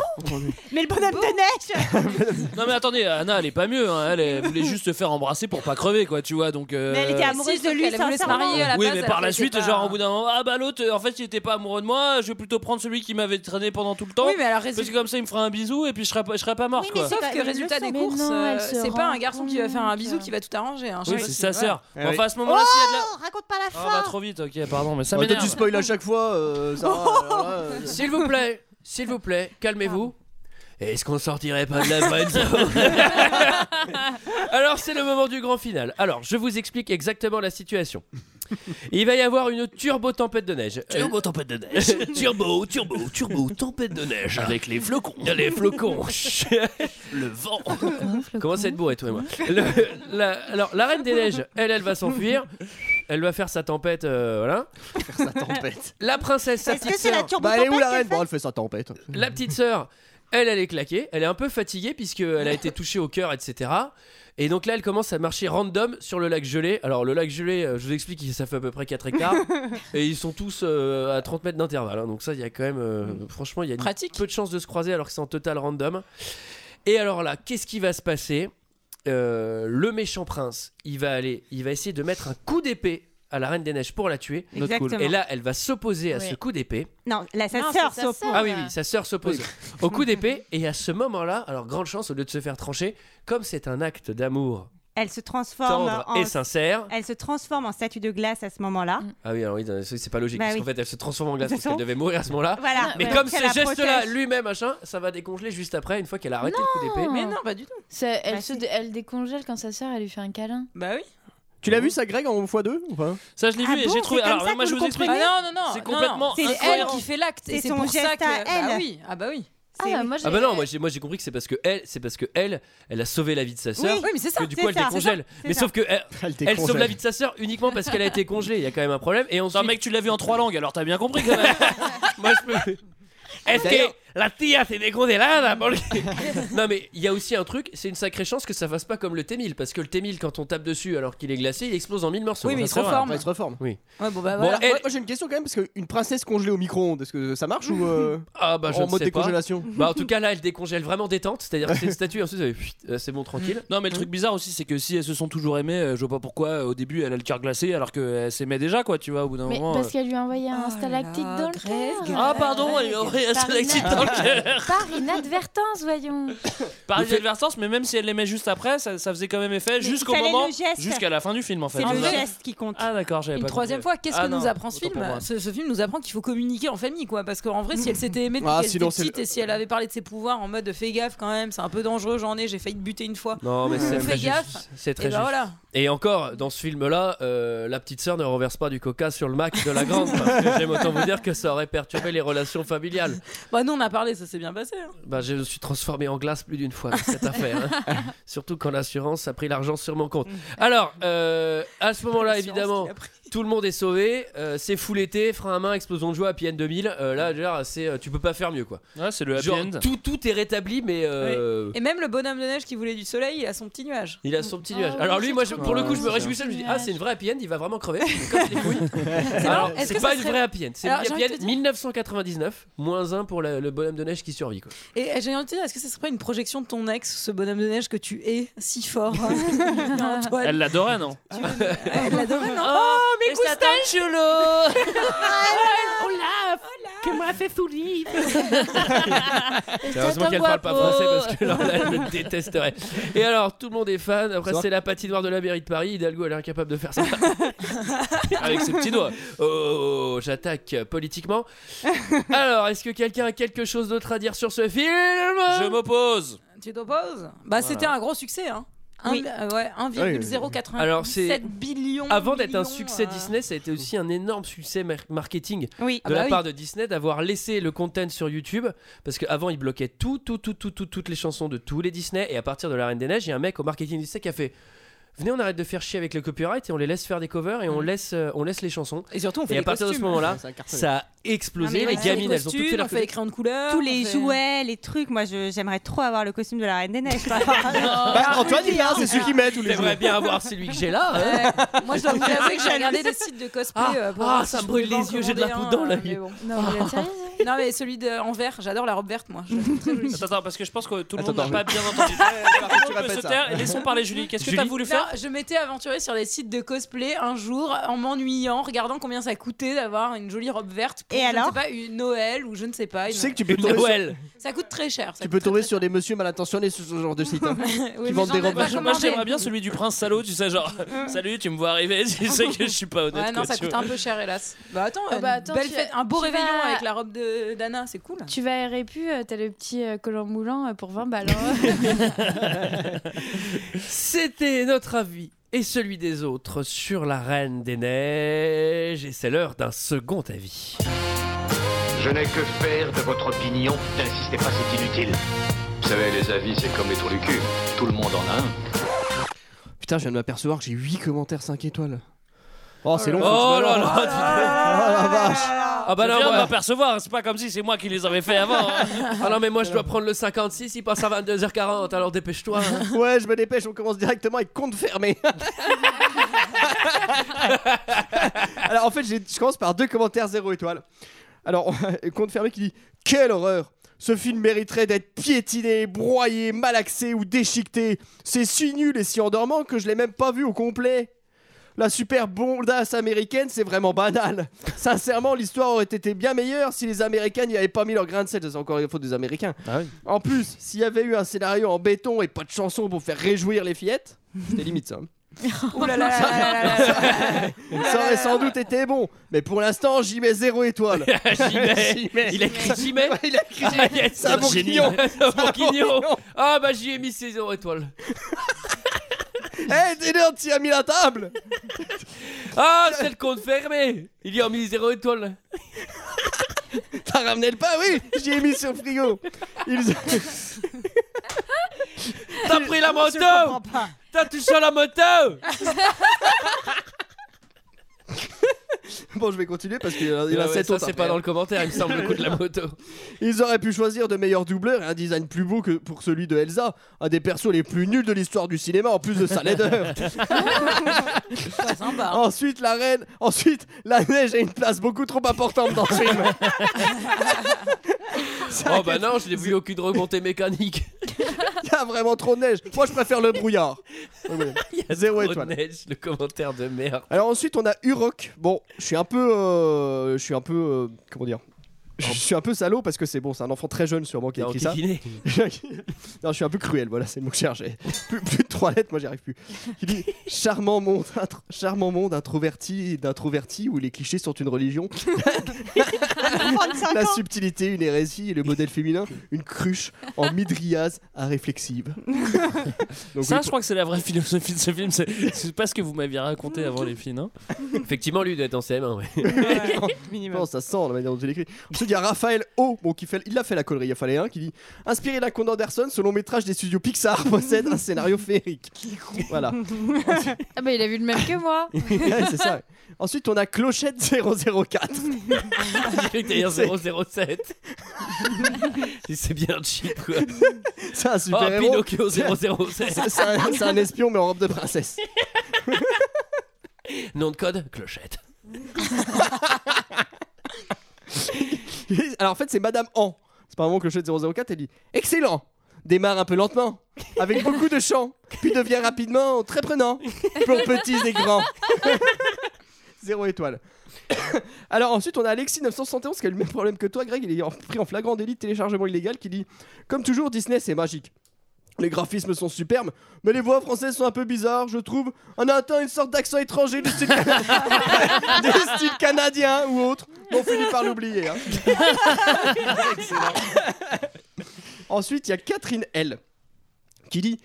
Speaker 6: Mais le bonhomme de neige
Speaker 7: Non mais attendez, Anna, elle est pas mieux. hein. Elle, elle voulait juste se faire embrasser pour pas crever, quoi, tu vois. Donc. euh,
Speaker 6: Mais elle était amoureuse de lui,
Speaker 12: elle voulait se marier à la
Speaker 7: oui,
Speaker 12: base,
Speaker 7: mais
Speaker 12: elle
Speaker 7: par la
Speaker 12: était
Speaker 7: suite,
Speaker 12: pas-
Speaker 7: genre au bout d'un moment, ah bah l'autre, euh, en fait, il était pas amoureux de moi, je vais plutôt prendre celui qui m'avait traîné pendant tout le temps.
Speaker 12: Oui, mais alors,
Speaker 7: Parce que comme ça, il me fera un bisou et puis je serai pas, je serai pas mort, quoi.
Speaker 12: Sauf que résultat des courses, euh, c'est pas un garçon qui va faire un bisou qui va tout arranger. hein. Je
Speaker 7: Oui,
Speaker 12: sais
Speaker 7: c'est
Speaker 12: pas
Speaker 7: sa
Speaker 12: si-
Speaker 7: sœur.
Speaker 12: voilà.
Speaker 7: Enfin, à ce moment-là, s'il y a de la.
Speaker 6: Raconte pas la fin
Speaker 7: Ah bah trop vite, ok, pardon, mais ça
Speaker 5: Oh, Bah, toi,
Speaker 7: m'énerve.
Speaker 5: tu spoil à chaque fois, euh, Sarah, alors là, euh,
Speaker 1: S'il vous plaît, s'il vous plaît, calmez-vous. Est-ce qu'on sortirait pas de la friendzone Alors c'est le moment du grand final. Alors je vous explique exactement la situation. Il va y avoir une turbo tempête de neige. Turbo tempête de neige. turbo, turbo, turbo tempête de neige avec les flocons. Les flocons. le vent. Comment c'est de bourré toi et moi. Le- la- alors la reine des neiges, elle, elle va s'enfuir. Elle va faire sa tempête, euh, voilà.
Speaker 5: Faire sa tempête.
Speaker 1: La princesse, sa petite sœur.
Speaker 5: Bah, elle est où la reine Bon, elle fait sa tempête.
Speaker 1: La petite sœur, elle, elle est claquée. Elle est un peu fatiguée puisqu'elle a été touchée au cœur, etc. Et donc là, elle commence à marcher random sur le lac gelé. Alors, le lac gelé, euh, je vous explique, ça fait à peu près 4 hectares. et ils sont tous euh, à 30 mètres d'intervalle. hein. Donc, ça, il y a quand même. euh, Franchement, il y a une- peu de chances de se croiser alors que c'est en total random. Et alors là, qu'est-ce qui va se passer Euh, Le méchant prince, il va aller, il va essayer de mettre un coup d'épée à la reine des neiges pour la tuer.
Speaker 6: Notre cool. Exactement.
Speaker 1: Et là, elle va s'opposer à
Speaker 6: Oui.
Speaker 1: ce coup d'épée.
Speaker 6: Non, la sa
Speaker 1: Non,
Speaker 6: sœur
Speaker 1: c'est sa
Speaker 6: s'oppose.
Speaker 1: Ah oui, oui, sa sœur s'oppose au coup d'épée. Et à ce moment-là, alors grande chance, au lieu de se faire trancher, comme c'est un acte d'amour
Speaker 6: Elle se transforme
Speaker 1: tendre
Speaker 6: en...
Speaker 1: et sincère.
Speaker 6: Elle se transforme en statue de glace à ce moment-là.
Speaker 1: Ah oui, alors oui, non, c'est pas logique,
Speaker 6: Bah
Speaker 1: parce
Speaker 6: oui.
Speaker 1: qu'en fait, elle se transforme en glace
Speaker 6: De
Speaker 1: parce qu'elle
Speaker 6: toute
Speaker 1: devait mourir à ce moment-là.
Speaker 6: Voilà.
Speaker 1: Mais
Speaker 6: Ouais.
Speaker 1: comme
Speaker 6: Donc,
Speaker 1: ce
Speaker 6: elle la
Speaker 1: geste-là,
Speaker 6: protège.
Speaker 1: lui-même, machin, ça va décongeler juste après, une fois qu'elle a arrêté le coup d'épée.
Speaker 12: pas
Speaker 6: Bah,
Speaker 12: du tout.
Speaker 8: elle, se dé- elle décongèle quand sa sœur, elle lui fait un câlin.
Speaker 12: Bah oui.
Speaker 5: Tu l'as vu ça, Greg, en x2 ou pas
Speaker 7: Ça, je l'ai
Speaker 8: Ah vu et bon, j'ai trouvé- c'est comme alors, ça moi, que je vous vous le explique. comprenez
Speaker 12: Ah non, non, non.
Speaker 8: C'est
Speaker 12: non, non.
Speaker 8: complètement
Speaker 12: C'est elle
Speaker 8: incohérent.
Speaker 12: qui fait l'acte. et
Speaker 8: C'est
Speaker 12: C'est
Speaker 8: son
Speaker 12: pour ça
Speaker 8: geste
Speaker 12: que.
Speaker 8: à elle.
Speaker 12: Bah oui. Ah bah oui.
Speaker 8: Ah, moi,
Speaker 1: Ah bah non, moi j'ai moi j'ai compris que c'est parce que elle, c'est parce que elle, elle a sauvé la vie de sa sœur.
Speaker 12: Oui, oui, mais c'est ça,
Speaker 1: Que du
Speaker 12: c'est
Speaker 1: coup elle
Speaker 12: ça,
Speaker 1: décongèle.
Speaker 12: c'est ça,
Speaker 1: Mais
Speaker 12: c'est
Speaker 1: sauf
Speaker 12: ça.
Speaker 1: que elle,
Speaker 5: Elle
Speaker 1: elle sauve
Speaker 7: décongèle.
Speaker 1: la vie de sa sœur uniquement parce qu'elle a été congelée. Il y a quand même un problème. Et ensuite,
Speaker 7: mec, tu l'as vu en trois langues, alors t'as bien compris quand même.
Speaker 1: Moi je peux. Est-ce que
Speaker 7: D'ailleurs-
Speaker 1: la tía se descongelada. porque- non, mais il y a aussi un truc, c'est une sacrée chance que ça fasse pas comme le T1000, parce que le T1000, quand on tape dessus alors qu'il est glacé, il explose en mille morceaux.
Speaker 5: Oui, mais
Speaker 1: Ça,
Speaker 5: il se
Speaker 1: c'est vrai.
Speaker 5: reforme. Ouais, il se reforme.
Speaker 1: Oui.
Speaker 12: Ouais, bon, bah
Speaker 1: Bon,
Speaker 5: Voilà.
Speaker 1: elle-
Speaker 5: Moi, moi, j'ai une question quand même parce qu'une princesse congelée au micro-ondes, est-ce que ça marche ou euh,
Speaker 1: Ah bah je
Speaker 5: en
Speaker 1: ne
Speaker 5: mode
Speaker 1: sais pas.
Speaker 5: décongélation
Speaker 1: Bah en tout cas là elle décongèle vraiment détente, c'est-à-dire que c'est une statue et ensuite euh, pfft, euh, c'est bon tranquille.
Speaker 7: Non, mais le truc bizarre aussi, c'est que si elles se sont toujours aimées, euh, je vois pas pourquoi euh, au début elle a le cœur glacé alors qu'elle s'aimait déjà, quoi, tu vois, au bout d'un
Speaker 8: Mais
Speaker 7: moment.
Speaker 8: parce
Speaker 7: euh.
Speaker 8: qu'elle lui a envoyé
Speaker 6: Oh
Speaker 8: un stalactite dans le cœur.
Speaker 7: Ah, pardon, elle lui a envoyé un
Speaker 8: Par
Speaker 7: stalactite
Speaker 8: ina-
Speaker 7: dans le cœur.
Speaker 8: Par inadvertance, voyons.
Speaker 7: Par inadvertance, mais même si elle l'aimait juste après, ça, ça faisait quand même effet jusqu'au
Speaker 12: fallait
Speaker 7: moment.
Speaker 12: le geste.
Speaker 7: Jusqu'à la fin du film, en fait.
Speaker 12: C'est le
Speaker 7: Ah,
Speaker 12: geste qui compte.
Speaker 7: Ah, d'accord, j'avais
Speaker 12: Une
Speaker 7: pas
Speaker 12: troisième
Speaker 7: compris.
Speaker 12: fois, qu'est-ce
Speaker 7: Ah,
Speaker 12: que nous
Speaker 7: non,
Speaker 12: apprend ce
Speaker 7: autant
Speaker 12: film
Speaker 7: pour moi.
Speaker 12: ce, ce film nous apprend qu'il faut communiquer en famille, quoi. Parce qu'en vrai, si elle s'était aimée depuis
Speaker 1: Ah,
Speaker 12: qu'elle était
Speaker 1: sinon, c'est le-
Speaker 12: petite et si elle avait parlé de ses pouvoirs en mode fais gaffe quand même, c'est un peu dangereux, j'en ai, j'ai failli te buter une fois.
Speaker 1: Non mais c'est
Speaker 12: Fais
Speaker 1: très
Speaker 12: gaffe.
Speaker 1: juste. C'est très
Speaker 12: Et bah
Speaker 1: juste.
Speaker 12: voilà.
Speaker 1: Et encore dans ce film là, la petite sœur ne renverse pas du coca sur le Mac de la grande. parce que J'aime autant vous dire que ça aurait perturbé les relations familiales.
Speaker 12: Bah, nous, on a parlé, ça s'est bien passé. hein.
Speaker 1: Bah je me suis transformé en glace plus d'une fois avec cette affaire. hein. Surtout quand l'assurance a pris l'argent sur mon
Speaker 12: Mm.
Speaker 1: compte. Alors euh, à ce moment-là évidemment. Tout le monde est sauvé, euh, c'est full été, frein à main, explosion de joie, happy end 2000. euh, là, genre, c'est, euh, tu peux pas faire mieux quoi.
Speaker 7: Ouais, c'est le happy
Speaker 1: Genre,
Speaker 7: end.
Speaker 1: Tout, tout est rétabli, mais euh,
Speaker 12: Et même le bonhomme de neige qui voulait du soleil, il a son petit nuage.
Speaker 1: il a son petit
Speaker 12: Oh,
Speaker 1: nuage.
Speaker 12: oui,
Speaker 1: Alors lui,
Speaker 12: c'est
Speaker 1: moi, je-
Speaker 12: trop
Speaker 1: pour le coup,
Speaker 12: mignon.
Speaker 1: je me réjouissais, je me dis, ah, c'est une vraie happy end, il va vraiment crever. comme les couilles.
Speaker 12: C'est
Speaker 1: Alors,
Speaker 12: marrant, est-ce
Speaker 1: c'est
Speaker 12: que
Speaker 1: pas
Speaker 12: ça
Speaker 1: une
Speaker 12: serait-
Speaker 1: vraie happy end, c'est une
Speaker 12: Alors, j'ai
Speaker 1: happy
Speaker 12: envie de
Speaker 1: end
Speaker 12: te dire-
Speaker 1: 1999, moins 1 pour la- le bonhomme de neige qui survit quoi.
Speaker 12: Et euh, j'ai envie de te dire, est-ce que ce serait pas une projection de ton ex, ce bonhomme de neige que tu es si fort hein, Antoine
Speaker 7: Elle l'adorait, non
Speaker 12: Elle l'adorait, non
Speaker 7: Oh,
Speaker 12: mes
Speaker 7: Olaf
Speaker 12: Que moi fait sourire
Speaker 1: C'est heureusement qu'elle parle pas français parce que alors là, elle me détesterait. Et alors, tout le monde est fan. Après,
Speaker 7: Ça va
Speaker 1: c'est la patinoire de la mairie de Paris. Hidalgo, elle est incapable de faire ça.
Speaker 7: Avec ses petits doigts.
Speaker 1: Oh, j'attaque politiquement. Alors, est-ce que quelqu'un a quelque chose d'autre à dire sur ce film Je
Speaker 7: m'oppose.
Speaker 12: Tu t'opposes Bah, c'était un gros succès, hein. Un- euh, ouais, 1,097
Speaker 1: Alors, c'est-
Speaker 12: billions.
Speaker 1: Avant d'être un
Speaker 12: euh.
Speaker 1: succès Disney, ça a été aussi un énorme succès mar- marketing
Speaker 12: Oui.
Speaker 1: de
Speaker 12: Ah
Speaker 1: la
Speaker 12: bah oui.
Speaker 1: part de Disney d'avoir laissé le content sur YouTube parce qu'avant ils bloquaient tout, tout, tout, tout, tout, toutes les chansons de tous les Disney et à partir de la Reine des Neiges, il y a un mec au marketing Disney qui a fait Venez, on arrête de faire chier avec le copyright et on les laisse faire des covers et on
Speaker 12: Mm.
Speaker 1: laisse, euh, on laisse les chansons.
Speaker 12: Et surtout, on fait
Speaker 1: à
Speaker 12: des
Speaker 1: partir
Speaker 12: costumes.
Speaker 1: de ce moment-là,
Speaker 12: Ça a cartonné.
Speaker 1: ça a explosé. les gamines, elles ont toutes fait leur
Speaker 12: fait les crayons de couleur.
Speaker 6: Tous les
Speaker 12: on fait-
Speaker 6: jouets, les trucs. Moi, je- j'aimerais trop avoir le costume de la Reine des Neiges. par contre.
Speaker 5: Bah, Antoine, il a, c'est celui qui met tous les
Speaker 1: J'aimerais bien avoir celui que j'ai là.
Speaker 6: Euh,
Speaker 1: hein.
Speaker 12: Moi, je dois vous avouer que j'ai regardé des sites de cosplay.
Speaker 1: Ah,
Speaker 12: euh, pour
Speaker 1: ah,
Speaker 12: voir
Speaker 1: ça
Speaker 12: si
Speaker 1: me
Speaker 12: je
Speaker 1: brûle
Speaker 12: pouvais
Speaker 1: les
Speaker 12: en
Speaker 1: yeux, j'ai de la
Speaker 12: commander
Speaker 1: poudre dans
Speaker 12: un,
Speaker 1: l'œil.
Speaker 12: mais bon.
Speaker 8: Non, vous êtes sérieux
Speaker 12: Non, mais celui de, en vert, j'adore la robe verte, moi. Je la trouve très jolie.
Speaker 7: Attends, attends, parce que je pense que tout le
Speaker 5: Attends,
Speaker 7: monde n'a
Speaker 5: attends,
Speaker 7: pas bien entendu.
Speaker 5: tu
Speaker 7: On peut
Speaker 5: répètes
Speaker 7: se
Speaker 5: ça.
Speaker 7: taire et laissons parler Julie. Qu'est-ce que t'as
Speaker 5: Julie
Speaker 7: voulu
Speaker 12: Non,
Speaker 7: faire
Speaker 12: je m'étais aventurée sur des sites de cosplay un jour en m'ennuyant, regardant combien ça coûtait d'avoir une jolie robe verte pour
Speaker 6: Et
Speaker 12: je
Speaker 6: alors
Speaker 12: ne sais pas, une Noël ou je ne sais pas.
Speaker 5: Tu sais que tu peux tomber sur- Noël.
Speaker 12: Ça coûte très cher. Ça
Speaker 5: Tu peux tomber sur des messieurs mal intentionnés sur ce genre de site. hein, qui vendent des robes.
Speaker 7: Moi, je- moi, j'aimerais bien celui du prince salaud, tu sais, genre, salut, tu me vois arriver, tu sais que je suis pas honnête.
Speaker 12: Ouais, non,
Speaker 7: quoi,
Speaker 12: ça
Speaker 7: tu
Speaker 12: coûte
Speaker 7: vois.
Speaker 12: un peu cher, hélas. Bah attends,
Speaker 8: Ah
Speaker 12: une
Speaker 8: bah, attends,
Speaker 12: belle
Speaker 8: tu-
Speaker 12: fête, un beau
Speaker 8: tu
Speaker 12: réveillon
Speaker 8: vas-
Speaker 12: avec la robe de d'Anna, c'est cool.
Speaker 8: Tu vas à REPU, euh, t'as le petit euh, collant moulant euh, pour 20 balles. hein.
Speaker 1: C'était notre avis et celui des autres sur la Reine des Neiges. Et c'est l'heure d'un second avis.
Speaker 15: Je n'ai que faire de votre opinion. N'insistez pas, c'est inutile. Vous savez, les avis, c'est comme les trous du cul. Tout le monde en a un.
Speaker 5: Putain, je viens de m'apercevoir que j'ai 8 commentaires 5 étoiles. Oh, c'est long. faut que
Speaker 7: Oh
Speaker 5: je me
Speaker 7: là
Speaker 5: lance.
Speaker 7: là, dis donc.
Speaker 5: Ah, la vache.
Speaker 1: Ah bah
Speaker 7: je
Speaker 1: non,
Speaker 7: viens de
Speaker 1: moi-
Speaker 7: m'apercevoir, c'est pas comme si c'est moi qui les avais fait avant. hein.
Speaker 1: Ah non, mais moi je dois prendre le 56, il passe à 22h40, alors dépêche-toi. hein.
Speaker 5: Ouais, je me dépêche, on commence directement avec compte fermé. Alors en fait, j'ai- je commence par deux commentaires zéro étoile. Alors, compte fermé qui dit Quelle horreur Ce film mériterait d'être piétiné, broyé, malaxé ou déchiqueté. C'est si nul et si endormant que je l'ai même pas vu au complet. La super bondasse américaine, c'est vraiment banal. Sincèrement, l'histoire aurait été bien meilleure si les Américains n'y avaient pas mis leur grain de sel. Ça, C'est encore la faute des Américains. En plus, s'il y avait eu un scénario en béton et pas de chanson pour faire réjouir les fillettes, c'était limite ça.
Speaker 12: Ouh là là là là là là.
Speaker 5: Ça aurait sans doute été bon, mais pour l'instant, j'y mets zéro étoile.
Speaker 1: J'y mets. Il a écrit j'y mets.
Speaker 5: Il a écrit
Speaker 1: Ah, yes,
Speaker 5: C'est un
Speaker 1: génie.
Speaker 5: bourguignon.
Speaker 1: Un bourguignon. Ah bah j'y ai mis 6 étoiles.
Speaker 5: Eh, t'es là, tu as mis la table
Speaker 1: Ah, c'est le compte fermé. Il y a mis 0 étoiles.
Speaker 5: T'as ramené le pain, oui J'y ai mis sur le frigo. Ils-
Speaker 1: T'as pris la
Speaker 5: Je comprends
Speaker 1: moto.
Speaker 5: pas.
Speaker 1: T'as touché la moto.
Speaker 5: Bon, je vais continuer parce qu'il y en a- il y en a
Speaker 1: Ouais, ouais,
Speaker 5: 7
Speaker 1: ça, c'est pas dans le commentaire, il me semble, le coup de la moto.
Speaker 5: Ils auraient pu choisir de meilleurs doubleurs et un design plus beau que pour celui de Elsa, un des persos les plus nuls de l'histoire du cinéma en plus de sa laideur.
Speaker 12: bah,
Speaker 5: Ensuite, la reine. Ensuite, la neige a une place beaucoup trop importante dans le film.
Speaker 1: Oh bah non, je n'ai vu aucune remontée mécanique.
Speaker 5: Il y a vraiment trop de neige. Moi, je préfère le brouillard.
Speaker 1: Il y a
Speaker 5: Zéro
Speaker 1: trop de
Speaker 5: étoile.
Speaker 1: neige, le commentaire de merde.
Speaker 5: Alors ensuite, on a Urok. Bon, je suis un peu, euh, je suis un peu, euh, comment dire. Je suis un peu salaud parce que c'est bon, c'est un enfant très jeune sûrement qui a
Speaker 1: Non,
Speaker 5: écrit ça.
Speaker 1: kikiné.
Speaker 5: non, je suis un peu cruel, voilà, c'est le mot que je cherchais. Plus, plus de trois lettres, moi j'y arrive plus. Il dit charmant monde, intro- charmant monde introverti et d'introverti où les clichés sont une religion. La subtilité, une hérésie et le modèle féminin, une cruche en midriase à réflexive. Donc
Speaker 7: ça,
Speaker 5: oui,
Speaker 7: je crois que c'est la vraie philosophie de ce film. C'est c'est pas ce que vous m'aviez raconté avant les films, non
Speaker 1: Effectivement, lui, il doit être en CM1, ouais.
Speaker 5: Non, ça sent la manière dont il écrit. Ensuite, il y a Raphaël O, bon, qui fait, il a fait la collerie, il en fallait un, qui dit Inspiré d'un Conde Anderson, ce long métrage des studios Pixar possède un scénario féerique. Voilà.
Speaker 8: Ah bah il a vu le même que moi.
Speaker 5: Ouais, c'est ça. Ensuite, on a Clochette 004.
Speaker 1: J'ai cru que t'allais dire 007. c'est bien cheap, quoi.
Speaker 5: C'est un super
Speaker 1: Oh,
Speaker 5: héros.
Speaker 1: Pinocchio 007.
Speaker 5: C'est- C'est un, c'est un espion, mais en robe de princesse.
Speaker 1: Nom de code, clochette.
Speaker 5: Alors en fait, c'est Madame Han. C'est pas vraiment Clochette 004. Elle dit Excellent Démarre un peu lentement, avec beaucoup de chants, puis devient rapidement très prenant pour petits et grands. Zéro étoile. Alors ensuite, on a Alexis 971 qui a le même problème que toi, Greg. Il est en- pris en flagrant délit de téléchargement illégal qui dit Comme toujours, Disney, c'est magique. Les graphismes sont superbes, mais les voix françaises sont un peu bizarres, je trouve. On a atteint une sorte d'accent étranger du style, du style canadien ou autre. hein. On finit par l'oublier. hein. Ensuite, il y a Catherine L qui dit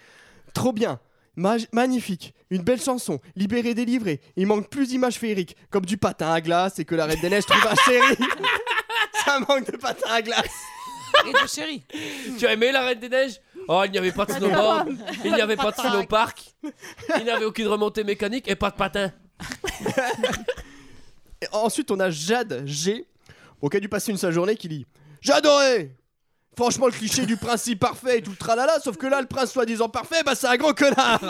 Speaker 5: Trop bien, mag- magnifique, une belle chanson, libérée, délivrée. Il manque plus d'images féeriques, comme du patin à glace et que la Reine des Neiges trouve un chéri. Ça manque de patin à glace.
Speaker 1: Et de chéri. Tu as aimé la Reine des Neiges Oh, il n'y avait pas de
Speaker 5: Pas de
Speaker 1: snowboard,
Speaker 5: patin.
Speaker 1: il n'y avait pas
Speaker 5: Pas de
Speaker 1: de
Speaker 5: patin.
Speaker 1: snowpark, il n'y avait aucune remontée mécanique et pas de patin.
Speaker 5: Et ensuite, on a Jade G, au cas du passer une seule journée, qui dit J'adorais Franchement, le cliché du principe parfait et tout le tralala, sauf que là, le prince soi-disant parfait, bah c'est un gros connard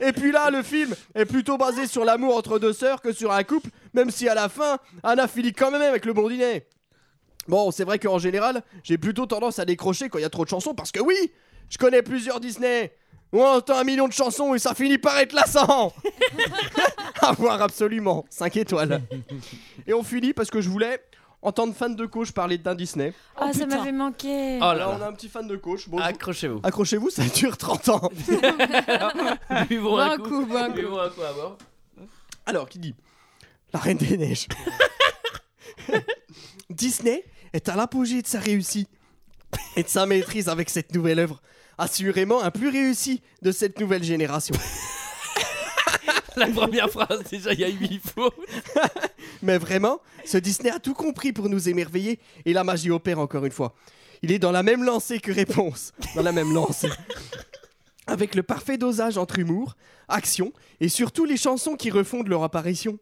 Speaker 5: Et puis là, le film est plutôt basé sur l'amour entre deux sœurs que sur un couple, même si à la fin, Anna finit quand même avec le blondinet. Bon, c'est vrai qu'en général, j'ai plutôt tendance à décrocher quand il y a trop de chansons, parce que oui, je connais plusieurs Disney. On entend un million de chansons et ça finit par être lassant À voir absolument, 5 étoiles. Et on finit parce que je voulais entendre fan de coach parler d'un Disney.
Speaker 8: Ah ça m'avait
Speaker 1: Oh
Speaker 8: manqué.
Speaker 5: Alors on a un petit fan de coach. Bon,
Speaker 1: Accrochez-vous.
Speaker 5: Accrochez-vous, ça dure 30 ans.
Speaker 1: Buvons
Speaker 5: Bois
Speaker 1: un
Speaker 5: un
Speaker 1: coup.
Speaker 5: coup, bois un coup.
Speaker 1: Buvons un coup à bord.
Speaker 5: Alors, qui dit La Reine des Neiges. Disney est à l'apogée de sa réussite et de sa maîtrise avec cette nouvelle œuvre. Assurément un plus réussi de cette nouvelle génération.
Speaker 1: La première phrase, déjà, il y a 8 fautes.
Speaker 5: Mais vraiment, ce Disney a tout compris pour nous émerveiller et la magie opère encore une fois. Il est dans la même lancée que réponse. Dans la même lancée. Avec le parfait dosage entre humour, action et surtout les chansons qui refondent leur apparition.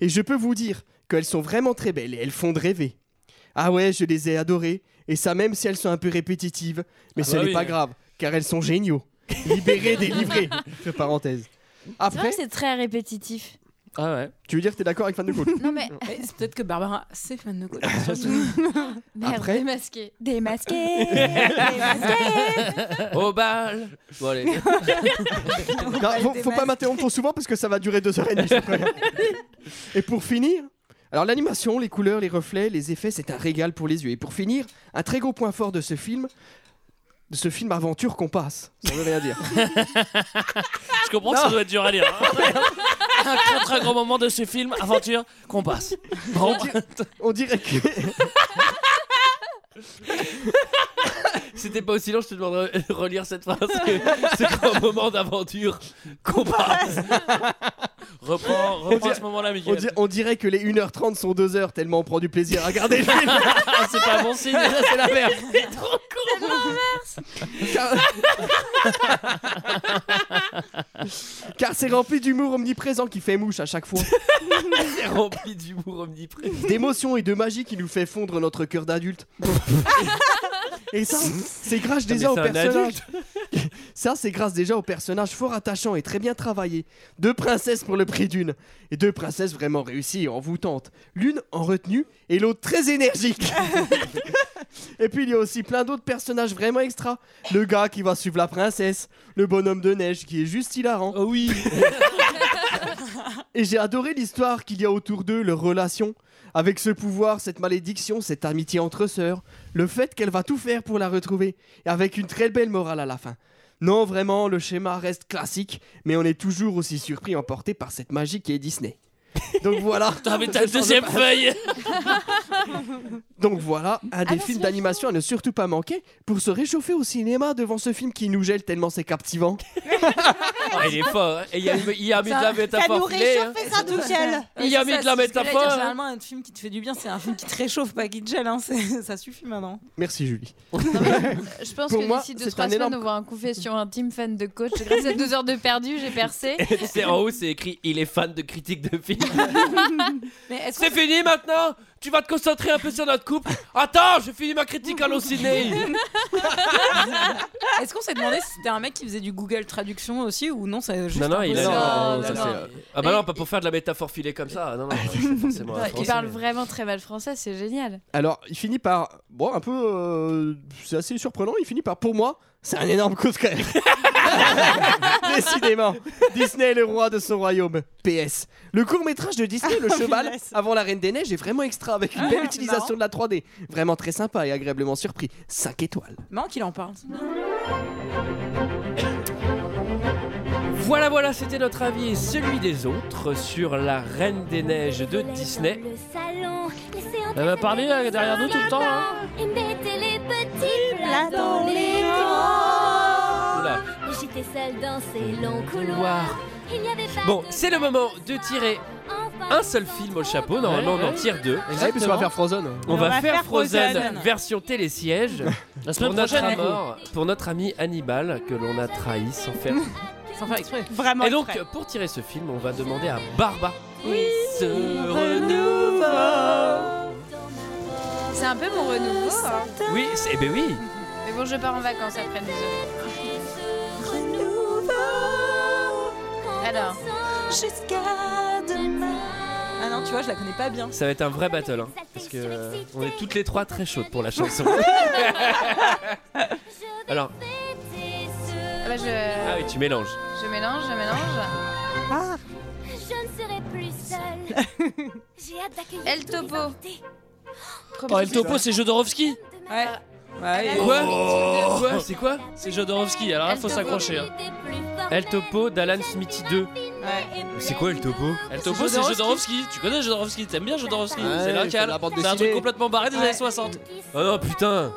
Speaker 5: Et je peux vous dire qu'elles sont vraiment très belles et elles font de rêver. Ah ouais, je les ai adorées et ça même si elles sont un peu répétitives. Mais
Speaker 14: Ah
Speaker 5: ce
Speaker 14: bah
Speaker 5: n'est
Speaker 14: oui.
Speaker 5: pas grave car elles sont géniaux. Libérées, délivrées. Entre parenthèses.
Speaker 8: C'est vrai que c'est très répétitif.
Speaker 7: Ah ouais.
Speaker 5: Tu veux dire que t'es d'accord avec fan de coach
Speaker 8: Non mais
Speaker 12: Mais Eh, C'est peut-être que Barbara, c'est fan de coach.
Speaker 8: merde,
Speaker 5: Après-
Speaker 8: démasqué. Démasqué.
Speaker 1: Au bal. Bon, allez.
Speaker 5: Non, faut, faut pas m'interrompre trop souvent parce que ça va durer deux heures et demie. je te préviens. et pour finir, alors l'animation, les couleurs, les reflets, les effets, c'est un régal pour les yeux. Et pour finir, un très gros point fort de ce film, de ce film aventure qu'on passe. Ça veut rien dire.
Speaker 7: Je comprends que ça doit être dur à lire. hein. un très très grand moment de ce film, aventure, qu'on passe.
Speaker 5: On dirait que.
Speaker 1: c'était pas aussi long, je te demanderais de relire cette phrase. que C'est un moment d'aventure qu'on passe.
Speaker 7: Reprends,
Speaker 5: On
Speaker 7: reprends
Speaker 5: dirait-
Speaker 7: ce moment-là,
Speaker 5: on,
Speaker 7: Michael.
Speaker 5: dirait- on dirait que les 1h30 sont 2h tellement on prend du plaisir à regarder le film.
Speaker 7: Ah, c'est pas bon signe.
Speaker 5: Ça, c'est l'inverse.
Speaker 7: C'est trop court.
Speaker 5: Car c'est rempli d'humour omniprésent qui fait mouche à chaque fois.
Speaker 1: C'est rempli d'humour omniprésent.
Speaker 5: D'émotion et de magie qui nous fait fondre notre cœur d'adulte. et ça, c'est grâce
Speaker 1: Putain,
Speaker 5: déjà
Speaker 1: mais
Speaker 5: au
Speaker 1: c'est un
Speaker 5: personnage. Ça, c'est grâce déjà au personnage fort attachant et très bien travaillé. Deux princesses pour le prix d'une. Et deux princesses vraiment réussies et envoûtantes. L'une en retenue et l'autre très énergique. et puis il y a aussi plein d'autres personnages vraiment extra. Le gars qui va suivre la princesse. Le bonhomme de neige qui est juste hilarant.
Speaker 7: Oh oui
Speaker 5: Et j'ai adoré l'histoire qu'il y a autour d'eux, leur relation. Avec ce pouvoir, cette malédiction, cette amitié entre sœurs, le fait qu'elle va tout faire pour la retrouver, et avec une très belle morale à la fin. Non, vraiment, le schéma reste classique, mais on est toujours aussi surpris, emporté par cette magie qui est Disney. Donc voilà.
Speaker 7: Putain, mais ta deuxième feuille.
Speaker 5: Donc voilà,
Speaker 8: Ah
Speaker 5: un des
Speaker 7: Attention.
Speaker 5: films d'animation à ne surtout pas manquer pour se réchauffer au cinéma devant ce film qui nous gèle tellement c'est captivant.
Speaker 1: Ah, il est fort. hein. Et il y a, il y a mis de
Speaker 12: Ça-
Speaker 1: la métaphore. filée, hein.
Speaker 12: ça tout seul.
Speaker 1: Il y a mis de la métaphore. hein.
Speaker 12: Généralement, un film qui te fait du bien, c'est un film qui te réchauffe, pas qui te gèle. hein, c'est- Ça suffit maintenant.
Speaker 5: Merci Julie.
Speaker 8: Je pense
Speaker 5: Pour
Speaker 8: que
Speaker 5: moi,
Speaker 8: d'ici
Speaker 5: c'est
Speaker 8: 2-3 semaines,
Speaker 5: un énorme-
Speaker 8: on voit un confession intime fan de coach. Grâce à 2 heures de perdu, j'ai percé.
Speaker 1: C'est en haut, c'est écrit il est fan de critique de films.
Speaker 12: Mais est-ce
Speaker 1: C'est fini maintenant Tu vas te concentrer un peu sur notre couple Attends, je finis ma critique à ciné
Speaker 12: Est-ce qu'on s'est demandé si c'était un mec qui faisait du Google traduction aussi ou non c'est juste
Speaker 1: Non, non, il a.
Speaker 12: impossible.
Speaker 1: ça, c'est, euh, Ah bah non, pas pour faire de la métaphore filée comme ça. Non, non, c'est forcément. un
Speaker 8: Ouais, Il
Speaker 1: Français,
Speaker 8: parle
Speaker 1: mais-
Speaker 8: vraiment très mal français, c'est génial.
Speaker 5: Alors, il finit par. Bon, un peu. euh, c'est assez surprenant. Il finit par. Pour moi, c'est un énorme coup de cœur. Décidément. Disney est le roi de son royaume. PS. Le court-métrage de Disney, Le
Speaker 14: Oh,
Speaker 5: Cheval,
Speaker 14: punaise.
Speaker 5: avant la Reine des Neiges, est vraiment extra avec une
Speaker 12: Ah,
Speaker 5: belle
Speaker 12: c'est
Speaker 5: utilisation de la 3D. Vraiment très sympa et agréablement surpris. 5 étoiles.
Speaker 12: Marrant qu'il en parle.
Speaker 1: Voilà, voilà, c'était notre avis et celui des autres sur La Reine des Neiges de Disney. Euh,
Speaker 13: salon, laissez
Speaker 1: Elle va parler derrière nous tout le temps. hein.
Speaker 13: et mettez les petits plats dans les grands. J'étais seule dans ces longs couloirs. Il n'y avait pas
Speaker 1: Bon, c'est le Hein moment de tirer un seul film au chapeau. Normalement, on en tire deux.
Speaker 5: Exact, puisqu'on va faire Frozen.
Speaker 1: On, va, faire, Frozen,
Speaker 5: Frozen.
Speaker 1: version télésiège.
Speaker 7: La semaine
Speaker 1: pour notre
Speaker 7: prochaine,
Speaker 1: amour- pour notre ami Hannibal que l'on a trahi sans faire.
Speaker 12: Sans faire exprès. Vraiment.
Speaker 1: Et donc, pour tirer ce film, on va demander à Barba.
Speaker 8: Oui.
Speaker 1: Se renouveau.
Speaker 8: C'est un peu mon renouveau. hein.
Speaker 1: Oui, c'est- eh ben oui.
Speaker 8: Mais bon, je pars en vacances après, désolé.
Speaker 12: Alors. Jusqu'à demain. Ah non, tu vois, je la connais pas bien.
Speaker 1: Ça va être un vrai battle, hein, parce que euh, on est toutes les trois très chaudes pour la chanson. Alors,
Speaker 8: Ah bah, je...
Speaker 1: ah oui, tu mélanges.
Speaker 8: je mélange, je mélange.
Speaker 13: Je ne serai plus seule. J'ai hâte d'accueillir.
Speaker 8: El Topo.
Speaker 7: Oh, El Topo, c'est Jodorowsky
Speaker 12: Ouais. Ouais.
Speaker 7: Quoi
Speaker 1: Oh. Quoi C'est quoi
Speaker 7: C'est Jodorowsky, alors là, faut s'accrocher. hein.
Speaker 1: El Topo d'Alan Smithy 2.
Speaker 12: euh,
Speaker 1: C'est quoi El Topo
Speaker 7: El Topo, c'est Jodorowsky. Tu connais Jodorowsky T'aimes bien Jodorowsky
Speaker 1: Ouais,
Speaker 7: C'est
Speaker 1: c'est
Speaker 7: local.
Speaker 1: la bande
Speaker 7: C'est un
Speaker 1: dessinée.
Speaker 7: truc complètement barré des
Speaker 1: Ouais.
Speaker 7: années 60.
Speaker 1: Oh non, putain.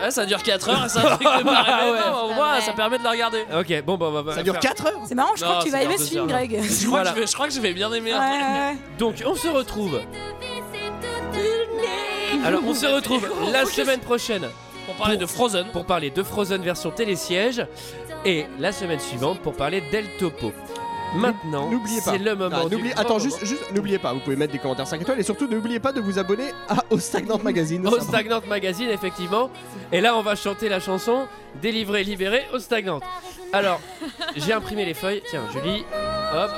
Speaker 7: Ouais, ça dure 4 heures, c'est un truc de barré.
Speaker 1: Ah
Speaker 7: mais
Speaker 1: ouais.
Speaker 7: non, au moins, ça permet de la regarder.
Speaker 1: Ok, bon bah on va.
Speaker 7: Ça dure
Speaker 1: faire-
Speaker 7: quatre heures
Speaker 12: C'est marrant, je crois
Speaker 1: Non,
Speaker 12: que tu
Speaker 1: c'est
Speaker 12: vas aimer
Speaker 1: hors de
Speaker 12: ce film,
Speaker 1: ça, hein. non.
Speaker 12: Greg.
Speaker 7: Je crois, que je vais, je crois que je vais bien aimer. hein.
Speaker 1: Donc on se retrouve. Alors on se retrouve la semaine prochaine
Speaker 7: pour parler
Speaker 1: de Frozen. Pour parler de Frozen version télésiège et la semaine suivante pour parler d'El Topo. Maintenant,
Speaker 5: N'oubliez pas.
Speaker 1: c'est le moment.
Speaker 5: Ah,
Speaker 1: du
Speaker 5: n'oubliez-
Speaker 1: grand
Speaker 5: attends,
Speaker 1: moment.
Speaker 5: juste, juste n'oubliez pas, vous pouvez mettre des commentaires 5 étoiles et surtout n'oubliez pas de vous abonner à, au Stagnant Magazine.
Speaker 1: Au Stagnante Magazine, effectivement. Et là, on va chanter la chanson Délivré, libéré, au Stagnante. Alors, j'ai imprimé les feuilles. Tiens, Julie, hop.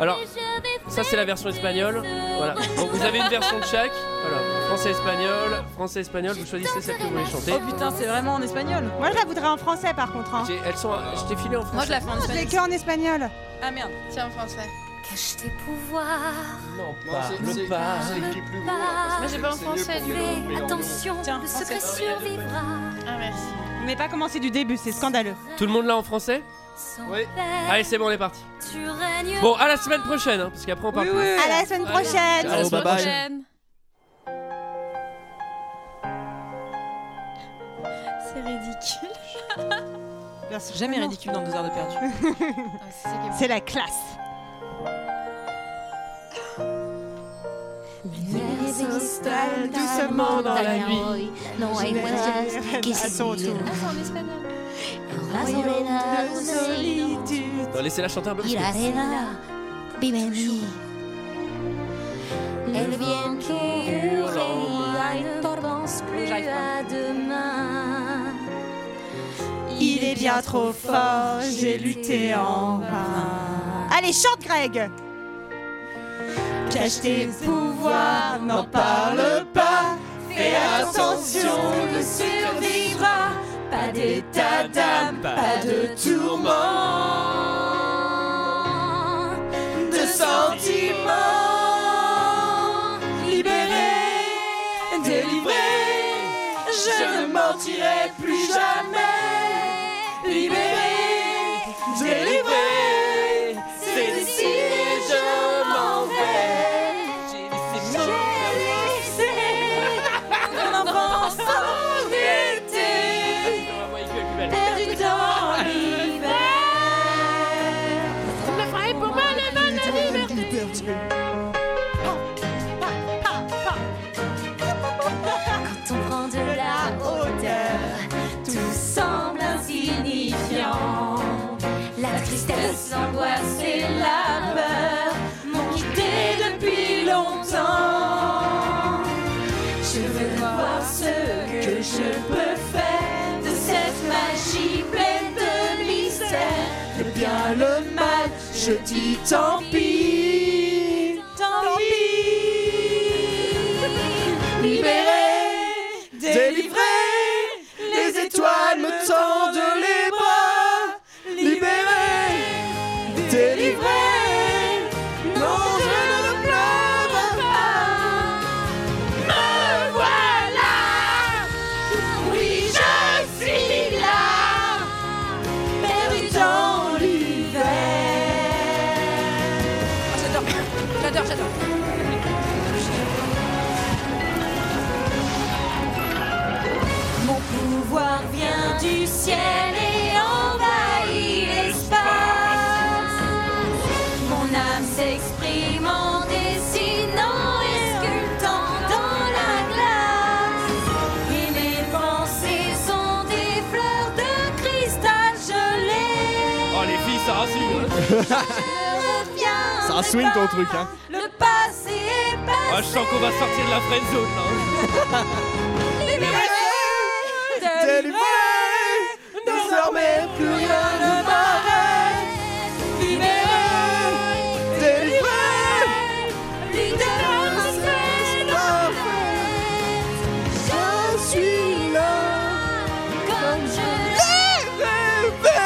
Speaker 1: Alors, ça, c'est la version espagnole. Voilà. Bon, vous avez une version de chaque. Voilà. Français, espagnol, français, espagnol. Vous choisissez celle que vous voulez chanter.
Speaker 12: Oh putain, c'est vraiment en espagnol. Moi, je la voudrais en français par contre.
Speaker 1: J'ai- Elles sont. Je t'ai filé en français.
Speaker 12: Moi, je la fais en espagnol.
Speaker 6: hein. que en espagnol.
Speaker 12: Ah merde.
Speaker 8: Tiens, en français.
Speaker 13: Cache tes pouvoirs.
Speaker 1: Parle Bah, pas.
Speaker 13: Ah.
Speaker 8: Moi, j'ai pas en français, du coup.
Speaker 13: Attention, le secret survivra.
Speaker 8: Ah, merci.
Speaker 6: Mais pas commencer du début, c'est scandaleux.
Speaker 1: Tout le monde là en français
Speaker 13: Oui.
Speaker 1: Allez, c'est bon, on est parti.
Speaker 13: Tu règnes.
Speaker 1: Bon, à la semaine prochaine, hein, parce qu'après on part. plus.
Speaker 6: À la semaine prochaine.
Speaker 1: Ciao, bye bye.
Speaker 8: C'est ridicule.
Speaker 12: C'est jamais ridicule dans deux heures de
Speaker 13: Ah,
Speaker 12: perdu.
Speaker 6: C'est la classe.
Speaker 12: s'installe
Speaker 13: doucement dans la nuit. No hay
Speaker 12: Générale,
Speaker 13: más que
Speaker 12: à son
Speaker 13: sentir.
Speaker 12: tour.
Speaker 13: La soledad,
Speaker 12: de
Speaker 13: solitude
Speaker 1: Non, Laissez-la chanter un peu.
Speaker 13: y la
Speaker 1: parce que-
Speaker 13: arena vive en mí. El viento hurle y hay torrents plus à demain.
Speaker 6: Il est bien trop fort, j'ai lutté en vain. Allez, chante Greg
Speaker 13: Cache tes
Speaker 6: pouvoirs, n'en parle
Speaker 13: pas.
Speaker 6: Fais attention,
Speaker 13: ne survivra. Pas d'état d'âme,
Speaker 2: pas de
Speaker 13: tourment, de sentiments. Libéré, délivré, je ne mentirai plus jamais. Libéré, délivré, c'est d'ici que je m'en vais. J'ai laissé mon enfance en été, perdu dans l'hiver. Je me ferai pour me lever la liberté. Quand on prend de la hauteur, tout semble insignifiant. La tristesse, l'angoisse et la peur m'ont quitté depuis longtemps. Je veux voir ce que je peux faire de cette magie pleine de mystère. Le bien, le mal, je dis tant pis, tant pis. Libéré, délivré, les étoiles me tendent les bras. Libéré, délivré, non, je ne pleure pas. Me voilà, oui, je suis là perdu dans l'hiver. j'adore, j'adore, j'adore. Mon pouvoir vient du ciel et envahit l'espace. Mon âme s'exprime en dessinant et sculptant dans la glace. Et mes pensées sont des fleurs de cristal gelé.
Speaker 1: Oh, les filles, ça rassure.
Speaker 13: Je reviens.
Speaker 5: Ça swing ton truc, hein.
Speaker 13: Le passé est
Speaker 1: Ah, je
Speaker 13: passé.
Speaker 1: sens qu'on va sortir de la friend zone là.
Speaker 13: Libéré,
Speaker 5: délivré,
Speaker 13: désormais plus rien ne m'arrête. Libéré, délivré, l'idée parfaite. Je suis là, comme je l'ai rêvé.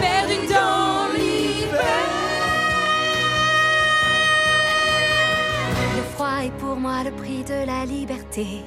Speaker 13: Perdu dans l'hiver. Le froid est pour moi le prix de la liberté.